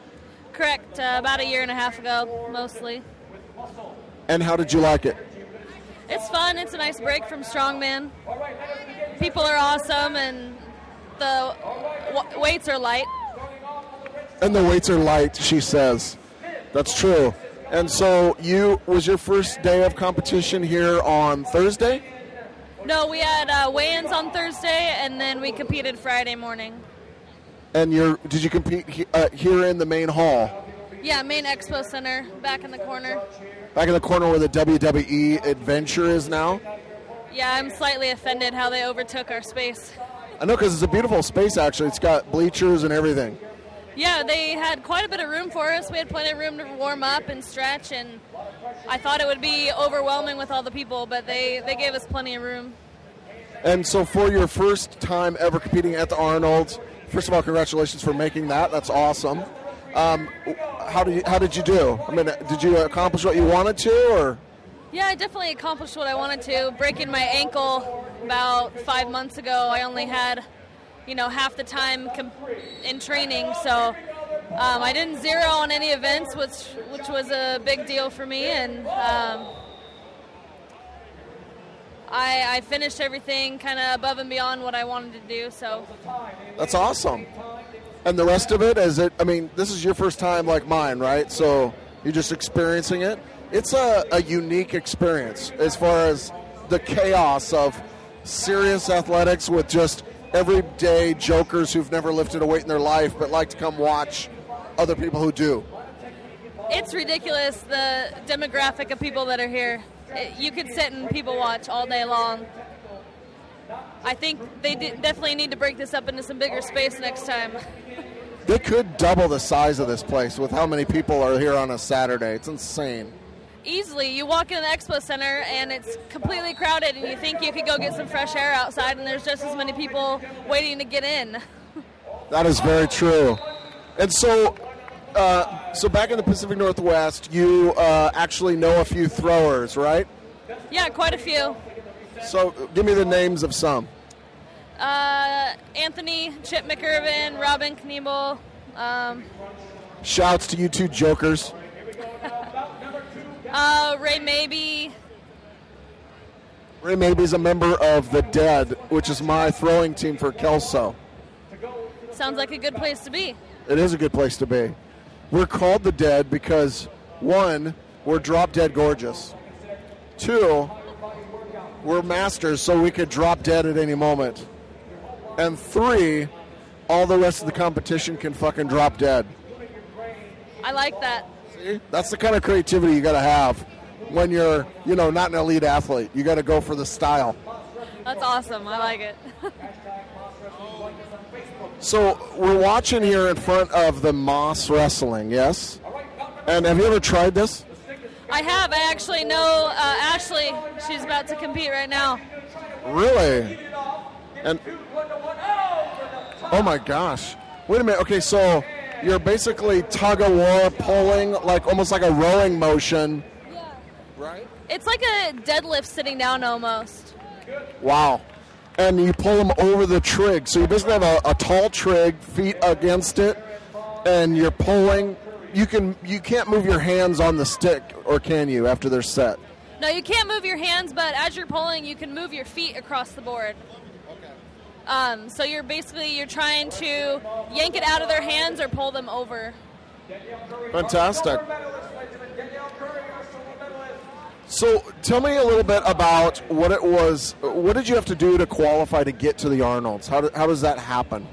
Speaker 14: Correct. Uh, about a year and a half ago, mostly.
Speaker 5: And how did you like it?
Speaker 14: It's fun. It's a nice break from strongman. People are awesome, and the w- weights are light.
Speaker 5: And the weights are light, she says. That's true. And so you was your first day of competition here on Thursday?
Speaker 14: No, we had uh, weigh-ins on Thursday, and then we competed Friday morning.
Speaker 5: And you're did you compete he, uh, here in the main hall?
Speaker 14: Yeah, main expo center, back in the corner.
Speaker 5: Back in the corner where the WWE Adventure is now?
Speaker 14: Yeah, I'm slightly offended how they overtook our space.
Speaker 5: I know cuz it's a beautiful space actually. It's got bleachers and everything.
Speaker 14: Yeah, they had quite a bit of room for us. We had plenty of room to warm up and stretch, and I thought it would be overwhelming with all the people, but they, they gave us plenty of room.
Speaker 5: And so, for your first time ever competing at the Arnold, first of all, congratulations for making that. That's awesome. Um, how do you, how did you do? I mean, did you accomplish what you wanted to, or
Speaker 14: Yeah, I definitely accomplished what I wanted to. Breaking my ankle about five months ago, I only had, you know, half the time com- in training, so um, I didn't zero on any events, which which was a big deal for me, and um, I, I finished everything kind of above and beyond what I wanted to do. So
Speaker 5: that's awesome? And the rest of it is it? I mean, this is your first time like mine, right? So you're just experiencing it. It's a, a unique experience as far as the chaos of serious athletics with just everyday jokers who've never lifted a weight in their life but like to come watch other people who do.
Speaker 14: it's ridiculous the demographic of people that are here. It, you could sit and people watch all day long. I think they de- definitely need to break this up into some bigger space next time.
Speaker 5: They could double the size of this place with how many people are here on a Saturday. It's insane.
Speaker 14: Easily, you walk into the expo center and it's completely crowded, and you think you could go get some fresh air outside, and there's just as many people waiting to get in. <laughs>
Speaker 5: That is very true. And so, uh, so back in the Pacific Northwest, you uh, actually know a few throwers, right?
Speaker 14: Yeah, quite a few.
Speaker 5: So, give me the names of some.
Speaker 14: Uh, Anthony, Chip McIrvin, Robin Kniebel. Um,
Speaker 5: Shouts to you two jokers.
Speaker 14: uh, Ray Maybe.
Speaker 5: Ray Mabey's a member of the Dead, which is my throwing team for Kelso.
Speaker 14: Sounds like a good place to be.
Speaker 5: It is a good place to be. We're called the Dead because one, we're drop dead gorgeous. Two, we're masters, so we could drop dead at any moment. And three, all the rest of the competition can fucking drop dead.
Speaker 14: I like that.
Speaker 5: That's the kind of creativity you got to have when you're, you know, not an elite athlete. You got to go for the style.
Speaker 14: That's awesome. I like it.
Speaker 5: So we're watching here in front of the Moss Wrestling, yes? And have you ever tried this?
Speaker 14: I have. I actually know uh, Ashley. She's about to compete right now.
Speaker 5: Really? And oh my gosh! Wait a minute. Okay, so you're basically tug of war, pulling like almost like a rowing motion. Right?
Speaker 14: It's like a deadlift sitting down almost.
Speaker 5: Wow! And you pull them over the trig. So you basically have a, a tall trig, feet against it, and you're pulling. You can you can't move your hands on the stick, or can you? After they're set.
Speaker 14: No, you can't move your hands, but as you're pulling, you can move your feet across the board. Um, so you're basically you're trying to yank it out of their hands or pull them over.
Speaker 5: Fantastic. So tell me a little bit about what it was. What did you have to do to qualify to get to the Arnold's? How, do, how does that happen?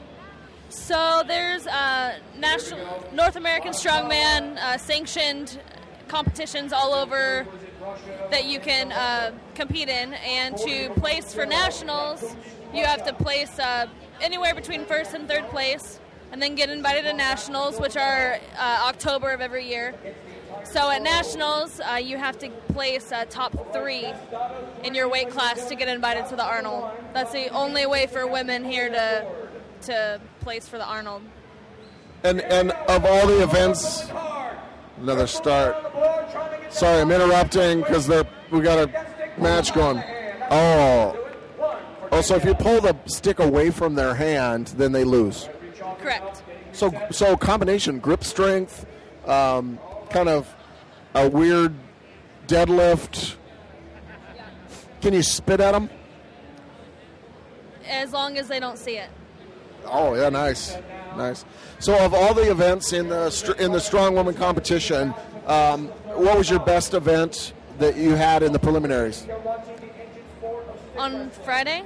Speaker 14: So there's uh, national North American strongman uh, sanctioned competitions all over that you can uh, compete in, and to place for nationals, you have to place uh, anywhere between first and third place, and then get invited to nationals, which are uh, October of every year. So at nationals, uh, you have to place uh, top three in your weight class to get invited to the Arnold. That's the only way for women here to to place for the Arnold.
Speaker 5: And and of all the events, another start. Sorry, I'm interrupting because they we got a match going. Oh, oh. So if you pull the stick away from their hand, then they lose.
Speaker 14: Correct.
Speaker 5: So so combination grip strength, um, kind of a weird deadlift. Can you spit at them?
Speaker 14: As long as they don't see it.
Speaker 5: Oh yeah, nice, nice. So of all the events in the str- in the strong woman competition, um, what was your best event that you had in the preliminaries?
Speaker 14: on Friday.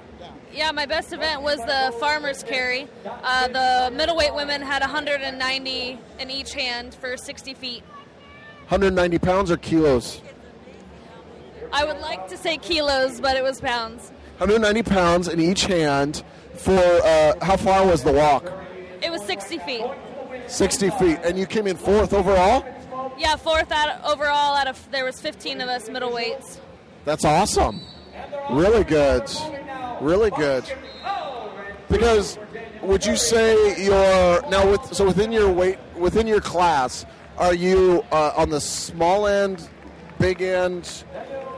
Speaker 14: Yeah, my best event was the farmers carry. Uh, the middleweight women had 190 in each hand for 60 feet.
Speaker 5: 190 pounds or kilos?
Speaker 14: I would like to say kilos, but it was pounds.
Speaker 5: 190 pounds in each hand. For uh, how far was the walk?
Speaker 14: It was 60 feet.
Speaker 5: 60 feet, and you came in fourth overall.
Speaker 14: Yeah, fourth out overall out of there was 15 of us middleweights.
Speaker 5: That's awesome. Really good. Really good. Because would you say your now with so within your weight within your class are you uh, on the small end, big end?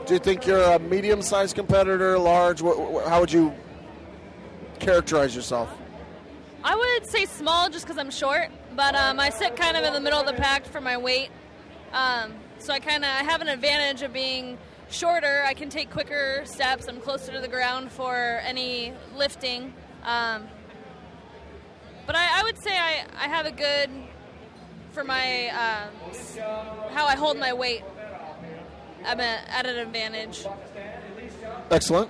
Speaker 5: Do you think you're a medium-sized competitor, large? Wh- wh- how would you characterize yourself?
Speaker 14: I would say small just because I'm short, but um, I sit kind of in the middle of the pack for my weight. Um, so I kind of I have an advantage of being shorter. I can take quicker steps. I'm closer to the ground for any lifting. Um, but I, I would say I, I have a good for my um, s- how I hold my weight. I'm a, at an advantage.
Speaker 5: Excellent.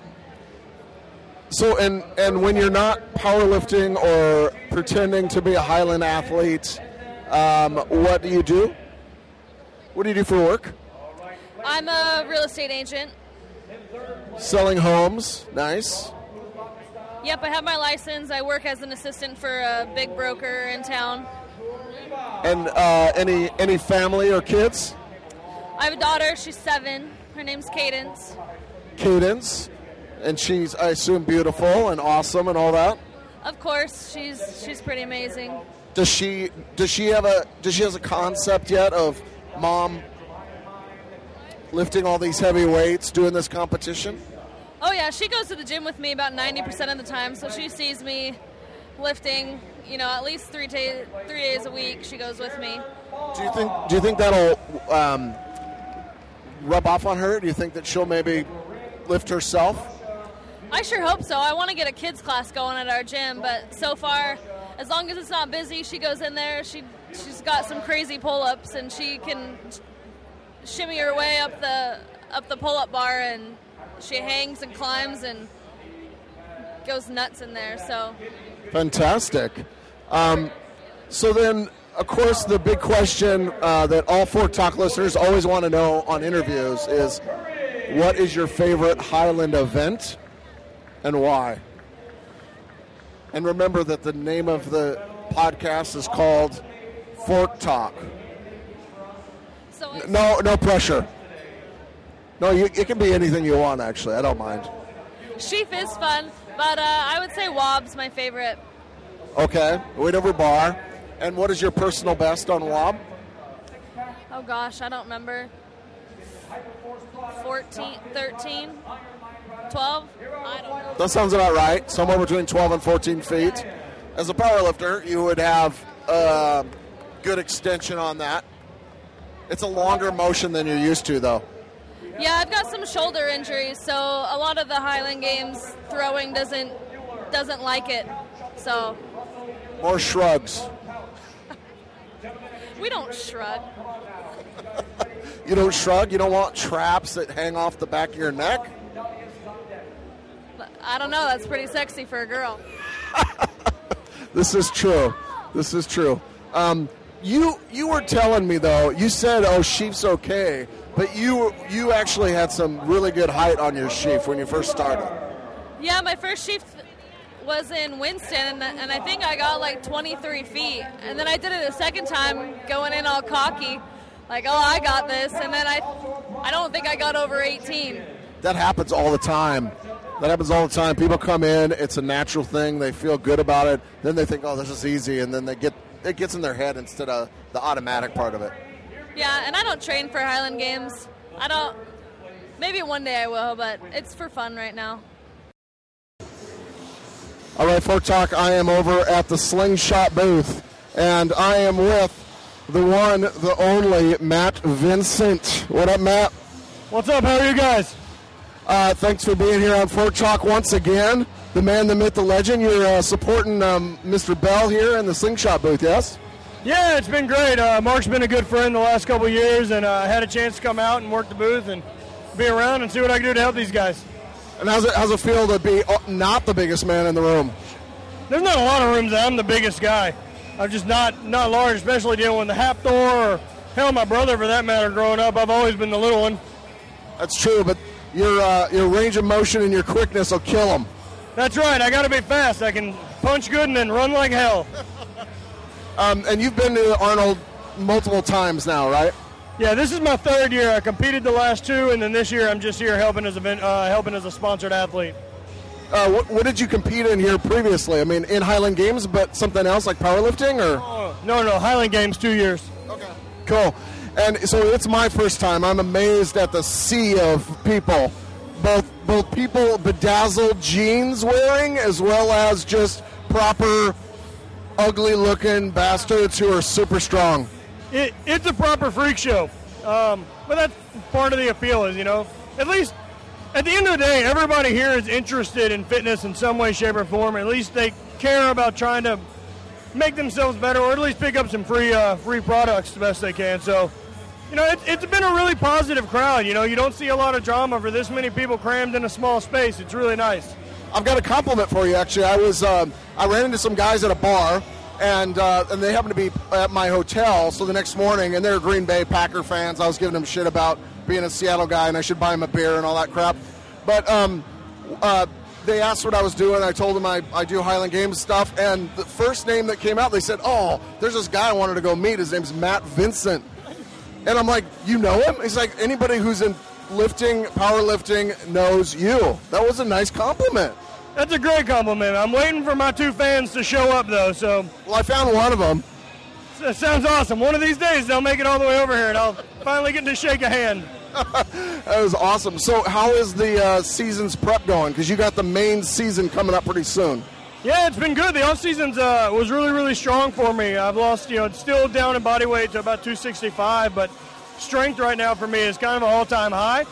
Speaker 5: So, and and when you're not powerlifting or pretending to be a Highland athlete, um, what do you do? What do you do for work?
Speaker 14: I'm a real estate agent.
Speaker 5: Selling homes, nice.
Speaker 14: Yep, I have my license. I work as an assistant for a big broker in town.
Speaker 5: And uh, any any family or kids?
Speaker 14: I have a daughter. She's seven. Her name's Cadence.
Speaker 5: Cadence, and she's I assume beautiful and awesome and all that.
Speaker 14: Of course, she's she's pretty amazing.
Speaker 5: Does she does she have a does she has a concept yet of mom lifting all these heavy weights, doing this competition?
Speaker 14: Oh yeah, she goes to the gym with me about ninety percent of the time, so she sees me lifting. You know, at least three days three days a week. She goes with me.
Speaker 5: Do you think Do you think that'll um, rub off on her? Do you think that she'll maybe lift herself?
Speaker 14: I sure hope so. I want to get a kids class going at our gym, but so far, as long as it's not busy, she goes in there. She she's got some crazy pull ups, and she can shimmy her way up the up the pull up bar, and she hangs and climbs and goes nuts in there. So
Speaker 5: Fantastic. Um, so then, of course, the big question uh, that all Fork Talk listeners always want to know on interviews is, what is your favorite Highland event, and why? And remember that the name of the podcast is called Fork Talk.
Speaker 14: So
Speaker 5: N- no, no pressure. No, you, it can be anything you want. Actually, I don't mind.
Speaker 14: sheaf is fun, but uh, I would say Wob's my favorite.
Speaker 5: Okay, Winover Bar. And what is your personal best on WOB?
Speaker 14: Oh gosh, I don't remember. 14, 13, 12? I don't know.
Speaker 5: That sounds about right. Somewhere between 12 and 14 feet. As a power lifter, you would have uh, good extension on that. It's a longer motion than you're used to, though.
Speaker 14: Yeah, I've got some shoulder injuries, so a lot of the Highland Games throwing doesn't doesn't like it. So
Speaker 5: More shrugs.
Speaker 14: we don't shrug.
Speaker 5: You don't shrug. You don't want traps that hang off the back of your neck.
Speaker 14: But I don't know. That's pretty sexy for a girl.
Speaker 5: <laughs> This is true. This is true. Um, you you were telling me though. You said, "Oh, sheep's okay," but you you actually had some really good height on your sheep when you first started.
Speaker 14: Yeah, my first sheep was in Winston, and, and I think I got like 23 feet. And then I did it a second time, going in all cocky, like, oh, I got this. And then I, I don't think I got over 18.
Speaker 5: That happens all the time. That happens all the time. People come in, it's a natural thing. They feel good about it. Then they think, "Oh, this is easy," and then they get it gets in their head instead of the automatic part of it.
Speaker 14: Yeah, and I don't train for Highland Games. I don't. Maybe one day I will, but it's for fun right now.
Speaker 5: All right, Fort Talk, I am over at the Slingshot booth, and I am with the one, the only, Matt Vincent. What up, Matt? What's up? How are you guys? Uh, thanks for being here on Fort Talk once again. The man, the myth, the legend. You're uh, supporting um, Mr. Bell here in the Slingshot booth, yes?
Speaker 11: Yeah, it's been great. Uh, Mark's been a good friend the last couple of years, and uh, I had a chance to come out and work the booth and be around and see what I can do to help these guys.
Speaker 5: And how's it, how's it feel to be uh, not the biggest man in the room?
Speaker 11: There's not a lot of rooms that I'm the biggest guy. I'm just not not large, especially dealing with the Haptor or hell, my brother for that matter. Growing up, I've always been the little one.
Speaker 5: That's true, but your uh, your range of motion and your quickness will kill them.
Speaker 11: That's right. I got to be fast. I can punch good and then run like hell.
Speaker 5: Um, and you've been to Arnold multiple times now, right?
Speaker 11: Yeah, this is my third year. I competed the last two, and then this year I'm just here helping as a ven- uh, helping as a sponsored athlete.
Speaker 5: Uh, what, what did you compete in here previously? I mean, in Highland Games, but something else like powerlifting or?
Speaker 11: no, no, Highland Games, two years.
Speaker 5: Okay. Cool. And so it's my first time. I'm amazed at the sea of people, both both people bedazzled jeans wearing, as well as just proper, ugly looking bastards who are super strong.
Speaker 11: It, it's a proper freak show, um, but that's part of the appeal. Is you know, at least at the end of the day, everybody here is interested in fitness in some way, shape, or form. At least they care about trying to make themselves better, or at least pick up some free uh, free products the best they can. So, you know, it, it's been a really positive crowd. You know, you don't see a lot of drama for this many people crammed in a small space. It's really nice.
Speaker 5: I've got a compliment for you. Actually, I was um, I ran into some guys at a bar, and uh, and they happened to be at my hotel. So the next morning, and they're Green Bay Packer fans. I was giving them shit about being a Seattle guy, and I should buy them a beer and all that crap. But um, uh, they asked what I was doing. I told them I, I do Highland Games stuff, and the first name that came out, they said, "Oh, there's this guy I wanted to go meet. His name's Matt Vincent." And I'm like, "You know him?" He's like, "Anybody who's in lifting, powerlifting knows you." That was a nice compliment.
Speaker 11: That's a great compliment. I'm waiting for my two fans to show up though. So
Speaker 5: well, I found one of them.
Speaker 11: That sounds awesome. One of these days they'll make it all the way over here, and I'll finally get to shake a hand.
Speaker 5: That was awesome. So, how is the uh, season's prep going? Because you got the main season coming up pretty soon.
Speaker 11: Yeah, it's been good. The off season's uh, was really, really strong for me. I've lost, you know, it's still down in body weight to about 265, but strength right now for me is kind of an all-time high.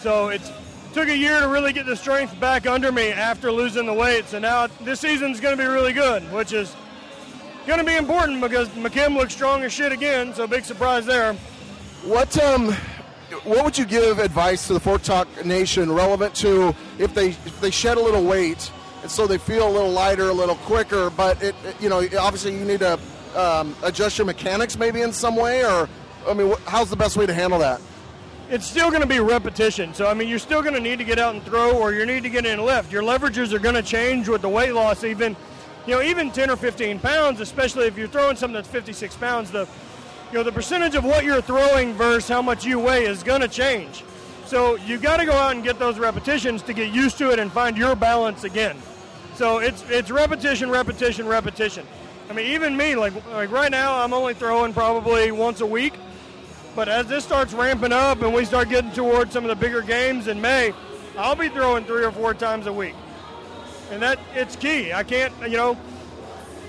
Speaker 11: So it's took a year to really get the strength back under me after losing the weight. So now this season's going to be really good, which is going to be important because McKim looks strong as shit again. So big surprise there.
Speaker 5: What um, what would you give advice to the Fort Talk Nation relevant to if they if they shed a little weight and so they feel a little lighter, a little quicker, but it, it- you know obviously you need to um, adjust your mechanics maybe in some way or I mean wh- how's the best way to handle that?
Speaker 11: it's still going to be repetition. So, I mean, you're still going to need to get out and throw or you need to get in and lift. Your leverages are going to change with the weight loss, even, you know, even 10 or 15 pounds, especially if you're throwing something that's 56 pounds. The, you know, the percentage of what you're throwing versus how much you weigh is going to change. So, you got to go out and get those repetitions to get used to it and find your balance again. So, it's, it's repetition, repetition, repetition. I mean, even me, like, like right now, I'm only throwing probably once a week. But as this starts ramping up and we start getting towards some of the bigger games in May, I'll be throwing three or four times a week. And that it's key. I can't, you know,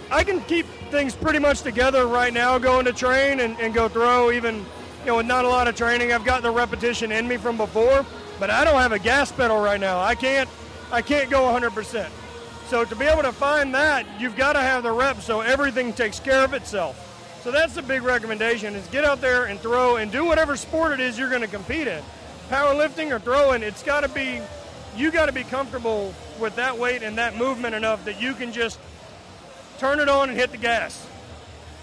Speaker 11: I can keep things pretty much together right now going to train and, and go throw even, you know, with not a lot of training. I've got the repetition in me from before, but I don't have a gas pedal right now. I can't I can't go 100%. So to be able to find that, you've got to have the reps so everything takes care of itself. So that's the big recommendation is get out there and throw and do whatever sport it is you're going to compete in. Powerlifting or throwing, it's got to be you got to be comfortable with that weight and that movement enough that you can just turn it on and hit the gas.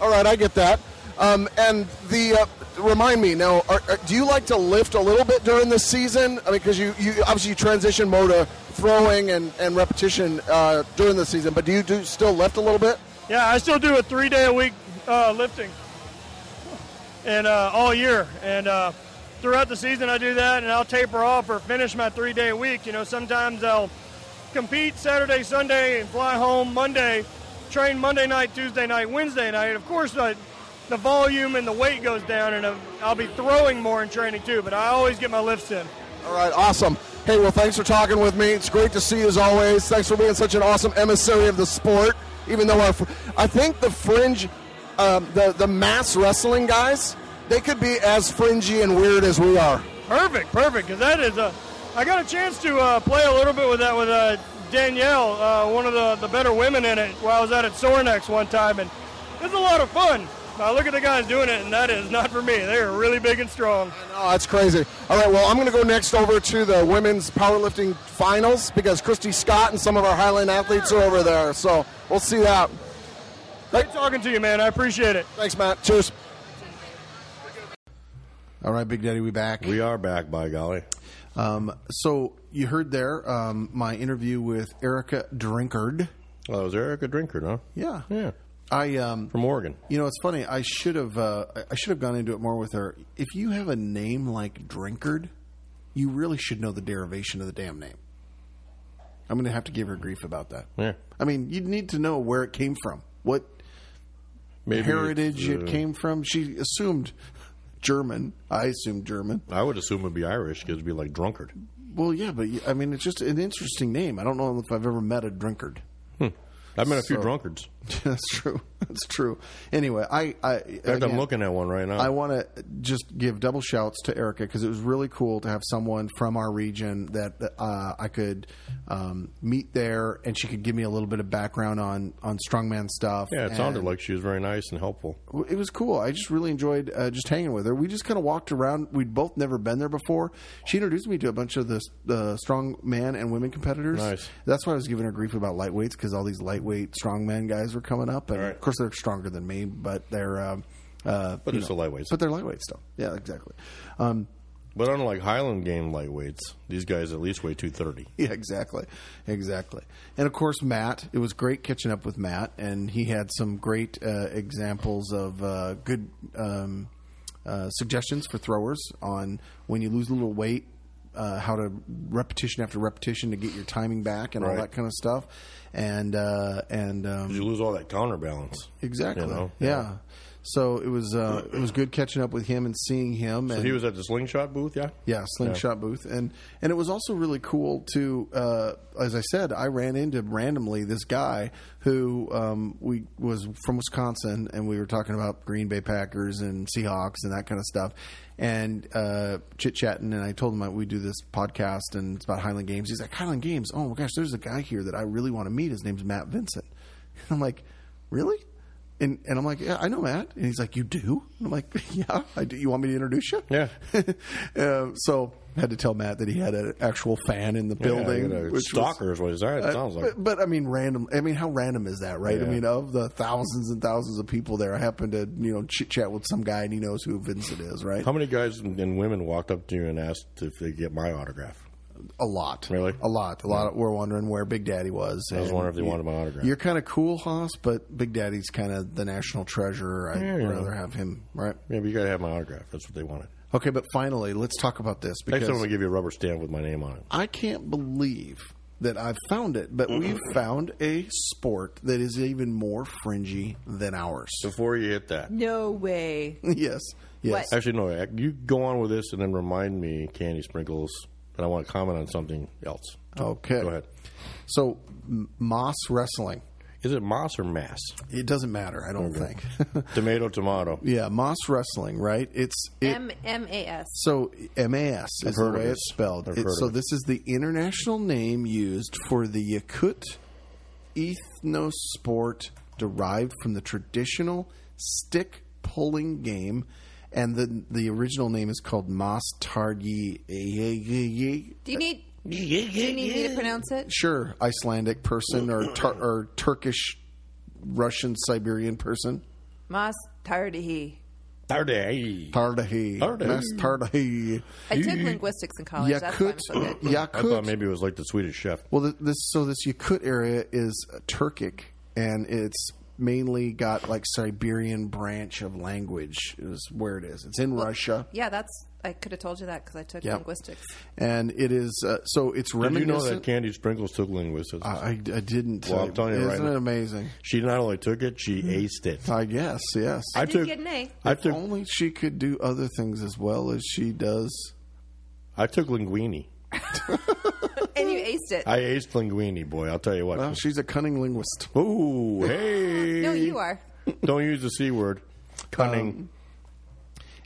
Speaker 12: All right, I get that. Um, and the uh, remind me now, are, are, do you like to lift a little bit during this season? I mean, because you, you obviously you transition more to throwing and, and repetition uh, during the season, but do you do still lift a little bit?
Speaker 11: Yeah, I still do a three day a week uh, lifting, and uh, all year. And uh, throughout the season, I do that, and I'll taper off or finish my three day week. You know, sometimes I'll compete Saturday, Sunday, and fly home Monday, train Monday night, Tuesday night, Wednesday night. Of course, I, the volume and the weight goes down, and I'll- I'll be throwing more in training too. But I always get my lifts in.
Speaker 12: All right, awesome. Hey, well, thanks for talking with me. It's great to see you as always. Thanks for being such an awesome emissary of the sport. Even though our, fr- I think the fringe, um, the the mass wrestling guys, they could be as fringy and weird as we are.
Speaker 11: Perfect, perfect. Because that is a. I got a chance to uh, play a little bit with that with uh, Danielle, uh, one of the, the better women in it, while I was out at Sornex one time, and it's a lot of fun. I look at the guys doing it, and that is not for me. They are really big and strong.
Speaker 12: Oh, that's crazy. All right, well, I'm going to go next over to the women's powerlifting finals because Christy Scott and some of our Highland athletes are over there. So we'll see that.
Speaker 11: Great talking to you, man. I appreciate it.
Speaker 12: Thanks, Matt. Cheers.
Speaker 5: All right, Big Daddy, we back. We are back, by golly. Um, so you heard there um, my interview with Erica Drinkard.
Speaker 6: Well, that was Erica Drinkard, huh?
Speaker 5: Yeah, yeah. I um,
Speaker 6: from Oregon.
Speaker 5: You know, it's funny. I should have uh, I- I should have gone into it more with her. If you have a name like Drinkard, you really should know the derivation of the damn name. I'm going to have to give her grief about that.
Speaker 6: Yeah.
Speaker 5: I mean, you need to know where it came from, what
Speaker 6: Maybe
Speaker 5: heritage
Speaker 6: it's,
Speaker 5: it
Speaker 6: uh,
Speaker 5: came from. She assumed German. I assumed German.
Speaker 6: I would assume it'd be Irish because it'd be like drunkard.
Speaker 5: Well, yeah, but you- I mean, it's just an interesting name. I don't know if I've ever met a Drinkard.
Speaker 6: Hmm. I've met a few
Speaker 5: So-
Speaker 6: drunkards.
Speaker 5: <laughs> That's true. That's true. Anyway, I, I in
Speaker 6: fact, I'm looking at one right now.
Speaker 5: I want to just give double shouts to Erica because it was really cool to have someone from our region that uh, I could um, meet there, and she could give me a little bit of background on on strongman stuff.
Speaker 6: Yeah, it sounded
Speaker 5: And-
Speaker 6: like she was very nice and helpful.
Speaker 5: well, it was cool. I just really enjoyed uh, just hanging with her. We just kind of walked around. We'd both never been there before. She introduced me to a bunch of the uh, strong man and women competitors.
Speaker 6: Nice.
Speaker 5: That's why I was giving her grief about lightweights because all these lightweight strongman guys were coming up, and of course they're stronger than me, but they're um, uh,
Speaker 6: But
Speaker 5: you
Speaker 6: it's the lightweights.
Speaker 5: But they're lightweight still. Yeah, exactly. Um,
Speaker 6: But unlike Highland game lightweights, these guys at least weigh 230.
Speaker 5: Yeah, exactly. Exactly. And of course, Matt, it was great catching up with Matt, and he had some great uh, examples of uh, good um, uh, suggestions for throwers on when you lose a little weight, uh, how to repetition after repetition to get your timing back and all
Speaker 6: Right.
Speaker 5: that kind of stuff. And, uh, and, um,
Speaker 6: You lose all that counterbalance.
Speaker 5: exactly.
Speaker 6: You know?
Speaker 5: yeah. So it was, uh, it was good catching up with him and seeing him.
Speaker 6: So
Speaker 5: and
Speaker 6: he was at the slingshot booth, yeah?
Speaker 5: yeah, slingshot booth, and and it was also really cool to, uh, as I said, I ran into randomly this guy who um, we was from Wisconsin, and we were talking about Green Bay Packers and Seahawks and that kind of stuff, and uh, chit chatting, and I told him I, we do this podcast and it's about Highland Games. He's like Highland Games. Oh my gosh, there's a guy here that I really want to meet. His name's Matt Vincent. And I'm like, really? And, and I'm like, yeah, I know Matt. And he's like, you do? And I'm like, yeah, I do. You want me to introduce you?
Speaker 6: Yeah.
Speaker 5: uh, so I had to tell Matt that he had an actual fan in the <laughs>
Speaker 6: Yeah,
Speaker 5: building.
Speaker 6: you know,
Speaker 5: which
Speaker 6: stalker is what it sounds-
Speaker 5: Uh,
Speaker 6: sounds like.
Speaker 5: But, but, I mean, random. I mean, how random is that, right? I
Speaker 6: Yeah.
Speaker 5: mean, of the thousands and thousands of people there, I happened to uh, you know chit chat with some guy and he knows who Vincent is, right?
Speaker 6: How many guys and and women walked up to you and asked if they get my autograph?
Speaker 5: A lot, really, a lot, a lot. We're wondering where Big Daddy was.
Speaker 6: I was
Speaker 5: and
Speaker 6: wondering if they
Speaker 5: you-
Speaker 6: wanted my autograph.
Speaker 5: You're kind of cool, Haas, but Big Daddy's kind of the national treasure. I'd
Speaker 6: Yeah, you
Speaker 5: rather
Speaker 6: know.
Speaker 5: have him, right?
Speaker 6: Yeah, but you got to have my autograph. That's what they wanted.
Speaker 5: Okay, but finally, let's talk about this
Speaker 6: Next
Speaker 5: because
Speaker 6: time I'm going to give you a rubber stamp with my name on it.
Speaker 5: I can't believe that I've found it, but we've found a sport that is even more fringy than ours.
Speaker 6: Before you hit that.
Speaker 7: No way.
Speaker 5: yes.
Speaker 7: <laughs> Yes. What?
Speaker 6: Actually, no. You go on with this and then remind me, Candy Sprinkles, that I want to comment on something else.
Speaker 5: Okay.
Speaker 6: Oh, Go ahead.
Speaker 5: So, m- Moss Wrestling.
Speaker 6: Is it Moss or Mass?
Speaker 5: It doesn't matter, I don't
Speaker 6: Okay.
Speaker 5: think.
Speaker 6: tomato, tomato.
Speaker 5: Yeah, Moss Wrestling, right? It's it,
Speaker 7: M M A S.
Speaker 5: So MAS is
Speaker 6: I've
Speaker 5: the
Speaker 6: heard of
Speaker 5: way
Speaker 6: it.
Speaker 5: it's spelled.
Speaker 6: I've
Speaker 5: It-
Speaker 6: heard of
Speaker 5: so
Speaker 6: it.
Speaker 5: this is the international name used for the Yakut ethnosport derived from the traditional stick pulling game, and the the original name is called Mas Targi.
Speaker 7: Do you need? Do you need me to pronounce it?
Speaker 5: Sure, Icelandic person or tur- or Turkish Russian Siberian person?
Speaker 7: Mas tardihi.
Speaker 5: Tardahi. Tardahi.
Speaker 6: Tardahi.
Speaker 5: Mas Tardahi.
Speaker 7: I took linguistics in college. That's why I'm so good.
Speaker 5: <clears throat>
Speaker 6: I thought maybe it was like the Swedish chef.
Speaker 5: Well, th- this so this Yakut area is uh, Turkic, and it's mainly got like Siberian branch of language is where it is. It's in Russia,
Speaker 7: Yeah, that's. I could have told you that because I took
Speaker 5: Yeah.
Speaker 7: linguistics.
Speaker 5: and it is uh, so it's
Speaker 6: Did you
Speaker 5: reminiscent.
Speaker 6: know that Candy Sprinkles took linguistics?
Speaker 5: I, I didn't.
Speaker 6: Well, I'm telling you right
Speaker 5: Isn't
Speaker 6: now.
Speaker 5: it amazing? Mm-hmm.
Speaker 6: She not only took it, she aced it.
Speaker 5: I guess, yes.
Speaker 6: I I did took- get an A. I
Speaker 5: if
Speaker 6: took-
Speaker 5: only she could do other things as well as she does.
Speaker 6: I took linguini.
Speaker 7: and you aced it.
Speaker 6: I aced linguini, boy. I'll tell you what.
Speaker 5: Well, she's a cunning linguist.
Speaker 6: Ooh, hey.
Speaker 7: No, you are.
Speaker 6: Don't use the c word. Um, Cunning.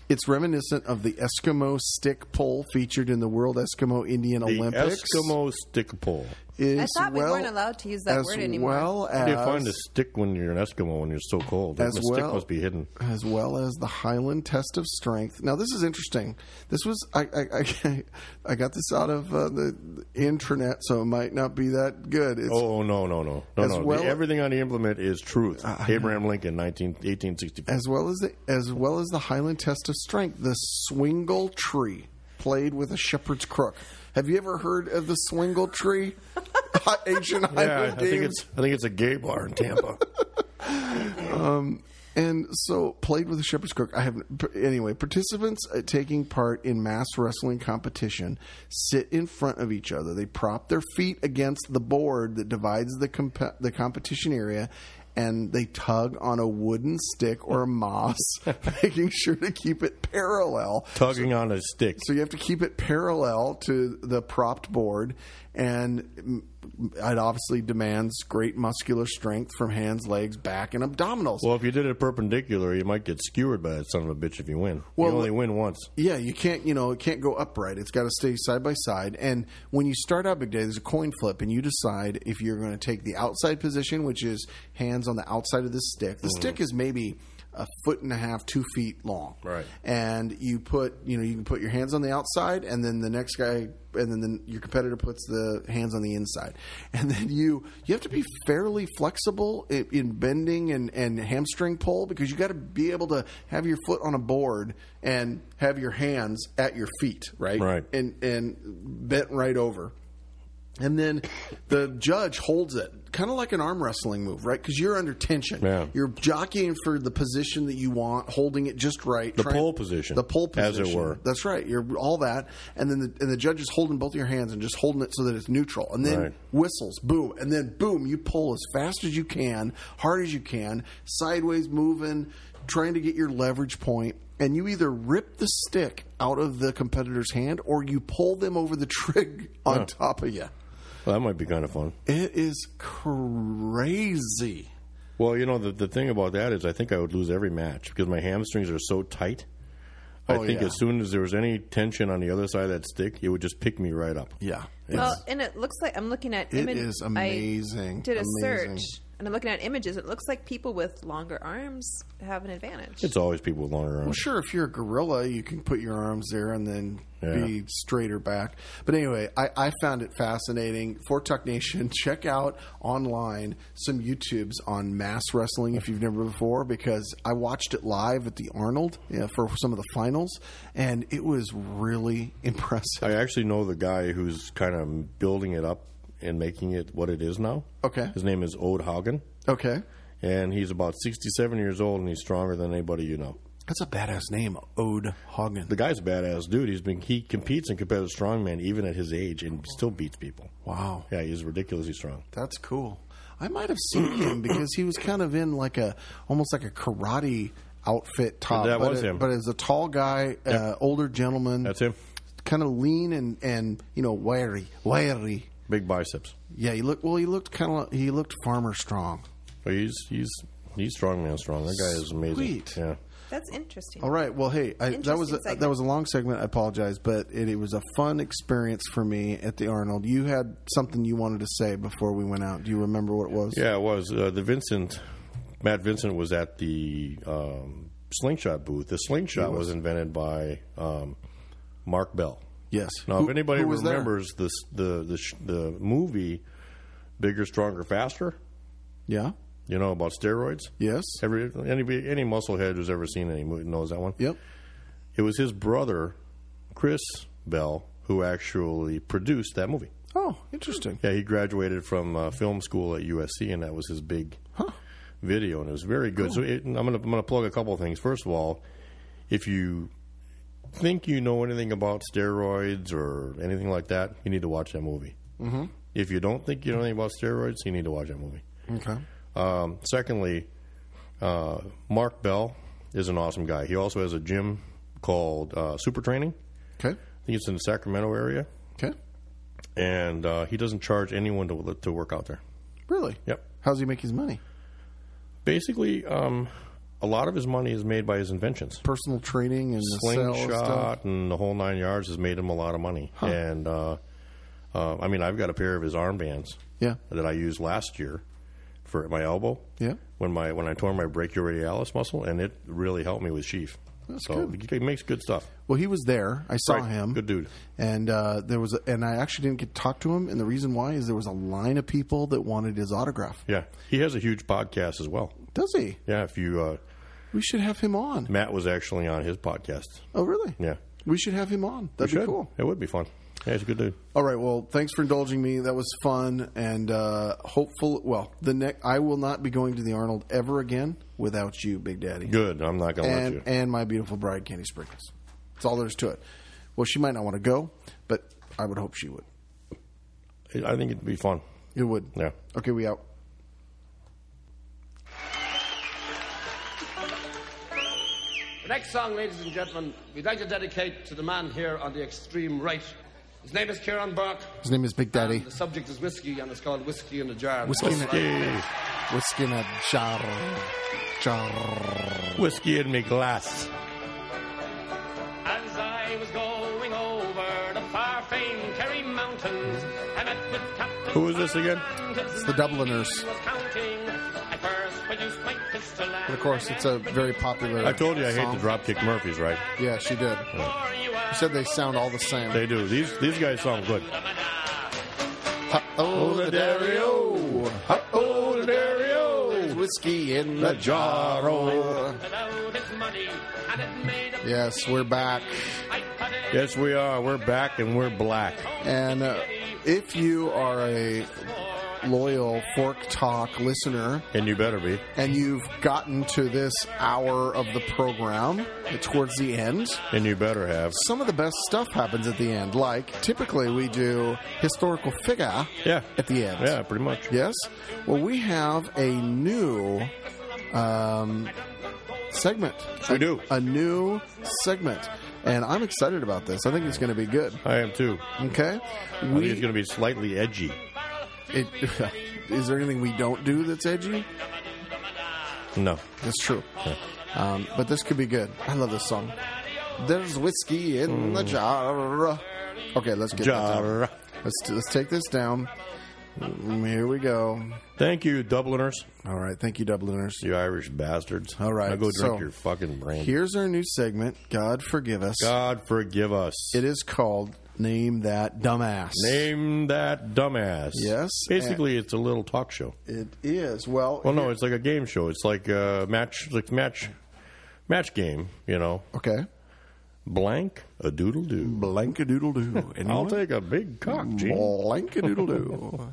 Speaker 5: It's reminiscent of the Eskimo stick pole featured in the World Eskimo Indian
Speaker 6: the
Speaker 5: Olympics.
Speaker 6: Eskimo stick pole.
Speaker 5: is
Speaker 7: I thought we
Speaker 5: well
Speaker 7: weren't allowed to use that
Speaker 5: as
Speaker 7: word anymore.
Speaker 5: well
Speaker 6: How do you
Speaker 5: as-
Speaker 6: find a stick when you're an Eskimo when you're so cold?
Speaker 5: As
Speaker 6: the
Speaker 5: well-
Speaker 6: stick must be hidden.
Speaker 5: as well as the Highland Test of Strength. Now, this is interesting. This was I I, I, I got this out of uh, the, the intranet, so it might not be that good. It's,
Speaker 6: Oh no no no no
Speaker 5: As
Speaker 6: no! The-
Speaker 5: well- Uh,
Speaker 6: everything on the implement is truth. Abraham Lincoln, 19, 1865.
Speaker 5: as well as the, as well as the Highland Test of Strength, the swingle tree played with a shepherd's crook. Have you ever heard of the swingle
Speaker 6: <laughs>
Speaker 5: tree? Ancient
Speaker 6: Yeah, I,
Speaker 5: Highland
Speaker 6: think
Speaker 5: games.
Speaker 6: it's I think it's a gay bar
Speaker 5: <laughs>
Speaker 6: in Tampa.
Speaker 5: um, and so played with a shepherd's crook. I have anyway. Participants uh, taking part in mass wrestling competition sit in front of each other. They prop their feet against the board that divides the comp- the competition area. And they tug on a wooden stick or a moss, <laughs> making sure to keep it parallel.
Speaker 6: Tugging on a stick.
Speaker 5: So you have to keep it parallel to the propped board, and mm, it obviously demands great muscular strength from hands, legs, back, and abdominals.
Speaker 6: Well, if you did it perpendicular, you might get skewered by that son of a bitch if you win.
Speaker 5: Well,
Speaker 6: you only win once.
Speaker 5: Yeah, you can't, you know, it can't go upright. It's got to stay side by side. And when you start out big day, there's a coin flip, and you decide if you're going to take the outside position, which is hands on the outside of the stick. The stick is maybe a foot and a half, two feet long.
Speaker 6: Right.
Speaker 5: And you put, you know, you can put your hands on the outside, and then the next guy, and then the, your competitor puts the uh, hands on the inside, and then you you have to be fairly flexible in, in bending and and hamstring pull because you got to be able to have your foot on a board and have your hands at your feet, right?
Speaker 6: Right.
Speaker 5: And and bent right over. And then the judge holds it, kind of like an arm wrestling move, right? Because you're under tension.
Speaker 6: Yeah.
Speaker 5: You're jockeying for the position that you want, holding it just right.
Speaker 6: The
Speaker 5: trying-
Speaker 6: pole position,
Speaker 5: The pole
Speaker 6: as
Speaker 5: position.
Speaker 6: it were.
Speaker 5: That's right. You're all that. And then the, and the judge is holding both your hands and just holding it so that it's neutral. And then
Speaker 6: Right.
Speaker 5: whistles, boom. And then boom, you pull as fast as you can, hard as you can, sideways moving, trying to get your leverage point. And you either rip the stick out of the competitor's hand or you pull them over the trig on
Speaker 6: Huh.
Speaker 5: top of you.
Speaker 6: Well, that might be kind of fun.
Speaker 5: It is crazy.
Speaker 6: Well, you know the the thing about that is I think I would lose every match because my hamstrings are so tight. I
Speaker 5: Oh,
Speaker 6: think
Speaker 5: yeah.
Speaker 6: as soon as there was any tension on the other side of that stick, it would just pick me right up.
Speaker 5: Yeah.
Speaker 7: Well, and it looks like I'm looking at.
Speaker 5: It
Speaker 7: image-
Speaker 5: is
Speaker 7: I
Speaker 5: amazing,
Speaker 7: did a
Speaker 5: amazing.
Speaker 7: search, and I'm looking at images. It looks like people with longer arms have an advantage.
Speaker 6: It's always people with longer
Speaker 5: Well,
Speaker 6: arms.
Speaker 5: sure, if you're a gorilla, you can put your arms there and then be straighter back. But anyway, I, I found it fascinating. For Tuck Nation, check out online some YouTubes on mass wrestling if you've never before, because I watched it live at the Arnold you know, for some of the finals, and it was really impressive.
Speaker 6: I actually know the guy who's kind of building it up and making it what it is now.
Speaker 5: Okay.
Speaker 6: His name is Ode Hagen,
Speaker 5: Okay.
Speaker 6: and he's about 67 years old, and he's stronger than anybody you know.
Speaker 5: That's a badass name, Ode Hagen.
Speaker 6: The guy's a badass dude. He's been he competes in competitive strongman even at his age and still beats people.
Speaker 5: Wow.
Speaker 6: Yeah, he's ridiculously strong.
Speaker 5: That's cool. I might have
Speaker 6: Hmm.
Speaker 5: seen him <clears throat> because he was kind of in like a almost like a karate outfit top.
Speaker 6: That
Speaker 5: but
Speaker 6: was
Speaker 5: it-
Speaker 6: him.
Speaker 5: But as a tall guy, uh, older gentleman. That's
Speaker 6: him.
Speaker 5: Kind of lean and and you know wiry, wiry.
Speaker 6: Big biceps.
Speaker 5: Yeah, he looked well. He looked kind of he looked farmer strong.
Speaker 6: But he's he's he's strongman strong. That guy is amazing.
Speaker 5: Sweet.
Speaker 6: Yeah.
Speaker 7: That's interesting.
Speaker 5: All right. Well, hey, I, that
Speaker 7: Interesting
Speaker 5: was a,
Speaker 7: segment.
Speaker 5: that was a long segment. I apologize, but it, it was a fun experience for me at the Arnold. You had something you wanted to say before we went out. Do you remember what it was?
Speaker 6: Yeah, it was. Uh, the Vincent, Matt Vincent was at the um, slingshot booth. The
Speaker 5: He
Speaker 6: slingshot
Speaker 5: was.
Speaker 6: was. invented by um, Mark Bell.
Speaker 5: Yes.
Speaker 6: Now, if
Speaker 5: Who-
Speaker 6: anybody
Speaker 5: who was there?
Speaker 6: remembers this, the the sh- the movie Bigger, Stronger, Faster,
Speaker 5: Yeah.
Speaker 6: You know about steroids?
Speaker 5: Yes.
Speaker 6: Every anybody, any musclehead who's ever seen any movie knows that one.
Speaker 5: Yep.
Speaker 6: It was his brother, Chris Bell, who actually produced that movie.
Speaker 5: Oh, interesting.
Speaker 6: Yeah, he graduated from uh, film school at USC, and that was his big video, and it was very good. So it, I'm going to I'm going to plug a couple of things. First of all, if you think you know anything about steroids or anything like that, you need to watch that movie.
Speaker 5: Mm-hmm.
Speaker 6: If you don't think you know anything about steroids, you need to watch that movie.
Speaker 5: Okay.
Speaker 6: Um, secondly, uh, Mark Bell is an awesome guy. He also has a gym called uh, Super Training.
Speaker 5: Okay.
Speaker 6: I think it's in the Sacramento area.
Speaker 5: Okay.
Speaker 6: And uh, he doesn't charge anyone to to work out there.
Speaker 5: Really?
Speaker 6: Yep.
Speaker 5: How does he make his money?
Speaker 6: Basically, um, a lot of his money is made by his inventions.
Speaker 5: Personal training and the sales stuff.
Speaker 6: Slingshot and the whole nine yards has made him a lot of money. And uh, uh, I mean, I've got a pair of his armbands.
Speaker 5: Yeah.
Speaker 6: That I used last year for my elbow.
Speaker 5: Yeah.
Speaker 6: When my when I tore my brachioradialis muscle, and it really helped me with sheaf.
Speaker 5: That's
Speaker 6: so
Speaker 5: good.
Speaker 6: He makes good stuff.
Speaker 5: Well, he was there. I saw
Speaker 6: Right.
Speaker 5: him.
Speaker 6: Good dude.
Speaker 5: And uh, there was, a, and I actually didn't get to talk to him. And the reason why is there was a line of people that wanted his autograph.
Speaker 6: Yeah. He has a huge podcast as well.
Speaker 5: Does he?
Speaker 6: Yeah. If you uh,
Speaker 5: We should have him on.
Speaker 6: Matt was actually on his podcast.
Speaker 5: Oh, really?
Speaker 6: Yeah.
Speaker 5: We should have him on.
Speaker 6: We
Speaker 5: That'd be
Speaker 6: should.
Speaker 5: cool.
Speaker 6: It would be fun. Yeah, he's a good dude.
Speaker 5: All right. Well, thanks for indulging me. That was fun, and uh, hopeful. Well, the next I will not be going to the Arnold ever again without you, Big Daddy.
Speaker 6: Good. I'm not going to let
Speaker 5: and,
Speaker 6: you.
Speaker 5: and my beautiful bride, Candy Sprinkles. That's all there is to it. Well, she might not want to go, but I would hope she would.
Speaker 6: I think it'd be fun.
Speaker 5: It would.
Speaker 6: Yeah.
Speaker 5: Okay, we out.
Speaker 1: The next song, ladies and gentlemen, we'd like to dedicate to the man here on the extreme right. His name is Kieran Burke.
Speaker 5: His name is Big Daddy.
Speaker 1: The subject is whiskey, and it's called Whiskey in a Jar.
Speaker 5: Whiskey in a,
Speaker 1: Right.
Speaker 5: whiskey in a jar. Jar.
Speaker 6: Whiskey in me glass.
Speaker 15: As I was going over the far-famed Kerry Mountains, I met with Captain
Speaker 6: Who is this again?
Speaker 5: It's the Dubliners.
Speaker 15: Counting. I first produced my pistol
Speaker 5: And of course, it's a very popular.
Speaker 6: I told you I hate
Speaker 5: song.
Speaker 6: the Dropkick Murphys, right?
Speaker 5: Yeah, she did. You said they sound all the same.
Speaker 6: They do. These these guys sound good.
Speaker 5: Oh, the Dario.
Speaker 6: Oh, the Dario.
Speaker 5: Whiskey in the jar. Yes, we're back.
Speaker 6: Yes, we are. We're back and we're black.
Speaker 5: And uh, if you are a loyal Fork Talk listener,
Speaker 6: and you better be,
Speaker 5: and you've gotten to this hour of the program towards the end,
Speaker 6: and you better have.
Speaker 5: Some of the best stuff happens at the end. Like typically, we do historical figure.
Speaker 6: Yeah.
Speaker 5: At the end.
Speaker 6: Yeah, pretty much.
Speaker 5: Yes. Well, we have a new um, segment.
Speaker 6: We do
Speaker 5: a new segment, and I'm excited about this. I think it's going to be good.
Speaker 6: I am too.
Speaker 5: Okay.
Speaker 6: I think it's going to be slightly edgy.
Speaker 5: It, <laughs> is there anything we don't do that's edgy?
Speaker 6: No.
Speaker 5: That's true. Um, but this could be good. I love this song. There's whiskey in the
Speaker 6: Hmm.
Speaker 5: jar. Okay, let's get that down.
Speaker 6: Jar.
Speaker 5: Let's, do- let's take this down. Mm, Here we go.
Speaker 6: Thank you, Dubliners.
Speaker 5: All right. Thank you, Dubliners.
Speaker 6: You Irish bastards.
Speaker 5: All right,
Speaker 6: Now go drink
Speaker 5: so
Speaker 6: your fucking brain.
Speaker 5: Here's our new segment, God Forgive Us.
Speaker 6: God forgive us.
Speaker 5: It is called Name That Dumbass.
Speaker 6: Name that dumbass.
Speaker 5: Yes.
Speaker 6: Basically, it's a little talk show.
Speaker 5: It is. Well,
Speaker 6: Well, no, it's like a game show. It's like a match, like match, match game. You know.
Speaker 5: Okay.
Speaker 6: Blank a doodle doo.
Speaker 5: Blank a doodle doo.
Speaker 6: I'll take a big cock, Gene.
Speaker 5: Blank a doodle
Speaker 6: <laughs>
Speaker 5: doo.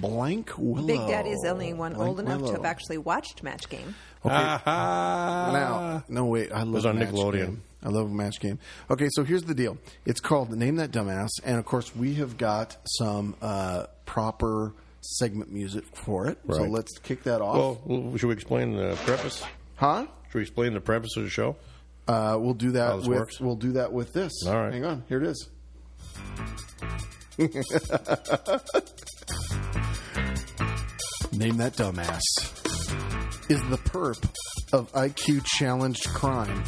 Speaker 5: Blank Willow.
Speaker 7: Big Daddy's the only one
Speaker 5: Blank
Speaker 7: old enough
Speaker 5: Willow.
Speaker 7: to have actually watched Match Game.
Speaker 5: Okay.
Speaker 6: Aha.
Speaker 5: Now, no, wait. I love
Speaker 6: was on
Speaker 5: Match
Speaker 6: Nickelodeon.
Speaker 5: Game. I love Match Game. Okay, so here's the deal. It's called Name That Dumbass, and of course, we have got some uh, proper segment music for it. So
Speaker 6: Right.
Speaker 5: let's kick that off.
Speaker 6: Well, well, should we explain the preface?
Speaker 5: Huh?
Speaker 6: Should we explain the preface of the show?
Speaker 5: Uh, we'll do that
Speaker 6: How this
Speaker 5: with
Speaker 6: works?
Speaker 5: we'll do that with this.
Speaker 6: All right.
Speaker 5: Hang on. Here it is. Name that dumbass is the perp of IQ challenged crime.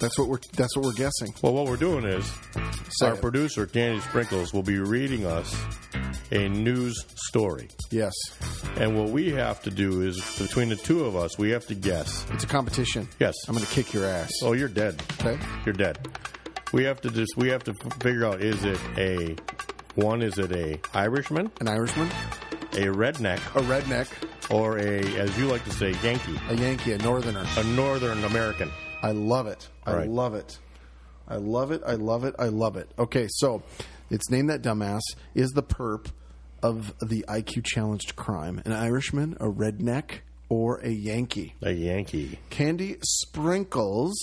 Speaker 5: That's what we're that's what we're guessing.
Speaker 6: Well, what we're doing is our producer Candy Sprinkles will be reading us a news story.
Speaker 5: Yes.
Speaker 6: And what we have to do is between the two of us, we have to guess.
Speaker 5: It's a competition.
Speaker 6: Yes.
Speaker 5: I'm going to kick your ass.
Speaker 6: Oh, you're dead.
Speaker 5: Okay.
Speaker 6: You're dead. We have to just we have to f- figure out is it a one is it a Irishman?
Speaker 5: An Irishman?
Speaker 6: A redneck.
Speaker 5: A redneck.
Speaker 6: or a, as you like to say, Yankee.
Speaker 5: A Yankee, a Northerner.
Speaker 6: A Northern American.
Speaker 5: I love it. I
Speaker 6: Right.
Speaker 5: love it. I love it. I love it. I love it. Okay, so it's named that dumbass is the perp of the IQ challenged crime: an Irishman, a redneck, or a Yankee.
Speaker 6: A Yankee.
Speaker 5: Candy Sprinkles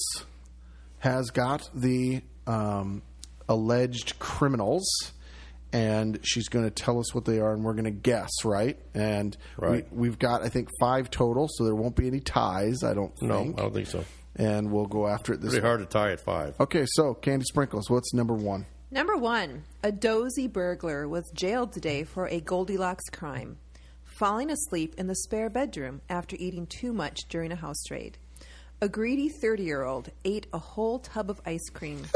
Speaker 5: has got the um, alleged criminals. And she's going to tell us what they are, and we're going to guess, right? And
Speaker 6: Right.
Speaker 5: We, we've got, I think, five total, so there won't be any ties. I don't
Speaker 6: No,
Speaker 5: think
Speaker 6: I don't think so.
Speaker 5: and we'll go after it this
Speaker 6: Pretty hard to tie at five.
Speaker 5: Okay, so Candy Sprinkles, what's number one?
Speaker 7: Number one, a dozy burglar was jailed today for a Goldilocks crime falling asleep in the spare bedroom after eating too much during a house raid. A greedy 30 year old ate a whole tub of ice
Speaker 5: <laughs>
Speaker 7: cream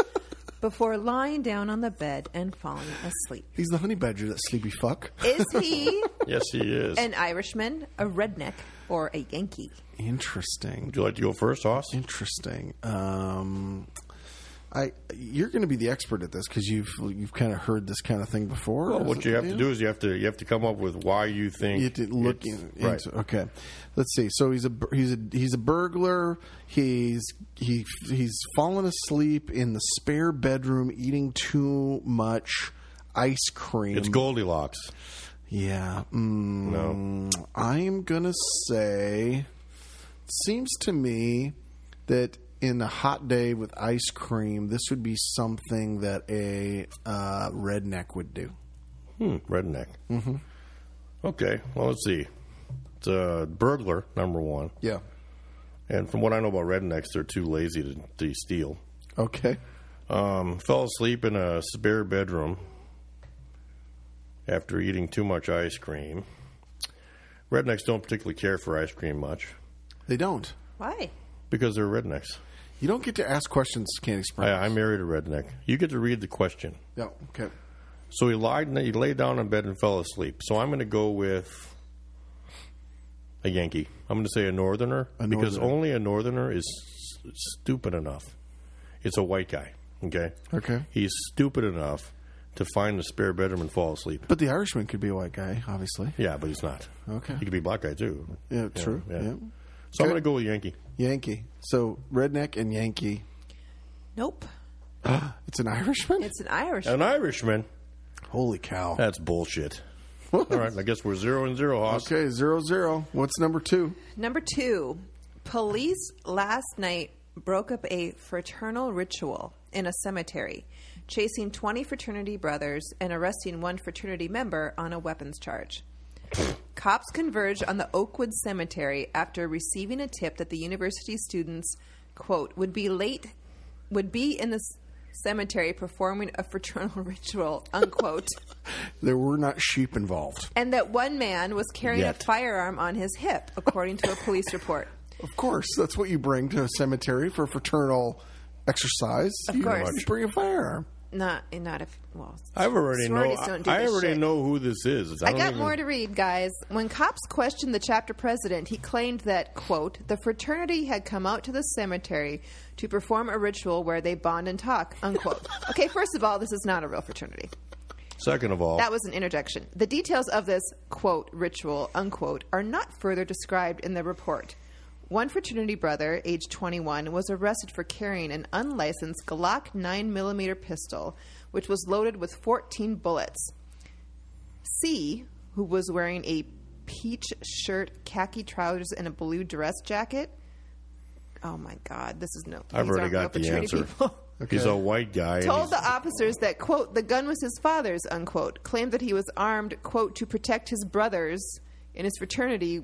Speaker 7: before lying down on the bed and falling asleep.
Speaker 5: <laughs> He's the honey badger, that sleepy fuck.
Speaker 7: Is he
Speaker 6: Yes, he is.
Speaker 7: an Irishman, a redneck, or a Yankee?
Speaker 5: Interesting. Would
Speaker 6: you like to go first, Hoss?
Speaker 5: Interesting. Um, I you're going to be the expert at this because you've you've kind of heard this kind of thing before.
Speaker 6: Well,
Speaker 5: is
Speaker 6: what
Speaker 5: it
Speaker 6: you
Speaker 5: the
Speaker 6: have to
Speaker 5: deal?
Speaker 6: do is you have to you have to come up with why you think
Speaker 5: You did look
Speaker 6: it's-
Speaker 5: in,
Speaker 6: right.
Speaker 5: into- okay. Let's see. So he's a bur- he's a he's a burglar. He's he he's fallen asleep in the spare bedroom eating too much ice cream.
Speaker 6: It's Goldilocks.
Speaker 5: Yeah. Mm, I am going to say seems to me that in a hot day with ice cream, this would be something that a uh, redneck would do.
Speaker 6: Hmm, redneck.
Speaker 5: Mhm.
Speaker 6: Okay, well let's see. It's a burglar number one.
Speaker 5: Yeah.
Speaker 6: And from what I know about rednecks, they're too lazy to, to steal.
Speaker 5: Okay.
Speaker 6: Um, fell asleep in a spare bedroom after eating too much ice cream. Rednecks don't particularly care for ice cream much
Speaker 5: They don't.
Speaker 7: Why?
Speaker 6: because they're rednecks.
Speaker 5: You don't get to ask questions, Candy Sprinkles.
Speaker 6: I, I married a redneck. You get to read the question.
Speaker 5: Yeah. Okay.
Speaker 6: So he lied. and He lay down in bed and fell asleep. So I'm going to go with a Yankee. I'm going to say a Northerner
Speaker 5: A
Speaker 6: because
Speaker 5: Northerner.
Speaker 6: only a Northerner is s- stupid enough. It's a white guy. Okay.
Speaker 5: Okay.
Speaker 6: He's stupid enough to find the spare bedroom and fall asleep.
Speaker 5: But the Irishman could be a white guy, obviously.
Speaker 6: Yeah, but he's not.
Speaker 5: Okay.
Speaker 6: He could be a black guy too.
Speaker 5: Yeah, true. Yeah.
Speaker 6: So I'm going to go with Yankee.
Speaker 5: Yankee. So redneck and Yankee.
Speaker 7: Nope.
Speaker 5: <gasps> it's an Irishman.
Speaker 7: It's an Irishman.
Speaker 6: An Irishman.
Speaker 5: Holy cow.
Speaker 6: That's bullshit.
Speaker 5: <laughs>
Speaker 6: All right. I guess we're zero and zero, Hoss.
Speaker 5: Okay, zero zero. What's number two?
Speaker 7: Number two, police last night broke up a fraternal ritual in a cemetery, chasing 20 fraternity brothers and arresting one fraternity member on a weapons charge. Cops converged on the Oakwood Cemetery after receiving a tip that the university students, quote, would be late, would be in the c- cemetery performing a fraternal <laughs> ritual, unquote,
Speaker 5: There were not sheep involved.
Speaker 7: and that one man was carrying
Speaker 5: Yet.
Speaker 7: a firearm on his hip, according to a police report.
Speaker 5: Of course, that's what you bring to a cemetery for fraternal exercise.
Speaker 7: Of
Speaker 5: you
Speaker 7: course.
Speaker 5: you bring a firearm.
Speaker 7: Not, not if. Well,
Speaker 6: I've already know.
Speaker 7: Sororities don't do
Speaker 6: I, I
Speaker 7: this
Speaker 6: already
Speaker 7: shit.
Speaker 6: know who this is.
Speaker 7: I,
Speaker 6: don't
Speaker 7: got
Speaker 6: even-
Speaker 7: more to read, guys. When cops questioned the chapter president, he claimed that quote the fraternity had come out to the cemetery to perform a ritual where they bond and talk
Speaker 6: <laughs>
Speaker 7: unquote. okay, first of all, this is not a real fraternity.
Speaker 6: Second of all,
Speaker 7: That was an interjection. The details of this quote ritual unquote are not further described in the report. One fraternity brother, age 21, was arrested for carrying an unlicensed Glock 9mm pistol, which was loaded with 14 bullets. C, who was wearing a peach shirt, khaki trousers, and a blue dress jacket. Oh my God, this is no.
Speaker 6: I've
Speaker 7: these
Speaker 6: already
Speaker 7: aren't real
Speaker 6: got the
Speaker 7: fraternity
Speaker 6: answer.
Speaker 7: people.
Speaker 5: <laughs>
Speaker 6: He's a white guy. and
Speaker 7: Told
Speaker 6: he's-
Speaker 7: the officers that, quote, the gun was his father's, unquote. Claimed that he was armed, quote, to protect his brothers in his fraternity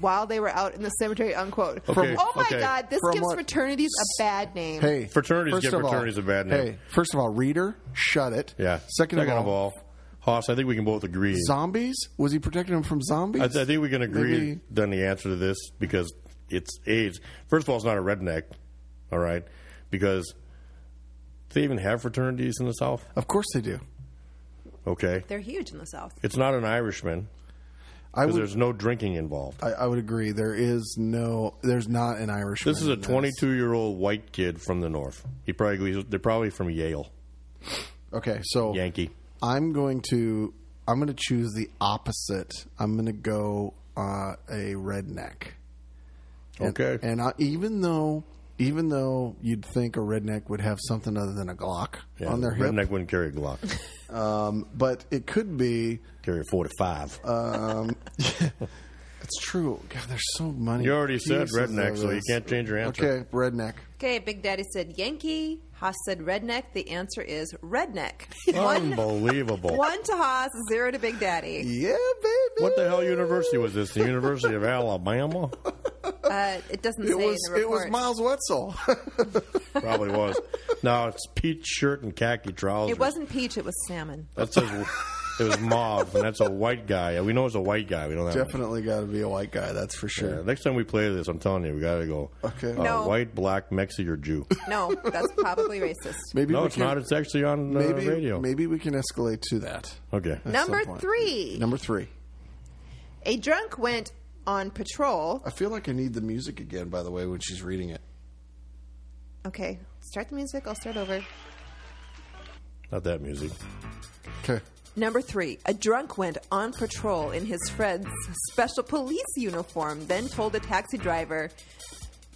Speaker 7: while they were out in the cemetery, unquote.
Speaker 6: Okay,
Speaker 7: oh my
Speaker 6: okay.
Speaker 7: God, this
Speaker 6: From
Speaker 7: gives
Speaker 6: what-
Speaker 7: fraternities a bad name.
Speaker 5: Hey,
Speaker 6: Fraternities
Speaker 5: first
Speaker 6: give
Speaker 5: of all-
Speaker 6: fraternities a bad name.
Speaker 5: Hey, first of all, reader, shut it.
Speaker 6: yeah.
Speaker 5: Second, of, all,
Speaker 6: Hoss, I think we can both agree.
Speaker 5: zombies. Was he protecting them from zombies?
Speaker 6: I, th- I think we can agree
Speaker 5: Maybe-
Speaker 6: on the answer to this because it's AIDS. First of all, it's not a redneck. All right, because do they even have fraternities in the South.
Speaker 5: Of course they do.
Speaker 6: Okay,
Speaker 7: They're huge in the South.
Speaker 6: it's not an Irishman.
Speaker 5: I
Speaker 6: Because
Speaker 5: would-
Speaker 6: there's no drinking involved.
Speaker 5: I, I would agree. There is no. There's not an Irishman.
Speaker 6: This is a
Speaker 5: in
Speaker 6: 22-year-old white kid from the north. He probably he's- they're probably from Yale.
Speaker 5: Okay, so
Speaker 6: Yankee.
Speaker 5: I'm going to I'm going to choose the opposite. I'm going to go uh, a redneck. And-
Speaker 6: Okay.
Speaker 5: <laughs> And I, even though even though you'd think a redneck would have something other than a Glock
Speaker 6: Yeah,
Speaker 5: on their hip,
Speaker 6: redneck wouldn't carry
Speaker 5: <laughs>
Speaker 6: a Glock.
Speaker 5: um, but it could be
Speaker 6: carry a forty-five.
Speaker 5: Um, it's true. God, there's so many.
Speaker 6: You already said
Speaker 5: pieces
Speaker 6: redneck,
Speaker 5: of
Speaker 6: so you
Speaker 5: this.
Speaker 6: can't change your answer.
Speaker 5: Okay, redneck.
Speaker 7: Okay, Big Daddy said Yankee. Haas said redneck. The answer is redneck. <laughs> One, <laughs>
Speaker 6: Unbelievable.
Speaker 7: one to Haas, zero to Big Daddy.
Speaker 5: Yeah, baby.
Speaker 6: What the hell university was this? The University of Alabama?
Speaker 7: Uh, it doesn't say
Speaker 5: It was
Speaker 7: in the
Speaker 5: it was
Speaker 7: report.
Speaker 5: Miles Wetzel. <laughs>
Speaker 6: Probably was. No, it's peach shirt and khaki trousers.
Speaker 7: It wasn't peach. It was salmon.
Speaker 6: That says it was mauve, and that's a white guy. We know it's a white guy. We don't have
Speaker 5: Definitely got to be a white guy. That's for sure.
Speaker 6: Yeah, next time we play this, I'm telling you, we got to go. Okay. Uh,
Speaker 7: No.
Speaker 6: White, black, Mexi, or Jew.
Speaker 7: No, that's probably racist.
Speaker 5: <laughs> Maybe
Speaker 6: no,
Speaker 5: we
Speaker 6: it's
Speaker 5: can-
Speaker 6: not. It's actually on uh,
Speaker 5: maybe
Speaker 6: radio.
Speaker 5: maybe we can escalate to that.
Speaker 6: Okay.
Speaker 5: at
Speaker 7: Number
Speaker 5: some point.
Speaker 7: three.
Speaker 5: Number three.
Speaker 7: A drunk went on patrol.
Speaker 5: I feel like I need the music again. By the way, when she's reading it,
Speaker 7: Okay, start the music. I'll start over.
Speaker 6: Not that music.
Speaker 5: Okay.
Speaker 7: Number three, a drunk went on patrol in his friend's special police uniform, then told a taxi driver,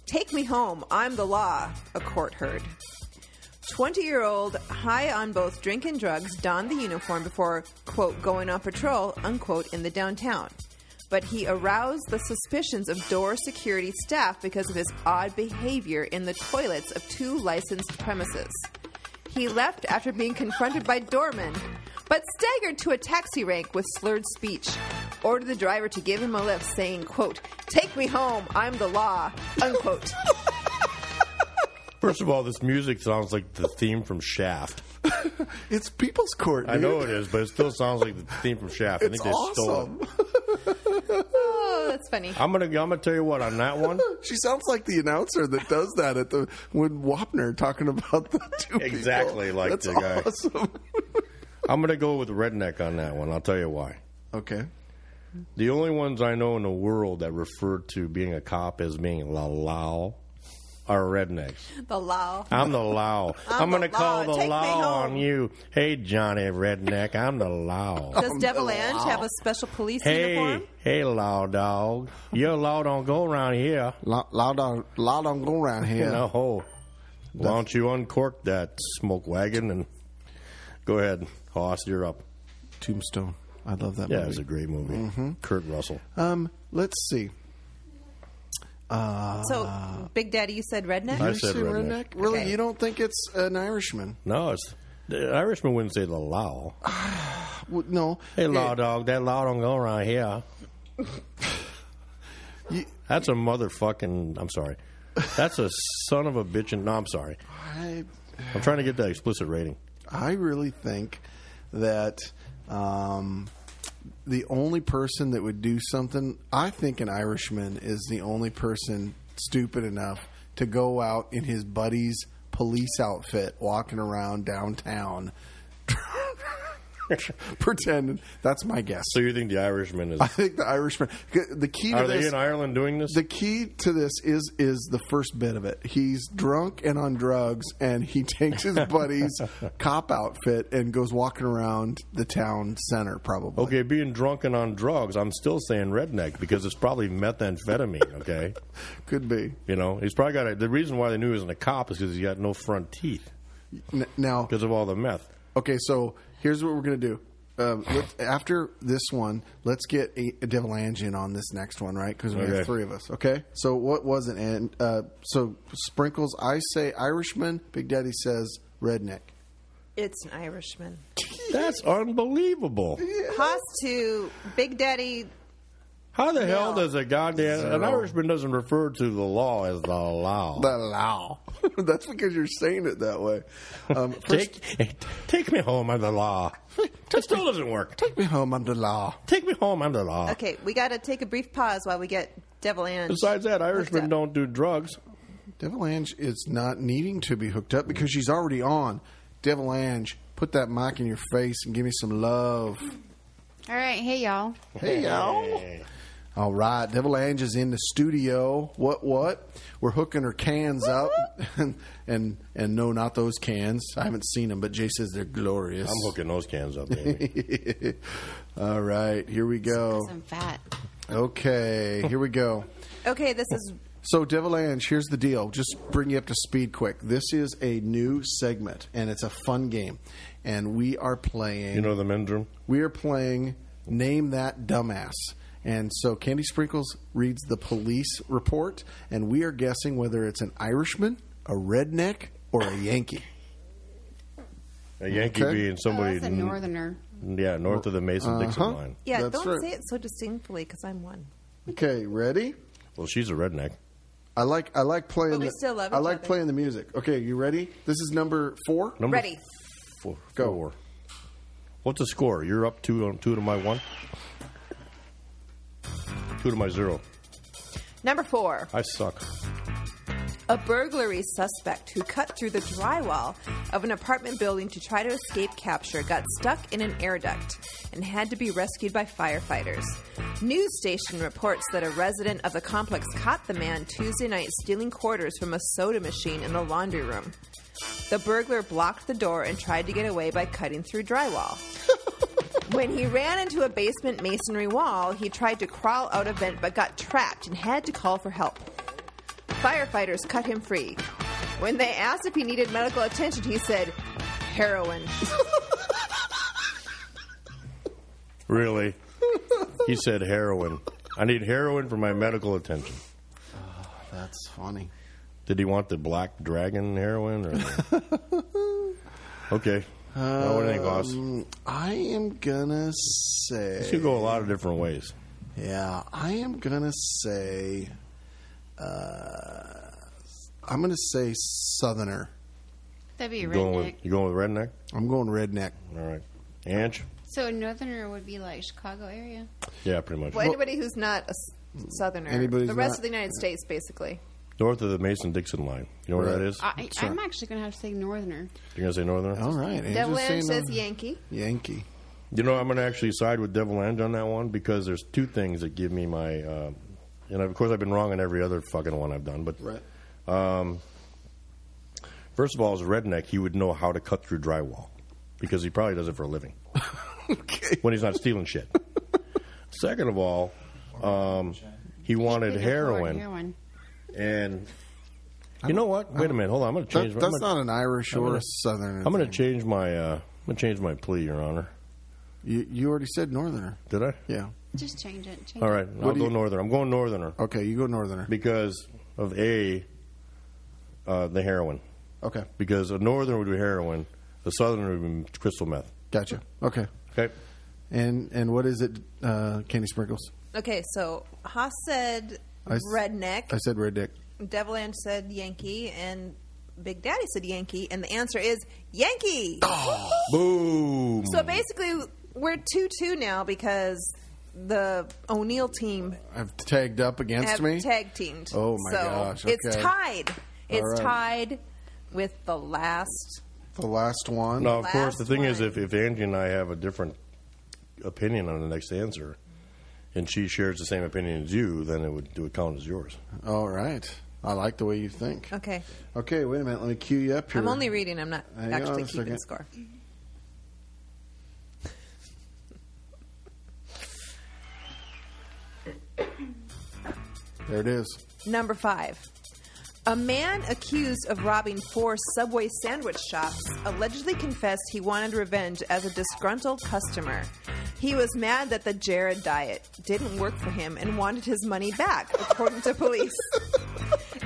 Speaker 7: Take me home, I'm the law, a court heard. 20 year old, high on both drink and drugs, donned the uniform before, quote, going on patrol, unquote, in the downtown. But he aroused the suspicions of door security staff because of his odd behavior in the toilets of two licensed premises. He left after being confronted by doormen, but staggered to a taxi rank with slurred speech. Ordered the driver to give him a lift, saying, quote, Take me home, I'm the law, unquote.
Speaker 6: First of all, this music sounds like the theme from Shaft.
Speaker 5: it's People's Court.
Speaker 6: I know it is, but it still sounds like the theme from Shaft. I
Speaker 5: It's
Speaker 6: think they stole it.
Speaker 7: <laughs> oh, that's funny.
Speaker 6: I'm gonna, I'm gonna tell you what on
Speaker 5: <laughs>
Speaker 6: that one.
Speaker 5: <laughs> She sounds like the announcer that does that at the when Wapner talking about the two
Speaker 6: Exactly
Speaker 5: people.
Speaker 6: like
Speaker 5: That's
Speaker 6: the guy.
Speaker 5: Awesome. <laughs>
Speaker 6: I'm gonna go with redneck on that one. I'll tell you why.
Speaker 5: Okay.
Speaker 6: The only ones I know in the world that refer to being a cop as being la lao are rednecks.
Speaker 7: The law.
Speaker 6: I'm the law.
Speaker 7: I'm
Speaker 6: I'm,
Speaker 7: the
Speaker 6: gonna call
Speaker 7: law.
Speaker 6: the
Speaker 7: Take me
Speaker 6: law
Speaker 7: home.
Speaker 6: on you. Hey Johnny Redneck, I'm the Um, law.
Speaker 7: Does Devil Ange have a special police
Speaker 6: Hey,
Speaker 7: uniform?
Speaker 6: hey, law dog. Your law don't go around here.
Speaker 5: Law, law don't, law don't go around here.
Speaker 6: No. Why don't you uncork that smoke wagon and go ahead, Hoss, you're up.
Speaker 5: Tombstone. I love that
Speaker 6: Yeah,
Speaker 5: movie.
Speaker 6: it's a great movie. Mm-hmm. Kurt Russell.
Speaker 5: Um, let's see. Uh,
Speaker 7: So, Big Daddy, you said redneck?
Speaker 6: Ah. I said redneck.
Speaker 5: Really,
Speaker 7: Okay.
Speaker 5: you don't think it's an Irishman?
Speaker 6: No, it's the Irishman wouldn't say the law.
Speaker 5: Well, no.
Speaker 6: Hey, law
Speaker 5: It-
Speaker 6: dog, that law don't go around here. That's a motherfucking. I'm sorry. That's a son of a bitch. And no, I'm sorry.
Speaker 5: I,
Speaker 6: I'm trying to get that explicit rating.
Speaker 5: I really think that um, the only person that would do something, I think an Irishman is the only person stupid enough to go out in his buddy's police outfit walking around downtown. <laughs> pretending that's my guess.
Speaker 6: So you think the Irishman is?
Speaker 5: I think <laughs> the Irishman. The key to
Speaker 6: Are
Speaker 5: this,
Speaker 6: they in Ireland doing this?
Speaker 5: The key to this is is the first bit of it. He's drunk and on drugs, and he <laughs> takes his
Speaker 6: <laughs>
Speaker 5: buddy's cop outfit and goes walking around the town center. Probably.
Speaker 6: Okay, being drunk and on drugs, I'm still saying redneck because it's probably methamphetamine. Okay,
Speaker 5: could be.
Speaker 6: You know, he's probably got a, the reason why they knew he wasn't a cop is because he got no front teeth
Speaker 5: N- now,
Speaker 6: because of all the meth.
Speaker 5: okay, so here's what we're gonna do. Um, let, after this one, let's get a, a Devil Ange in on this next one, right? Because we
Speaker 6: Okay.
Speaker 5: have three of us. Okay. So what was it? And uh, so sprinkles. I say Irishman. Big Daddy says redneck.
Speaker 7: It's an Irishman.
Speaker 6: That's unbelievable.
Speaker 7: Haas to Big Daddy.
Speaker 6: How the hell does a goddamn an Irishman doesn't refer to the law as the law?
Speaker 5: The law. <laughs> That's because you're saying it that way. Um, first- <laughs>
Speaker 6: Take, take me home, I'm the law. It still doesn't work.
Speaker 5: Take me home, I'm Oh, the law.
Speaker 6: Take me home, I'm the law.
Speaker 7: Okay, we got to take a brief pause while we get Devil Ange.
Speaker 6: Besides that, Irishmen don't do drugs.
Speaker 5: Devil Ange is not needing to be hooked up because she's already on. Devil Ange, put that mic in your face and give me some love.
Speaker 16: All right, hey y'all.
Speaker 5: Hey, y'all. All right, Devil Ange is in the studio. What, what? We're hooking her cans up. <laughs> and, and and no, not those cans. I haven't seen them, but Jay says they're glorious. <laughs>
Speaker 6: I'm hooking those cans up, baby.
Speaker 5: All right, here we go.
Speaker 16: I'm fat.
Speaker 12: Okay,
Speaker 5: here we go.
Speaker 7: Okay, this is
Speaker 5: So, Devil Ange, here's the deal. Just bring you up to speed quick. This is a new segment, and it's a fun game. And we are playing.
Speaker 6: You know the men's room?
Speaker 5: We are playing Name That Dumbass. And so, Candy Sprinkles reads the police report, and we are guessing whether it's an Irishman, a redneck, or a Yankee.
Speaker 6: A Yankee
Speaker 5: Okay.
Speaker 6: being somebody.
Speaker 16: Oh, That's a
Speaker 6: n-
Speaker 16: northerner.
Speaker 6: Yeah, north of the Mason Dixon
Speaker 5: Uh-huh.
Speaker 6: line.
Speaker 7: yeah.
Speaker 5: That's
Speaker 7: don't
Speaker 5: right.
Speaker 7: say it so distinctly because I'm one.
Speaker 5: Okay, ready?
Speaker 6: Well, she's a redneck.
Speaker 5: I like I like playing.
Speaker 7: But we
Speaker 5: the,
Speaker 7: still love
Speaker 5: I
Speaker 7: each
Speaker 5: like
Speaker 7: other.
Speaker 5: playing the music. Okay, you ready? This is number four.
Speaker 6: Number
Speaker 7: Ready?
Speaker 6: Four. Four. What's the score? You're up two, on two to my one, two to my zero.
Speaker 7: Number four.
Speaker 6: I suck.
Speaker 7: A burglary suspect who cut through the drywall of an apartment building to try to escape capture got stuck in an air duct and had to be rescued by firefighters. News station reports that a resident of the complex caught the man Tuesday night stealing quarters from a soda machine in the laundry room. The burglar blocked the door and tried to get away by cutting through drywall. When he ran into a basement masonry wall, he tried to crawl out a vent but got trapped and had to call for help. Firefighters cut him free. When they asked if he needed medical attention, he said, heroin. <laughs>
Speaker 5: <laughs>
Speaker 6: Really? he said heroin. I need heroin for my medical attention.
Speaker 5: That's funny.
Speaker 6: Did he want the black dragon
Speaker 5: <laughs>
Speaker 6: heroin? Or okay. no, it ain't lost.
Speaker 5: Um, I am gonna say.
Speaker 6: This could go a lot of different ways.
Speaker 5: Yeah, I am gonna say. Uh, I'm gonna say Southerner.
Speaker 16: That'd be a
Speaker 6: Going
Speaker 16: redneck.
Speaker 6: with, you going with redneck?
Speaker 5: I'm going redneck.
Speaker 6: All right. Ange?
Speaker 16: So a northerner would be like Chicago area.
Speaker 6: Yeah, pretty much.
Speaker 7: Well, anybody who's not a s- southerner,
Speaker 6: Anybody's
Speaker 7: the rest
Speaker 6: not-
Speaker 7: of the United States, basically.
Speaker 6: North of the Mason Dixon line. You know where that is?
Speaker 16: I, I'm actually going to have to say northerner.
Speaker 6: You're going to say northern?
Speaker 5: All right.
Speaker 7: Devil Ange says Yankee.
Speaker 5: Yankee.
Speaker 6: You know, I'm going to actually side with Devil Ange on that one because there's two things that give me my. Uh, and of course, I've been wrong on every other fucking one I've done. But
Speaker 5: Right.
Speaker 6: um, first of all, as a redneck, he would know how to cut through drywall because he probably does it for
Speaker 5: <laughs>
Speaker 6: a living when he's not stealing shit. Second of all, um, he wanted heroin,
Speaker 16: Heroin.
Speaker 6: and you know what? Wait a minute. Hold on. I'm going to change.
Speaker 5: That-
Speaker 6: my- I'm
Speaker 5: that's
Speaker 6: gonna-
Speaker 5: not an Irish
Speaker 6: I'm
Speaker 5: or
Speaker 6: gonna-
Speaker 5: a Southern.
Speaker 6: I'm going to change my. Uh, I'm going to change my plea, Your Honor.
Speaker 5: You, you already said Northerner.
Speaker 6: Did I?
Speaker 5: Yeah.
Speaker 16: Just change it. Change
Speaker 6: All right,
Speaker 16: It.
Speaker 6: I'll
Speaker 5: do
Speaker 6: go
Speaker 5: you-
Speaker 6: northerner. I'm going northerner.
Speaker 5: Okay, you go northerner
Speaker 6: because of a uh, the heroin.
Speaker 5: Okay.
Speaker 6: Because a northern would be heroin, the southern would be crystal meth.
Speaker 5: Gotcha. Okay.
Speaker 6: Okay.
Speaker 5: And and what is it? Uh, candy sprinkles.
Speaker 7: Okay, so Haas said
Speaker 5: I s-
Speaker 7: redneck.
Speaker 5: I said redneck.
Speaker 7: Devil Ange said Yankee, and Big Daddy said Yankee, and the answer is Yankee.
Speaker 5: Ah,
Speaker 6: Boom.
Speaker 7: So basically, we're two-two now because the O'Neill team
Speaker 5: I've tagged up against
Speaker 7: have
Speaker 5: me.
Speaker 7: tag teamed.
Speaker 5: Oh my
Speaker 7: so
Speaker 5: gosh,
Speaker 7: It's
Speaker 5: okay.
Speaker 7: tied. It's
Speaker 5: All right.
Speaker 7: tied with the last.
Speaker 5: the last one.
Speaker 6: Now, of course, the thing is, if, if Angie and I have a different opinion on the next answer, and she shares the same opinion as you, then it would, it would count as yours.
Speaker 5: All right. I like the way you think.
Speaker 7: Okay,
Speaker 5: Okay, wait a minute. Let me cue you up here.
Speaker 7: Uh. I'm only reading. I'm not
Speaker 5: Hang on
Speaker 7: actually
Speaker 5: a
Speaker 7: keeping
Speaker 5: second.
Speaker 7: score.
Speaker 5: There it
Speaker 6: <laughs>
Speaker 5: is.
Speaker 7: Number five. A man accused of robbing four Subway sandwich shops allegedly confessed he wanted revenge as a disgruntled customer. He was mad that the Jared diet didn't work for him and wanted his money back, according to police.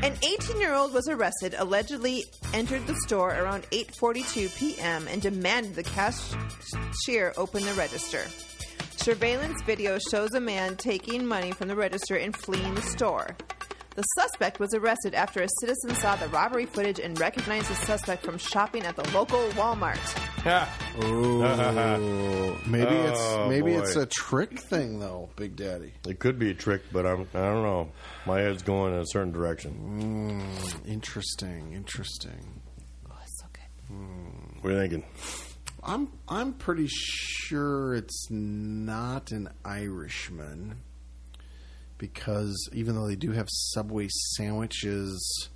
Speaker 7: An 18-year-old was arrested, allegedly entered the store around 8:42 p.m. and demanded the cashier open the register. Surveillance video shows a man taking money from the register and fleeing the store. The suspect was arrested after a citizen saw the robbery footage and recognized the suspect from shopping at the local Walmart.
Speaker 5: Oh, maybe
Speaker 6: Oh,
Speaker 5: it's maybe
Speaker 6: boy.
Speaker 5: it's a trick thing though, Big Daddy.
Speaker 6: It could be a trick, but I'm, I don't know. My head's going in a certain direction.
Speaker 5: Interesting, interesting.
Speaker 6: What are you thinking?
Speaker 5: I'm I'm pretty sure it's not an Irishman because even though they do have Subway sandwiches,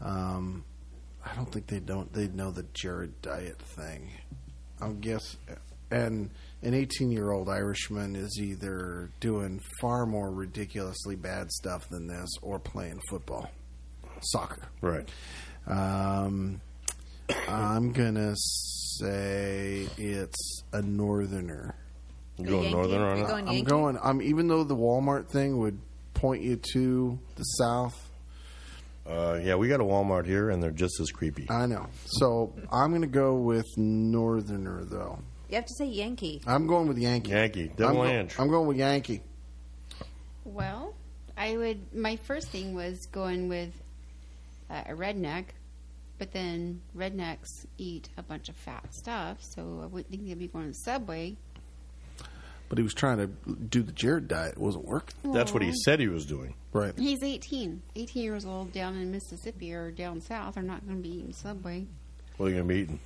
Speaker 5: um, I don't think they don't they know the Jared diet thing. I'll guess and an 18 year old Irishman is either doing far more ridiculously bad stuff than this or playing football, soccer.
Speaker 6: Right.
Speaker 5: Um, I'm going to say it's a northerner.
Speaker 6: You going Yankee? northerner on You're it? going
Speaker 5: I'm
Speaker 6: Yankee?
Speaker 5: going, I'm, even though the Walmart thing would point you to the South.
Speaker 6: Uh, yeah, we got a Walmart here, and they're just as creepy.
Speaker 5: I know. So I'm going to go with Northerner, though.
Speaker 7: You have to say Yankee.
Speaker 5: I'm going with Yankee.
Speaker 6: Yankee,
Speaker 5: I'm,
Speaker 6: double
Speaker 5: go-
Speaker 6: inch.
Speaker 5: I'm going with Yankee.
Speaker 16: Well, I would. My first thing was going with uh, a redneck, but then rednecks eat a bunch of fat stuff, so I wouldn't think they'd be going to Subway.
Speaker 5: But he was trying to do the Jared diet. It wasn't working.
Speaker 16: That's what he Aw.
Speaker 6: said he was doing.
Speaker 5: Right.
Speaker 16: He's 18. 18 years old down in Mississippi or down south are not going to be eating Subway.
Speaker 6: What are you going to be eating?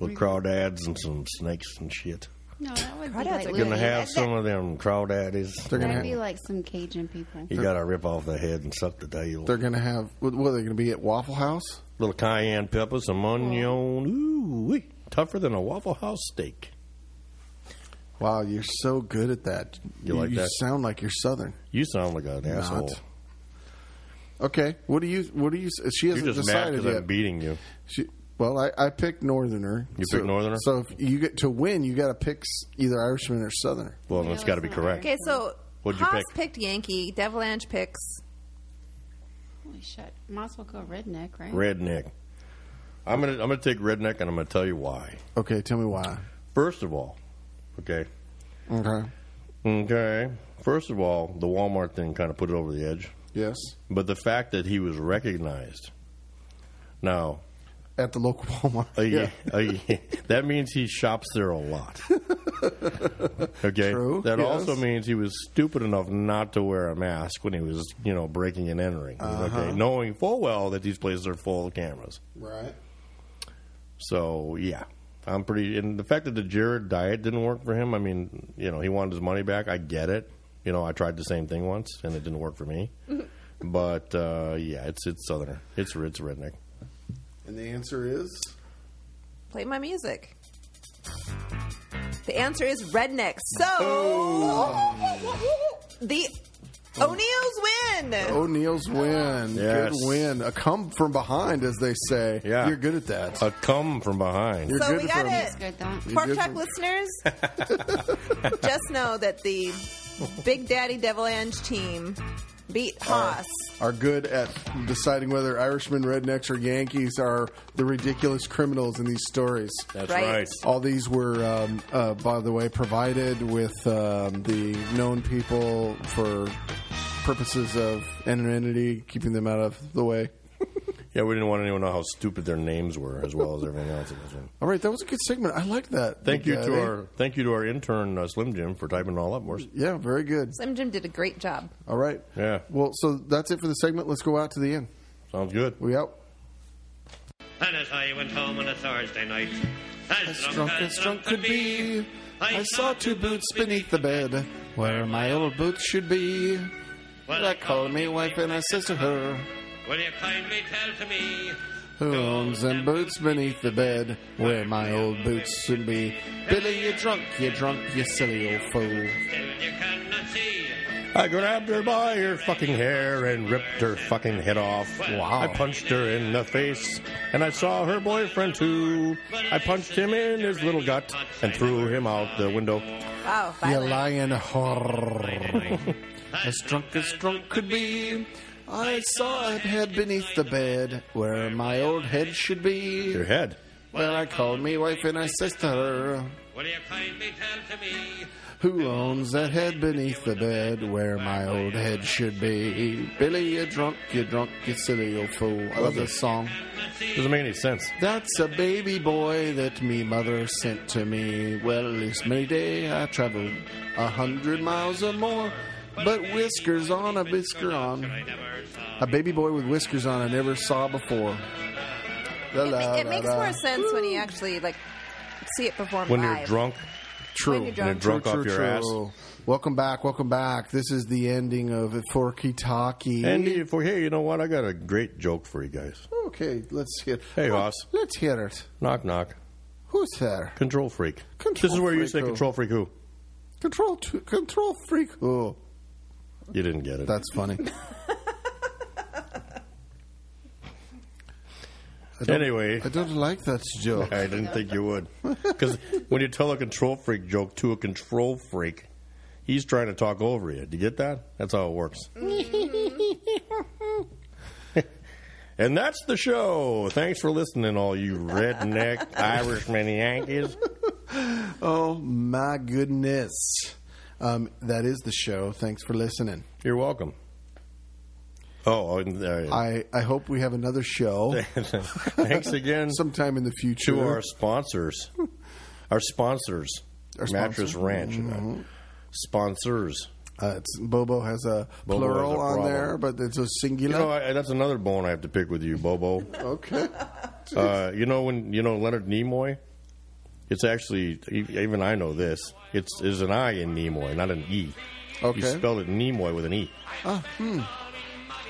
Speaker 6: With crawdads and some snakes and shit.
Speaker 16: No, that would
Speaker 7: Crawdads
Speaker 16: be like
Speaker 7: are
Speaker 6: Going to
Speaker 16: Louis-
Speaker 6: have some of them crawdaddies.
Speaker 16: That, would be like some Cajun people.
Speaker 6: You got to rip off the head and suck the tail.
Speaker 5: They're going to have. What, what are they going to be at Waffle House?
Speaker 6: Little cayenne pepper, some onion. Ooh, wee. tougher than a Waffle House steak.
Speaker 5: Wow, you're so good at that.
Speaker 6: You like that?
Speaker 5: sound like you're Southern.
Speaker 6: You sound like an
Speaker 5: Not.
Speaker 6: asshole.
Speaker 5: Okay. What do you? What do you? She
Speaker 6: You're
Speaker 5: hasn't
Speaker 6: just mad
Speaker 5: decided
Speaker 6: because
Speaker 5: yet.
Speaker 6: I'm beating you.
Speaker 5: She, well, I, I picked Northerner.
Speaker 6: You
Speaker 5: so,
Speaker 6: picked Northerner?
Speaker 5: So if you get to win, you got to pick s- either Irishman or Southerner.
Speaker 6: Well, that's got to be correct.
Speaker 7: Okay, so
Speaker 6: What'd you
Speaker 7: Haas
Speaker 6: pick?
Speaker 7: picked Yankee. Devilanche picks.
Speaker 16: Holy shit. Might as well go redneck, right?
Speaker 6: Redneck. I'm gonna I'm gonna take redneck, and I'm gonna tell you why.
Speaker 5: Okay, tell me why.
Speaker 6: First of all, okay,
Speaker 5: Okay.
Speaker 6: okay. First of all, the Walmart thing kind of put it over the edge.
Speaker 5: Yes.
Speaker 6: But the fact that he was recognized. Now,
Speaker 5: At the local <laughs> Walmart.
Speaker 6: a, a- <laughs> that means he shops there
Speaker 5: <laughs>
Speaker 6: a lot. Okay.
Speaker 5: True,
Speaker 6: That
Speaker 5: yes.
Speaker 6: also means he was stupid enough not to wear a mask when he was, you know, breaking and entering.
Speaker 5: Uh-huh.
Speaker 6: Okay. Knowing full well that these places are full of cameras.
Speaker 5: Right.
Speaker 6: So yeah, I'm pretty. And the fact that the Jared diet didn't work for him, I mean, you know, he wanted his money back. I get it. You know, I tried the same thing once and it didn't work for me. but uh, yeah, it's it's southerner. It's it's redneck.
Speaker 5: And the answer is
Speaker 7: Play my music. The answer is redneck. So the O'Neills win.
Speaker 5: O'Neill's win.
Speaker 6: Yes.
Speaker 5: Good win. A come from behind, as they say.
Speaker 6: Yeah, Uh,
Speaker 5: You're good at that.
Speaker 6: A come from behind.
Speaker 5: You're
Speaker 7: so
Speaker 5: good
Speaker 7: we
Speaker 5: at
Speaker 7: got
Speaker 5: from-
Speaker 7: it.
Speaker 5: You're
Speaker 7: Pork
Speaker 5: good
Speaker 7: Talk
Speaker 5: from- <laughs>
Speaker 7: listeners, just know that the Big Daddy Devil Ange team beat
Speaker 5: Oh.
Speaker 7: Haas.
Speaker 5: Are good at deciding whether Irishmen, rednecks, or Yankees are the ridiculous criminals in these stories.
Speaker 6: That's
Speaker 7: Right. right.
Speaker 5: All these were, um, uh, by the way, provided with um, the known people for purposes of anonymity, keeping them out of the way.
Speaker 6: Yeah, we didn't want anyone to know how stupid their names were, as well as everything else. in this one.
Speaker 5: All right, that was a good segment. I like that.
Speaker 6: Thank you
Speaker 5: Yeah,
Speaker 6: to
Speaker 5: they-
Speaker 6: our thank you to our intern uh, Slim Jim for typing it all up for us.
Speaker 5: Yeah, very good.
Speaker 7: Slim Jim did a great job.
Speaker 5: All right.
Speaker 6: Yeah,
Speaker 5: Well, so that's it for the segment. Let's go out to the end.
Speaker 6: sounds good.
Speaker 5: We out.
Speaker 4: And as I went home on a Thursday night, as, drunk, as drunk could be,
Speaker 5: I saw two boots beneath the bed where my old boots should be. Well, I called me wife and I says to her,
Speaker 4: will you kindly tell to me,
Speaker 5: Who owns them boots beneath the bed where my old boots should be? Billy, you drunk, you drunk, you silly old fool.
Speaker 4: you cannot see,
Speaker 6: I grabbed her by her fucking hair and ripped her fucking head off. Wow. I punched her in the face, and I saw her boyfriend too. I punched him in his little gut and threw him out the window.
Speaker 7: Wow,
Speaker 5: You
Speaker 7: violent.
Speaker 5: lying whore. as drunk as drunk could be. I saw a head beneath the bed where my old head should be.
Speaker 6: Your head.
Speaker 5: Well, I called me wife and I says to her,
Speaker 4: will you kindly tell to me,
Speaker 5: Who owns that head beneath the bed where my old head should be? Billy, you drunk, you drunk, you silly old fool. I love this song.
Speaker 6: Doesn't make any sense.
Speaker 5: That's a baby boy that me mother sent to me. Well, this May Day I traveled a hundred miles or more, but whiskers on a whisker on. A baby boy with whiskers on I never saw before. La,
Speaker 7: It, ma-
Speaker 5: la,
Speaker 7: it
Speaker 5: la,
Speaker 7: makes
Speaker 5: la.
Speaker 7: more sense when you actually like see it performed
Speaker 6: When
Speaker 7: live.
Speaker 6: you're drunk,
Speaker 5: True.
Speaker 7: When you're drunk.
Speaker 6: And drunk
Speaker 5: True,
Speaker 6: off
Speaker 5: true,
Speaker 6: your
Speaker 5: true. Welcome back, welcome back. This is the ending of Forky Talkie.
Speaker 6: and if we're here, you know what? I got a great joke for you guys.
Speaker 5: Okay, let's hear.
Speaker 6: Hey, Hoss.
Speaker 5: Let's hear it.
Speaker 6: Knock, knock.
Speaker 5: Who's there?
Speaker 6: Control freak.
Speaker 5: Control
Speaker 6: this is where you
Speaker 5: freak
Speaker 6: say
Speaker 5: who?
Speaker 6: control freak who.
Speaker 5: Control t- control freak. Oh,
Speaker 6: You didn't get it.
Speaker 5: that's funny. I don't-
Speaker 6: anyway, I
Speaker 5: don't like that
Speaker 6: <laughs>
Speaker 5: joke.
Speaker 6: I didn't think you would, because when you tell a control freak joke to a control freak, he's trying to talk over you. Do you get that? That's how it works. <laughs> And that's the show. Thanks for listening, all you redneck Irishman Yankees.
Speaker 5: Oh my goodness. Um, that is the show. Thanks for listening.
Speaker 6: You're welcome. Oh, and, uh,
Speaker 5: I, I hope we have another show.
Speaker 6: <laughs> Thanks again.
Speaker 5: Sometime in the future.
Speaker 6: to our sponsors. Our sponsors.
Speaker 5: Our
Speaker 6: Mattress
Speaker 5: sponsors.
Speaker 6: Ranch. uh, Sponsors.
Speaker 5: Uh, it's, Bobo has a
Speaker 6: Bobo has
Speaker 5: plural
Speaker 6: a
Speaker 5: on
Speaker 6: problem.
Speaker 5: there, but it's a
Speaker 6: You
Speaker 5: singular.
Speaker 6: know, I, that's another bone I have to pick with you, Bobo.
Speaker 5: okay.
Speaker 6: uh, you know when you know Leonard Nimoy. It's actually e- even I know this. It's there's an I in Nimoy, not an E.
Speaker 5: Okay.
Speaker 6: You spelled it Nimoy with an E.
Speaker 5: Ah, hmm.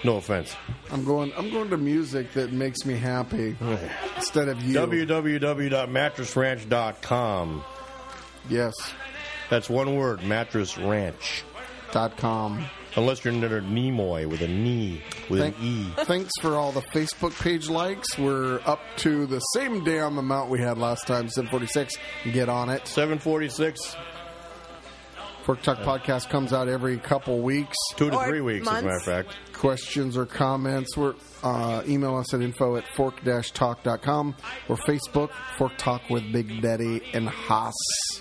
Speaker 6: No offense.
Speaker 5: I'm going. I'm going to music that makes me happy instead of you.
Speaker 6: www.mattressranch.com.
Speaker 5: Yes.
Speaker 6: That's one word, mattress ranch.
Speaker 5: Dot com.
Speaker 6: Unless you're Leonard Nimoy with a knee, with
Speaker 5: Thank-
Speaker 6: an E.
Speaker 5: Thanks for all the Facebook page likes. We're up to the same damn amount we had last time. 746. Get on it.
Speaker 6: 746.
Speaker 5: Fork Talk podcast comes out every couple weeks,
Speaker 6: two to Or three weeks, as a matter of months. fact.
Speaker 5: Questions or comments? We're uh, email us at info at fork talk.com or Facebook Fork Talk with Big Daddy and Haas.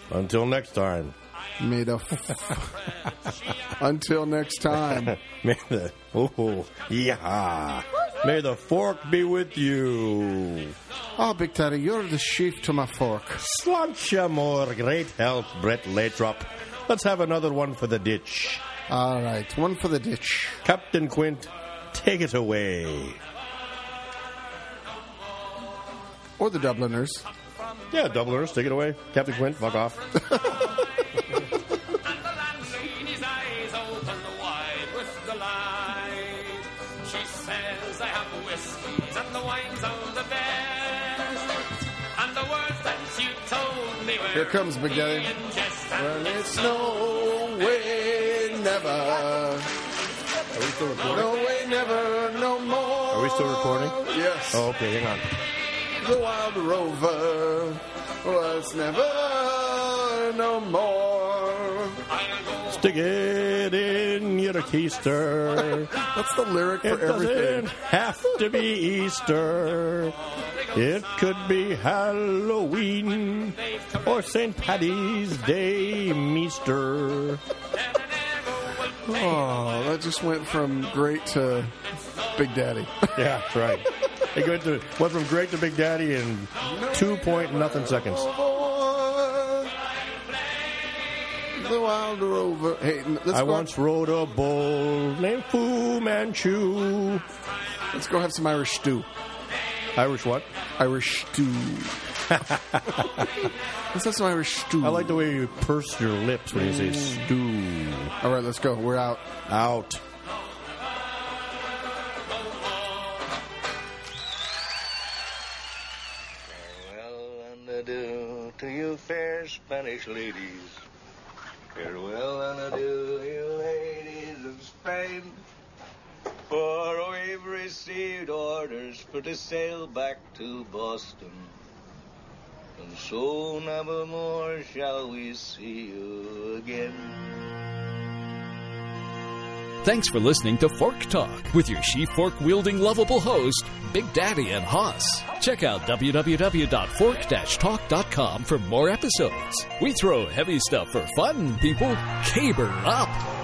Speaker 6: Until next time.
Speaker 5: Made a f- <laughs> Until next
Speaker 6: <laughs>
Speaker 5: time.
Speaker 6: May the oh yeah. May the fork be with you.
Speaker 5: Oh, Big Daddy, you're the sheaf to my fork.
Speaker 6: Slancha more great health, Brett Latrop. Let's have another one for the ditch.
Speaker 5: All right, one for the ditch.
Speaker 6: Captain Quint, take it away.
Speaker 5: Or the Dubliners.
Speaker 6: Yeah, Dubliners, take it away. Captain Quint, fuck off.
Speaker 17: seen his eyes open wide with delight. She says, I have whiskies and the wines are the best. And the words that you told me were
Speaker 5: Here comes Big Daddy. Well, it's no way, never.
Speaker 6: Are we still recording?
Speaker 5: No way, never, no more.
Speaker 6: Are we still recording?
Speaker 5: Yes.
Speaker 6: Oh, okay, hang on.
Speaker 5: The Wild Rover was never no more.
Speaker 6: Stick it in your keister.
Speaker 5: That's the lyric
Speaker 6: it
Speaker 5: for everything.
Speaker 6: doesn't have to be Easter. It could be Halloween or St. Patty's Day, Meester.
Speaker 5: Oh, that just went from great to Big <laughs> Daddy.
Speaker 6: Yeah, that's right. It went, to, went from great to Big Daddy in two point nothing seconds.
Speaker 5: The Wild Rover. Hey, n- let's
Speaker 6: I
Speaker 5: go.
Speaker 6: once rode a bull named Fu Manchu.
Speaker 5: Let's go have some Irish stew.
Speaker 6: Irish what?
Speaker 5: Irish <laughs> stew. let's have some Irish stew.
Speaker 6: I like the way you purse your lips when you say stew.
Speaker 5: All right, let's go. We're out.
Speaker 6: Out.
Speaker 18: Farewell and adieu to you fair Spanish ladies. Farewell and adieu, you ladies of Spain. For we've received orders for to sail back to Boston. And so nevermore shall we see you again.
Speaker 3: Thanks for listening to Fork Talk with your she fork wielding lovable host, Big Daddy and Haas. Check out www.fork talk.com for more episodes. We throw heavy stuff for fun, people. Caber up.